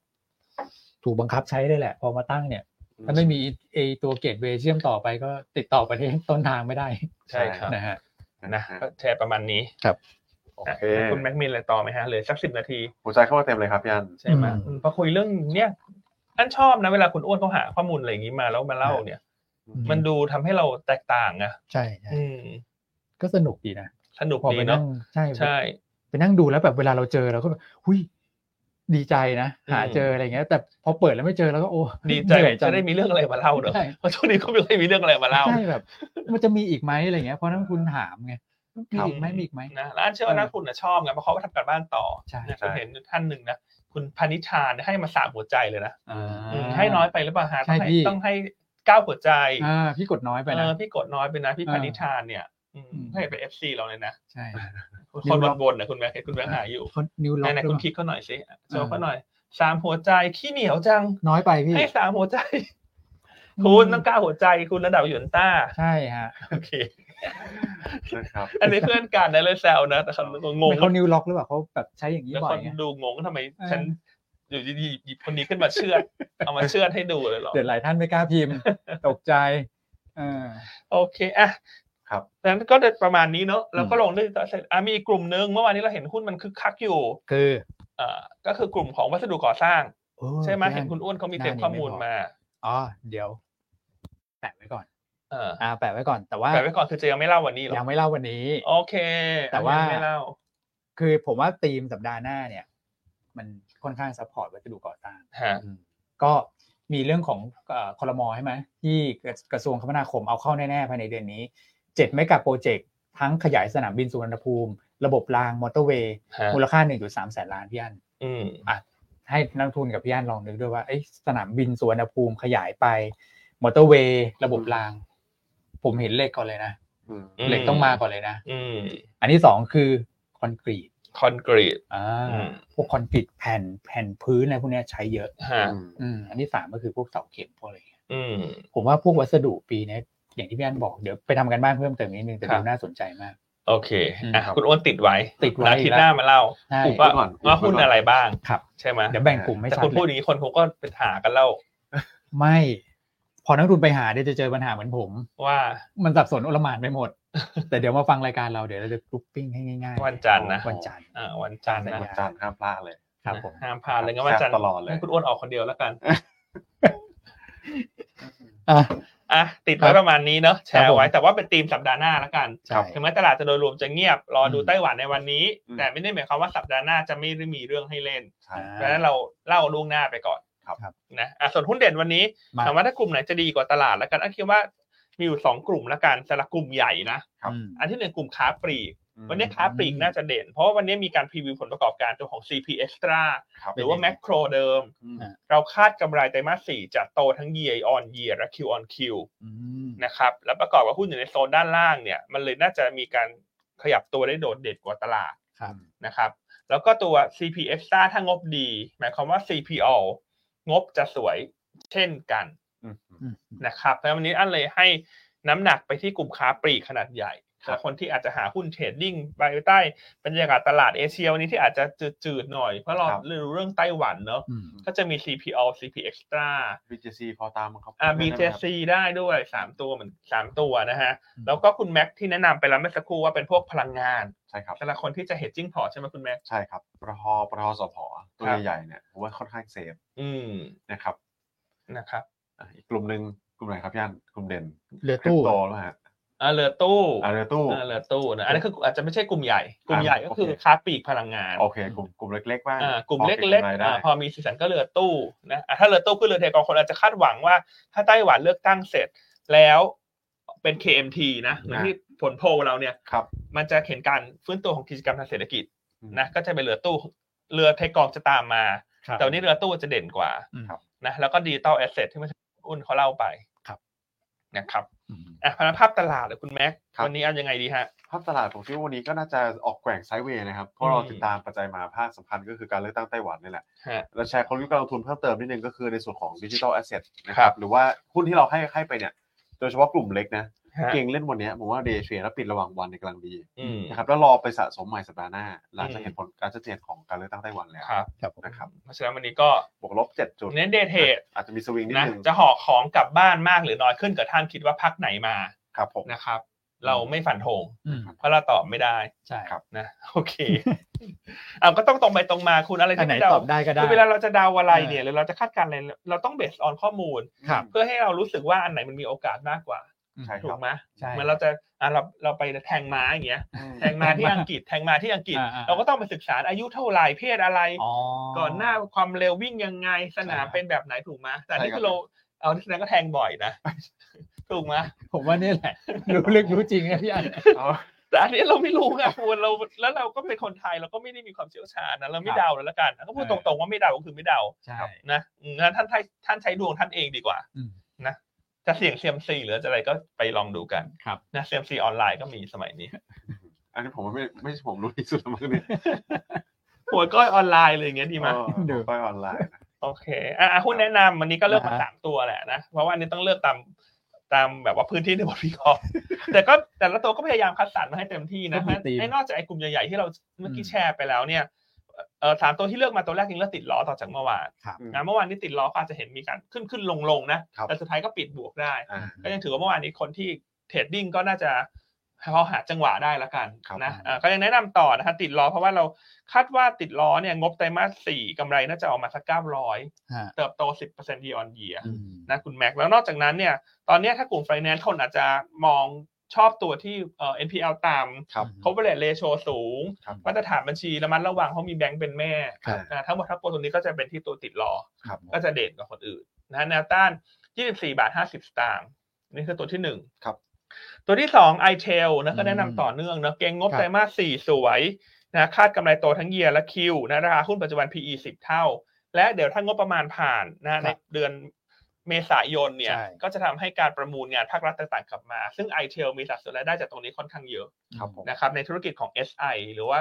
B: ถูกบังคับใช้เลยแหละ พอมาตั้งเนี่ย ถ้าไม่มีไอตัวเกตเวย์เชื่อมต่อไปก็ติดต่อประเทศต้นทางไม่ได้
A: ใช่ครับ
B: นะฮะ
A: นะก็แชร์ประมาณนี้
C: โอ
A: นะ
C: เค
A: คุณแม็กมินอะไรต่อไหมฮะเหลือสักสิบนาที
C: หัวใจเข้ามาเต็มเลยครับพี่อัน
A: ใช่ไหม
B: อืม
A: อืมพอคุยเรื่องเนี้ยอันชอบนะเวลาคุณอ้วนเขาหาข้อมูลอะไรอย่างนี้มาแล้วมาเล่าเนี่ย มันดูทำให้เราแตกต่างอะ
B: ใช่ใช่
A: อืม
B: ก็สนุกดีนะ
A: สนุก
B: พอ
A: ดี
B: ไปนั่
A: เนาะ
B: งใช่
A: ใช่
B: ไปนั่งดูแล้วแบบเวลาเราเจอเราก็แบบหุยดีใจนะหา
A: อืม
B: เจออะไรเงี้ย แต่พอเปิดแล้วไม่เจอแล้วก็โอ้
A: ดีใจ
B: เหนื่อย
A: จะได้มีเรื่องอะไรมาเล่าเนอะ
B: ใช่
A: เพราะช่วงนี้ก็ไม่ค่อยมีเรื่องอะไรมาเล่า
B: ใช่แบบ มันจะมีอีกไหมอะไรเงี้ยเพราะนั้นคุณถามไงมีอีกไหมมีอีกไหม
A: นะแล้วอันเชื่อว่านักทุนนะชอบไงเพราะเขาก็ทำการบ้านต่อ
B: ใช่
A: นะผ
C: ใช่
A: มเห็นท่านหนึ่งนะคุณพานิชาเนี่ยให้มาสามหัวใจเลยนะ
D: อ่า
A: อืมให้น้อยไปหรือเปล่าฮะต้อง
B: ใช่
A: ให้
B: พี่
A: ต้องให้เก้าหัวใจ
B: อ่าพี่กดน้อยไป
A: เอ
B: นะ
A: อพี่กดน้อยไปนะพี่
B: เออ
A: พานิชาเนี่ย อืม
B: อืม
A: ให้ไปเอฟซีเราเลยนะ
B: ใช่
A: คนบนๆนะคุณแม่เห็นคุณแม่หาอยู่
B: คนนิวล็
A: ไห
B: อก
A: นๆ
B: ด้
A: คุ
B: ว
A: ณ
B: ย
A: คิดเขาหน่อยสิโชว์เขาหน่อยสามหัวใจขี้เหนียวจัง
B: น้อยไปพี่
A: ให้สามหัวใจ คุณต้องเก้าหัวใจ คุณระดับหยวนต้า
B: ใช่ฮะ
A: โอเค
C: นะครับ
A: อันนี้เพื่อนกันนะเลยแซวนะแต่เขางง
B: เป็นเขานิวล็อกหรือเปล่าเขาแบบใช้อย่างนี้
A: แล้ว
B: บ่อ
A: ค
B: ย
A: น
B: ไง
A: ดูงงว่าทำไม
B: เออ
A: ฉันอยู่ดีๆหยิบคนนี้ขึ้นมาเชื่อดเอามาเชื่อดให้ดูเลยเหรอ
B: เดี๋ยวหลายท่านไม่กล้า พิมพ์ ตกใจเออ
A: โอเคอ่ะ
C: ครับ
A: ดังนั้นก็ประมาณนี้เนอะแล้วก็ลงด้วยต่อเสร็จอ่ะมีอีกกลุ่มหนึงเมื่อวานนี้เราเห็นหุ้นมันคึกคักอยู่
B: คือ
A: เอ่อก็คือกลุ่มของวัสดุก่อสร้าง
B: โอ้
A: ใช่ไหม
B: แจ้ง
A: เห็นคุณอ้วนเขามีเตรียมข้อมูลมา
B: อ๋อ เดี๋ยว แปะไว้ก่อน
A: เออ
B: อ่า แปะไว้ก่อน แต่ว่า
A: แต่ไว้ก่อนคือจะยังไม่เล่าวันนี้หรอ
B: ยังไม่เล่าวันนี้
A: โอเค
B: แต่ว่า
A: อันนี้ไม่เล่า
B: คือผมว่าธีมสัปดาห์หน้าเนี่ย มันค่อนข้างซัพพอร์ตวัสดุก่อสร้าง
A: ฮะ
B: ก็มีเรื่องของเอ่อคอรมอใช่ไหมที่กระทรวงคมนาคมเอาเข้าแน่ ๆ ภายในเดือนนี้เจ็ดเมกะโปรเจกต์ทั้งขยายสนามบินสุวรรณภูมิ ระบบรางมอเตอร์เวย์
A: ฮะ
B: มูลค่า 1.3 แสนล้านพี่อัน
A: อืม
B: ให้นักลงทุนกับพี่อันลองนึกด้วยว่าเอ้ยสนามบินสุวรรณภูมิขยายไป มอเตอร์เวย์ ระบบราง ผมเห็นเหล็กก่อนเลยนะ
C: อืม
A: อืม
B: เหล็กต้องมาก่อนเลยนะ
A: อืม
B: อันที่สองคือคอนกรีต
A: คอนกรีต
B: อ่า
A: อืม
B: พวกคอนกรีตแผ่นแผ่นพื้นอะไรพวกเนี้ยใช้เยอะ
A: ฮะ
B: อืมอันที่สามก็คือพวกเสาเข็มพวกอะไรอย่างเงี้ย
A: อืม
B: ผมว่าพวกวัสดุปีเนี้ยอย่างที่พี่อันบอกเดี๋ยวไปทำกันบ้านเพิ่มเติมนิดนึงแต่
A: ค
B: ดู
A: รับ
B: น่าสนใจมาก
A: โอเคอ่ะ
C: ครับ
A: คุณอ้วนติดไว้
B: ติดไว้
A: แล้วอาทิตย์หน้ามาเล่า
B: ใช่
C: อุบ
A: ว่า
C: ไว้ก่อน
A: ว่า
C: อุบไว้ก่อน
A: หุ้นอะไรบ้าง
B: ครับ
A: ใช่ไหม
B: เดี๋ยวแบ่งกลุ่มไม่
A: แต่
B: ชัด
A: คุณพูดอ
B: เลย
A: ย่างนี้คนเขาก็ไปหากันเล่า
B: ไม่ พอนักลงทุนไปหาเดี๋ยวจะเจอปัญหาเหมือนผม
A: ว่า
B: มันสับสนโอลหมานไปหมด แต่เดี๋ยวมาฟังรายการเราเดี๋ยวเราจะกรุ๊ปปิ้งให้ง่ายๆ
A: วันจันทร์นะ
B: วันจันทร์
A: อ่าวันจันทร์นะ
B: สัญญ
C: จานห้ามพลาดเลย
B: ครับผม
A: ห้ามพลาดเลยงั้นวันจันทร์
C: ตลอดเลย
A: ให้คุณอ้วนออกคนเดียวแล้วกัน
B: อ่ะ
A: อ่ะติดไว้ประมาณนี้เนอะแช
B: ครั
A: ร์
B: บผม
A: ไว้แต่ว่าเป็นธีมสัปดาห์หน้าแล้วกัน
B: ใช่
A: ถึงแม้ตลาดจะโดยรวมจะเงียบรอดู
B: อืม
A: ไต้หวันในวันนี้
C: อืม
A: แต่ไม่ได้หมายความว่าสัปดาห์หน้าจะไม่ได้มีเรื่องให้เล่น
C: ใช่
A: เพราะฉะนั้นเราเล่าล่วงหน้าไปก่อน
C: ครับ
B: ครับ
A: นะอ่ะส่วนหุ้นเด่นวันนี้
B: มา
A: ถามว่าถ้ากลุ่มไหนจะดีกว่าตลาดแล้วกันอันคิดว่ามีอยู่สองกลุ่มแล้วกันแต่ละกลุ่มใหญ่นะ
C: ครับ
B: อืม
A: อันที่หนึ่งกลุ่มค้าปลีก วันนี้ค้าปลีก
B: อืม
A: น่าจะเด่น เพราะว่าวันนี้มีการพรีวิวผลประกอบการตัวของ CP Extra
C: ครับ
A: หรือว่าแม c โครเดิม
C: อืม
A: เราคาดกำไรไตรมาสสี่จะโตทั้ง year on year และ Q on Q
B: อืม
A: นะครับแล้วประกอบกับหุ้นอยู่ในโซนด้านล่างเนี่ยมันเลยน่าจะมีการขยับตัวได้โดดเด่นกว่าตลาด
B: ครับ
A: นะครับแล้วก็ตัว CP Extra ถ้างบดี หมายความว่า CPO งบจะสวยเช่นกัน
C: อืม
A: นะครับเพราะฉะนั้นวันนี้อันเลยให้น้ำหนักไปที่กลุ่มค้าปลีกขนาดใหญ่
C: ครับ
A: คนที่อาจจะหาหุ้นเทรดดิ้งไปใต้บรรยากาศตลาดเอเชียวันนี้ที่อาจจะจืดๆหน่อยเพราะเราเรื่องเรื่องไต้หวันเนอะ
B: อืม
A: ก็จะมี CPO CP Extra
C: BJC พอตามมั้งครับ
A: อ่า BJC ได้ด้วยสามตัวเหมือนสามตัวนะฮะ
B: อืม
A: แล้วก็คุณแม็กที่แนะนำไปแล้วเมื่อสักครู่ว่าเป็นพวกพลังงาน
C: ใช่ครับ
A: สำหรับคนที่จะเฮดจิ้งพอร์ตใช่ไหมคุณแม็ก
C: ใช่ครับปทปทสพตัว
A: ครับ
C: ใหญ่ๆเนี่ยผมว่าค่อนข้างเซฟ
A: อืม
C: นะครับ
A: นะครับ
C: อ่ะอีกกลุ่มหนึ่งกลุ่มไหนครับพี่อันกลุ่มเด่น
B: เรือ
C: คริป
B: ตู้
C: โตแล้วฮะ
A: อ่าเหลือตู้
C: อาเรตู้
A: อ่าเหลือตู้นะอันนี้คืออาจจะไม่ใช่กลุ่มใหญ่กลุ่ม
C: อ่า
A: ใหญ่ก็คือ
C: โอเค
A: ค้าปลีกพลังงาน
C: โอเคกลุ่มกลุ่มเล็กๆบ้าง
A: อ่ากลุ่ม
C: พอ
A: เล็ก
C: บำไร
A: ๆ
C: ได้
A: อ่าพอมีสีสันก็เรือตู้นะอ่ะถ้าเรือตู้ขึ้นเรือเทกองคนอาจจะคาดหวังว่า ถ้าไต้หวันเลือกตั้งเสร็จแล้วเป็น KMT นะเหมือนที่ผลโพลเราเนี่ย
C: ครับ
A: มันจะเห็นการฟื้นตัวของกิจกรรมทางเศรษฐกิจนะก็จะเป็นเรือตู้เรือเทกองจะตามมา แต่วันนี้เรือตู้จะเด่นกว่า
B: อืม
A: นะแล้วก็ดิจิตอลแอสเซทที่เมื่ออุ่นเขาเล่าไป
B: ครับ
A: นะครับ
B: อืม
A: อ่ะพนันภาพตลาดเลยคุณแม็ก
C: ครับ
A: วันนี้เอายังไงดีฮะ
C: ภาพตลาดผมคิดว่าวันนี้ก็น่าจะออกแกว่งไซด์เวย์นะครับเพราะเราติดตามปัจจัยมาภาคสำคัญก็คือการเลือกตั้งไต้หวันนี่แหละ
A: ฮะ
C: เราแชร์ความรู้การลงทุนเพิ่มเติมนิดนึงก็คือในส่วนของดิจิทัลแอสเซทนะค
A: ครั
C: รับ
A: บ
C: หรือว่าหุ้นที่เราให้ให้ไปเนี่ย โดยเฉพาะกลุ่มเล็กนะ
A: ฮะ
C: เก่งเล่นวันเนี้ยผมว่าเดย์เทรดแล้วปิดระหว่างวันในยกำลังดี
A: อืม
C: นะครับแล้วรอไปสะสมใหม่สัปดาห์หน้า หลังจาก
A: อืม
C: เห็นผลการชัดเจนของการเลือกตั้งไต้หวันแล้ว
A: ครับ
B: ครับผม
C: นะครับ
A: เพราะฉะนั้นวันนี้ก็
C: บวกลบเจ็ดจุด
A: เน้นเดทเทรด
C: อาจจะมีสวิงนิด
A: นะ
C: นึง
A: จะห่อของกลับบ้านมากหรือน้อยขึ้นกับท่านคิดว่าพักไหนมา
C: ครับผม
A: นะครับ เราไม่ฟันธง
B: อืม
A: เพราะเราตอบไม่ได้
B: ใช่
C: ครับ
A: นะ โอเคเอาก็ต้องตรงไปตรงมาคุณอะไร
B: อัน
A: ที่
B: ไหน
A: เดา
B: ตอบได้ก็ได้
A: คือเวลาเราจะเดาอะไร
B: เออ
A: เนี่ยหรือเราจะคาดการณ์อะไรเราต้องเบสออนข้อมูล
B: ครับ
A: เพื่อให้เรารู้สึกว่าอันไหนมันมีโอกาสมากกว่า
C: ใช่ค
A: ถู
C: รับ
A: กไหม
B: ใช่
A: เหมือนเราจะอ่ะเราเราไปแทงม้าอย่างเงี้ย
C: อืม
A: แทงม้าที่อังกฤษแทงม้าที่อังกฤษ
B: อ่าๆ
A: เราก็ต้องไปศึกษาอายุเท่าไหร่เพศอะไร
B: อ๋อ
A: ก่อนหน้าความเร็ววิ่งยังไงสนาม
C: ใช่ครับ
A: เป็นแบบไหนถูกไหมแต่นี่
C: ใช่ครับ
A: คือเราเอาที่นั้นก็แทงบ่อยนะ ถูกไหม
B: ผมว่านี่แหละ รู้ลึกรู้จริงนะพี่อัน
C: เอา
A: แต่อันนี้เราไม่รู้ไงคุณเราแล้วเราก็เป็นคนไทยเราก็ไม่ได้มีความเชี่ยวชาญนะเราไม่
B: ครับ
A: เดาแล้วละกันก็พูด
B: เอ
A: ตร
B: อ
A: งๆว่าไม่เดาก็คือไม่เดา
B: ใช่
A: นะอืมงั้นท่านให้ท่านใช้ดวงท่านเองดีกว่า
B: อืม
A: นะจะเสี่ยงเซียมซีหรือจะอะไรก็ไปลองดูกัน
B: ครับ
A: นะเซียมซีออนไลน์ก็มีสมัยนี้
C: อันนี้ผมว่าไม่ไม่ใช่ผมรู้ที่สุดแล้วมั้งเนี่ย
A: หวยก้อยออนไลน์เลยอย่างเงี้ยดีไหม
B: เดี๋
C: เดี๋
B: ย
C: ยว วไปออนไลน์นะ
A: โอเค อ่ะอ่ะหุ้นแนะนำวันนี้ก็เลือกมา
B: อ่าฮะ
A: สามตัวแหละนะ เพราะว่าอันนี้ต้องเลือกตามตามแบบว่าพื้นที่ในบทวิเคราะห์ แต่ก็แต่ละตัวก็พยายามคัดสรรมาให้เต็มที่นะ
B: ก็มีธีม
A: ไอ้นอกจากไอ้กลุ่มใหญ่ๆที่เราเมื่อกี้แชร์ไปแล้วเนี่ย เออสามตัวที่เลือกมาตัวแรกจริงๆแล้วติดล้อต่อจากเมื่อวาน
B: ครับ
A: นะเมื่อวานนี้ติดล้อก็อาจจะเห็นมีการขึ้นขึ้นลงลงๆนะ
C: ครับ
A: แต่สุดท้ายก็ปิดบวกได้
C: อ่า
A: ก็ยังถือว่าเมื่อวานนี้คนที่เทรดดิ้งก็น่าจะพอหาจังหวะได้ละกัน
C: ครับ
A: นะอ่าก็ยังแนะนำต่อนะฮะติดล้อเพราะว่าเราคาดว่าติดล้อเนี่ยงบไตรมาสสี่กำไรน่าจะออกมาสักเก้าร้อย
B: ฮะ
A: เติบโต 10% year on year
B: อืม
A: นะคุณแม็ก แล้วนอกจากนั้นเนี่ย ตอนเนี้ยถ้ากลุ่ม finance คนอาจจะมองชอบตัวที่เอ่อ NPL ต่
C: ครับ
A: ำ coverage ratio สูง
C: ครับ
A: มาตรฐานบัญชีระมัดระวังเพราะมีแบงก์เป็นแม่
B: ครับ
A: นะทั้งหมดทั้งปวงตรงนี้ก็จะเป็นที่ตัวติดล้อ
C: ครับ
A: ก็จะเด่นกว่าคนอื่นนะแนวต้าน 24 บาท 50 สตางค์นี่คือตัวที่หนึ่ง
C: ครับ
A: ตัวที่สอง i t e l นะก็แนะนำต่อเนื่องเนอะเก่งงบ
B: ครับ
A: ไตรมาสสี่สวยนะคาดกำไรโตทั้งเยียร์และคิวนะราคาหุ้นปัจจุบัน PE 10 เท่า และเดี๋ยวถ้างบประมาณผ่านนะในเดือนเมษายนเนี่ย
B: ใช่
A: ก็จะทำให้การประมูลงานภาครัฐต่างๆกลับมา ซึ่ง i t e l มีสัดส่วนรายได้จากตรงนี้ค่อนข้างเยอะ
C: ครับผม
A: นะครับในธุรกิจของ SI หรือว่า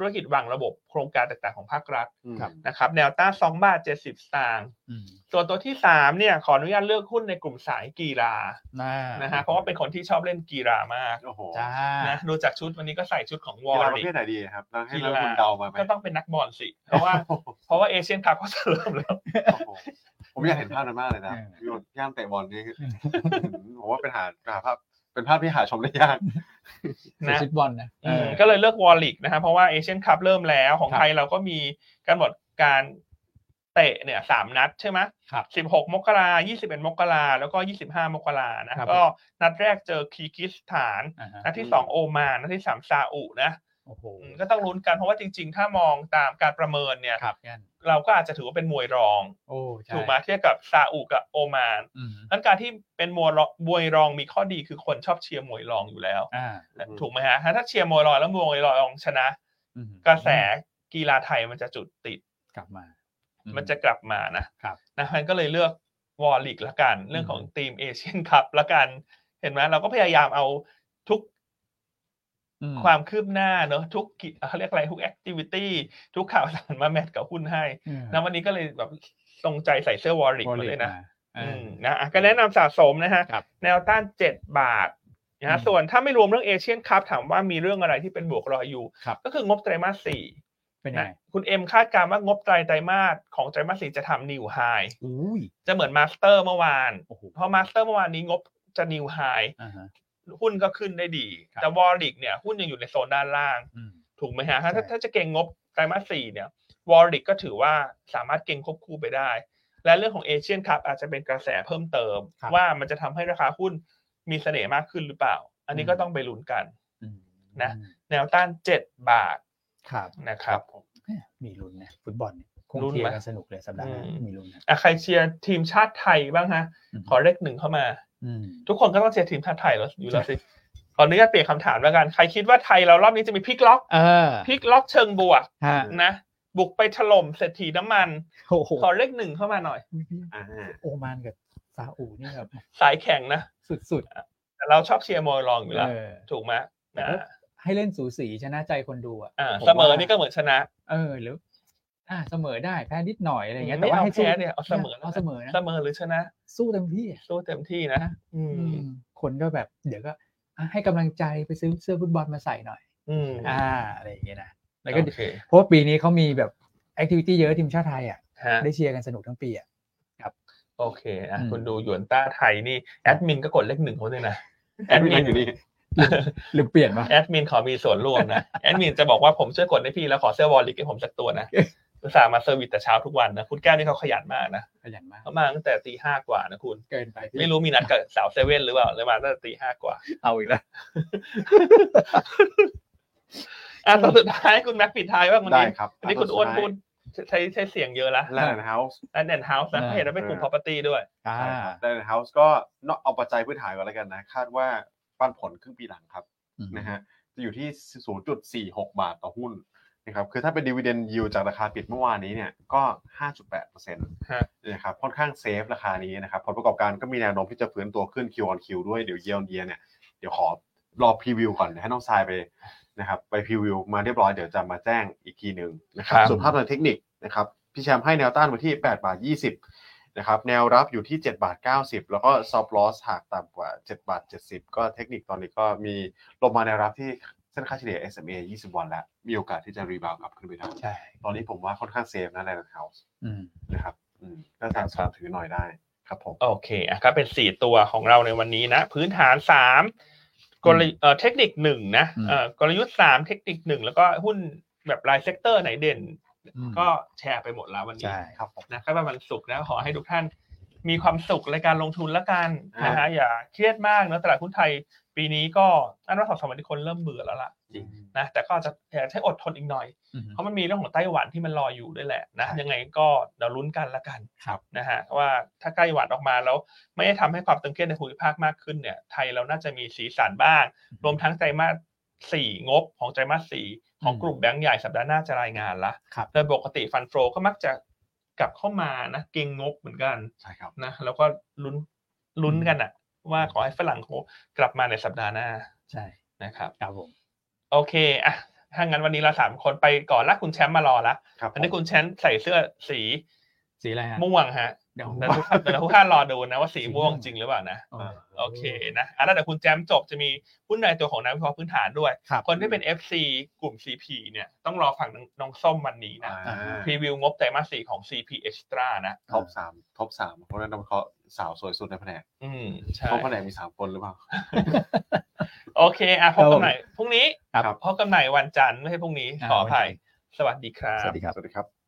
A: ธุรกิจวางระบบโครงการต่างๆของภาครัฐ
C: อืม
B: ครับ
A: นะครับแนวต้าน2บาท70สตางค์
B: อืม
A: ส่วนตัวที่สามเนี่ยขออนุญาตเลือกหุ้นในกลุ่มสายกีฬา
B: หน้า
A: นะฮะเพราะว่าเป็นคนที่ชอบเล่นกีฬามาก
C: โอ้โห
B: จ้า
A: นะดูจากชุดวันนี้ก็ใส่ชุดของวอ
C: กีฬา
A: ร์
C: ประ
A: ริ
C: เภทไหนดีครับต้องให้เราคุณเดามาไหม
A: ก็ต้องเป็นนักบอลสิ เพราะว่า
C: โอ้โห
A: เพราะว่าเอเชียนคัพเขาจะเริ่มแล้ว
C: โอ้โหผมอยากเห็นภาพนั้นมากเลยนะ
B: เออ
C: พี่บอลย่ามเตะบอลนี่คือ ผมว่าเป็นหาหาภาพเป็นภาพที่หาชมได้ยาก
B: นะ
A: นะ
B: ชุดบอลนะ
A: อืม
B: ออ
A: ก็เลยเลือกวอลลิกนะฮะเพราะว่าเอเชียนคัพเริ่มแล้วของ
B: ครับ
A: ไทยเราก็มีกำหนดการเตะเนี่ยสามนัดใช่ไหม
B: ครับ
A: สิบหกมกรายี่สิบเอ็ดมกราแล้วก็ยี่สิบห้ามกรานะครับ ก็นัดแรกเจอคีร์กิสถาน
B: อ่าฮะ
A: นัดที่สองโอมานนัดที่สามซาอุนะ
B: โอ้โห
A: อืมก็ต้องลุ้นกันเพราะว่าจริง ๆ ถ้ามองตามการประเมินเนี่ย
B: ครับพี่อัน
A: เราก็อาจจะถือว่าเป็นมวยรอง
B: โอ้ใช่
A: ถูกไหมเทียบกับซาอุกับโอมาน
B: อืม
A: นั้นการที่เป็นมวยรองมวยรองมีข้อดีคือคนชอบเชียร์มวยรองอยู่แล้ว
B: อ่า
C: อืม
A: ถูกไหมฮะถ้าเชียร์มวยรองแล้วมวยรองชนะ
B: อืม
A: กระแสกีฬาไทยมันจะจุดติด
B: กลับมา
A: มันจะกลับมานะครับ นะมันก็เลยเลือกวอลลิกละกัน เรื่องของทีมเอเชียนคัพละกัน เห็นไหมเราก็พยายามเอาทุก
B: อื
A: ความคืบหน้าเนอะทุกกิเขาเรียกอะไรทุกแอคทิวิตี้ทุกข่าวสารมาแมทกับหุ้นให้
B: อืม
A: นะวันนี้ก็เลยแบบตรงใจใส่เสื้อวอริก
B: วอล
A: มา
B: ลิ
A: เล
B: ก
A: ยนะ
B: มา
D: เออ
A: นะอ่ะก็แนะนำสะสมนะฮะ
D: ครับ
A: แนวต้านเจ็ดบาทนะฮะ
D: อืม
A: ส่วนถ้าไม่รวมเรื่องเอเชียนคัพถามว่ามีเรื่องอะไรที่เป็นบวกรออยู่
D: ครับ
A: ก็คืองบไตรมาสสี่
B: เป็นยัง
A: นะ
B: ไง
A: คุณเอ็มคาดการณ์ว่างบไตรไตรมาสของไตรมาสสี่จะทำนิวไฮ
B: อุ้ย
A: จะเหมือนมาสเตอร์เมื่อวาน
B: โอ้โห
A: เพราะมาสเตอร์เมื่อวานนี้งบจะนิวไฮ
B: อ่าฮะ
A: หุ้นก็ขึ้นได้ดี
B: ครับ
A: แต่วอลลิกเนี่ยหุ้นยังอยู่ในโซนด้านล่าง
B: อืม
A: ถูกไหมฮะถ้า
B: ใช่
A: ถ้าถ้าจะเก่งงบไตรมาสสี่เนี่ยวอลลิกก็ถือว่าสามารถเก่งควบคู่ไปได้ และเรื่องของเอเชียนคัพอาจจะเป็นกระแสเพิ่มเติม
B: ครับ
A: ว่ามันจะทำให้ราคาหุ้นมีเสน่ห์มากขึ้นหรือเปล่า อันนี้ก็ต้องไปลุ้นกัน
B: อืม
A: นะ แนวต้าน 7 บาท
B: ครับ
A: นะครับ
B: แหม่มีลุ้นนะฟุตบอลเนี่ยคง
A: ลุ้น
B: เทีย
A: ไหม
B: ร์กันสนุกเลยสัปดาห์หน้า
A: อืม
B: มีลุ้นนะ
A: อ่ะใครเชียร์ทีมชาติไทยบ้างฮะ ขอเลขหนึ่งเข้ามา
B: ม
A: ทุกคนก็ต้องเชียร์ทีมชาติไทยแล้วอยู่ แล้วสิขออนุญาตเปลี่ยนคำถามแล้วกันใครคิดว่าไทยเรารอบนี้จะมีพลิกล็อก
B: เออ
A: พลิกล็อกเชิงบวก
B: ฮะ
A: นะ บุกไปถล่มเศรษฐีน้ำมัน
B: โอ้โห
A: ขอเลขหนึ่งเข้ามาหน่อย
C: อ่า
B: โอมานกับซาอุนี่แบบ
A: สายแข็งนะ
B: สุด
A: แต่เราชอบเชียร์โมลองอ
B: ๆ
A: ยู่แล้ว
B: เออ
A: ถูกไหม
B: แต่
A: นะ
B: ก็ ให้เล่นสูสีชนะใจคนดูอ่ะ
A: อ่า
B: ผ
A: เสมอ
B: ว่า
A: นี่ก็เหมือนชนะ
B: เออหรืออ่าเสมอได้แพ้นิดหน่อยอะไรอย่างเงี้ย
A: ไม่
B: แต่ว่า
A: เอา
B: ให้สู้
A: แพ้เนี่ยเอาเสมอนะ
B: เอาเสมอนะ
A: เสมอหรือชนะ
B: สู้เต็มที่อะ
A: สู้เต็มที่นะ
B: นะ
A: อืม
B: อืมคนก็แบบ เดี๋ยวก็อ่ะให้กำลังใจไปซื้อเสื้อฟุตบอลมาใส่หน่อย
A: อืม
B: อ่าอะไรอย่างเงี้ยนะแล้วก็
A: โอเค
B: เพราะว่าปีนี้เขามีแบบแอคทิวิตี้เยอะทีมชาติไทยอ่ะ
A: ฮะ
B: ได้เชียร์กันสนุกทั้งปีอ่ะ
A: โอเคอ่ะ
B: อืม
A: คุณดูหยวนต้าไทยนี่แอดมินก็กดเลขหนึ่งเขาด้วย นะ
C: แอดมินอยู่นี่
B: หรือเปลี่ยนมา
A: แอดมินขอมีส่วนร่วมนะ แอดมินจะบอกว่าผมช่วยกดให้พี่แล้วขอเสื้อวอลลิกให้ผมสักตัวนะอุตส่าห์มาเซอร์วิสแต่เช้าทุกวันนะคุณแก้วนี่เขาขยันมากนะ
B: ขยันมาก
A: เขามาตั้งแต่ตีห้ากว่านะคุณ
B: เกินไปพี่
A: ไม่รู้มีนัดกับสาวเซเว่นหรือเปล่าเลยมาตั้งแต่ตีห้ากว่า
B: เอาอีกแล้ว
A: อ่ะตอนสุดท้ายคุณแม็กปิดท้ายว่าวัน
C: ได้
A: นี้
C: ครับ
A: วันนี้คุณอ้วนพูดใช้ใช้เสียงเยอะละ
C: แลนด์เฮาส์
A: แอนแอนเฮาส์นะ
B: อ่า
A: เห็นว่าเป็นกลุ่ม property ด้วย
B: อ่า
C: แลนด์เฮาส์ก็เนาะเอาปัจจัยพื้นฐานก่อนแล้วกันนะ คาดว่าปันผลครึ่งปีหลังครับ
B: อืม
C: นะฮะจะอยู่ที่ 0.46 บาทต่อหุ้นนะครับคือถ้าเป็นดีเวเดนยิวจากราคาปิดเมื่อวานนี้เนี่ยก็ 5.8%น
A: ฮะ
C: ะครับค่อนข้างเซฟราคานี้นะครับผลประกอบการก็มีแนวโน้มที่จะฟื้นตัวขึ้น Q on Q ด้วยเดี๋ยวเย a r เ n ียเนี่ยเดี๋ยวขอรอพรีวิวก่อนเดี๋ยวให้น้องทรายไป นะครับไปพรีวิวมาเรียบร้อยเดี๋ยวจะมาแจ้งอีกทีหนึ่งนะครับ
A: ครับ
C: ส่วนภาพทางเทคนิคนะครับพี่แชมป์ให้แนวต้านไว้ที่ 8 บาท 20นะครับแนวรับอยู่ที่ 7 บาท 90 แล้วก็ซอฟลอสหากต่ำกว่า 7 บาท 70 ก็เทคนิคตอนนี้ก็มีลงมาแนวรับที่เส้นค่าเฉลี่ย SMA 20 วันแล้ว มีโอกาสที่จะรีบาวกลับขึ้นไปได้
B: ใช่
C: ตอนนี้ผมว่าค่อนข้างเซฟนะในเฮาส์
B: อืม
C: นะครับอืมก็สะส
A: ครั
C: ม
A: บ
C: ถือหน่อยได้ครับผม
A: โอเคอ่ะก็เป็น 4 ตัวของเราในวันนี้นะ พื้นฐาน 3 กลยุทธ์เอ่อเทคนิคหนึ่งนะ
B: อืม
A: เอ่อกลยุทธ์ 3 เทคนิคหนึ่งแล้วก็หุ้นแบบรายเซกเตอร์ไหนเด่น
B: อืม
A: ก็แชร์ไปหมดแล้ววันนี้
B: ใช่
C: ครับผม
A: นะครับวันศุกร์นะขอให้ทุกท่านมีความสุขในการลงทุนละกันนะ
C: ครั
A: ฮะ
C: บ
A: อย่าเครียดมากเนอะตลาดหุ้นไทยปีนี้ก็อันว่าสองสามวันที่คนเริ่มเบื่อแล้วล่ะ
C: จริง
A: นะแต่ก็อาจจะอยากให้อดทนอีกหน่อย เพราะมันมีเรื่องของไต้หวันที่มันรออยู่ด้วยแหละนะ
B: ใช่
A: ยังไงก็เดี๋ยวลุ้นกันละกัน
B: ครับ
A: นะฮะว่าถ้าไต้หวันออกมาแล้วไม่ได้ทำให้ความตึงเครียดในภูมิภาคมากขึ้นเนี่ยไทยเราน่าจะมีสีสันบ้าง รวมทั้งไตรมาสสี่งบของไตรมาสสี่ของกลุ่มแบงก์ใหญ่สัปดาห์หน้าจะรายงานละ
B: ครับ
A: โดยปกติฟันโฟก็มักจะกลับเข้ามานะเก็งงบเหมือนกัน
C: ใช่ครับ
A: นะแล้วก็ลุ้นลุ้นกันอะว่าขอให้ฝรั่งเขากลับมาในสัปดาห์หน้า
B: ใช่
A: นะครับ
B: ครับผม
A: โอเคอ่ะถ้างั้นวันนี้เราสามคนไปก่อนละคุณแชมป์มารอละ
C: ครับ
A: อันนี้คุณแชนใส่เสื้อสี
B: สีอะไรฮะ
A: ม่วงฮะ
B: เดี๋ยว
A: แต่ทุกท่านแต่ทุกท่านรอดูนะว่าสีม่วงจริงหรือเปล่านะ
B: โอเค
A: โอเคนะอ่ะแล้วเดี๋ยวคุณแจมจบจะมีหุ้นในตัวของนักวิเคราะห์พื้นฐานด้วย
B: ครับ
A: คนที่เป็น FC กลุ่ม CP เนี่ยต้องรอฝั่งน้องน้องส้มวันนี้นะ
C: อ่า
A: พรีวิวงบไตรมาสสี่ของ CP Extra นะ
C: ท็อปสามท็อปสามเพราะนั้นเขาสาวสวยสุดในแผนก
A: อืม ใช่
C: เพราะแผนกมีสามคนหรือเปล่า
A: โอเคอ่ะพบกันใหม่พรุ่งนี้
B: ครับ
A: พบกันใหม่วันจันทร์ไม่ใช่พรุ่งนี้ ขออภัย สวัสดีครับ
B: สวัสดีครับ
C: สวัสดีครับ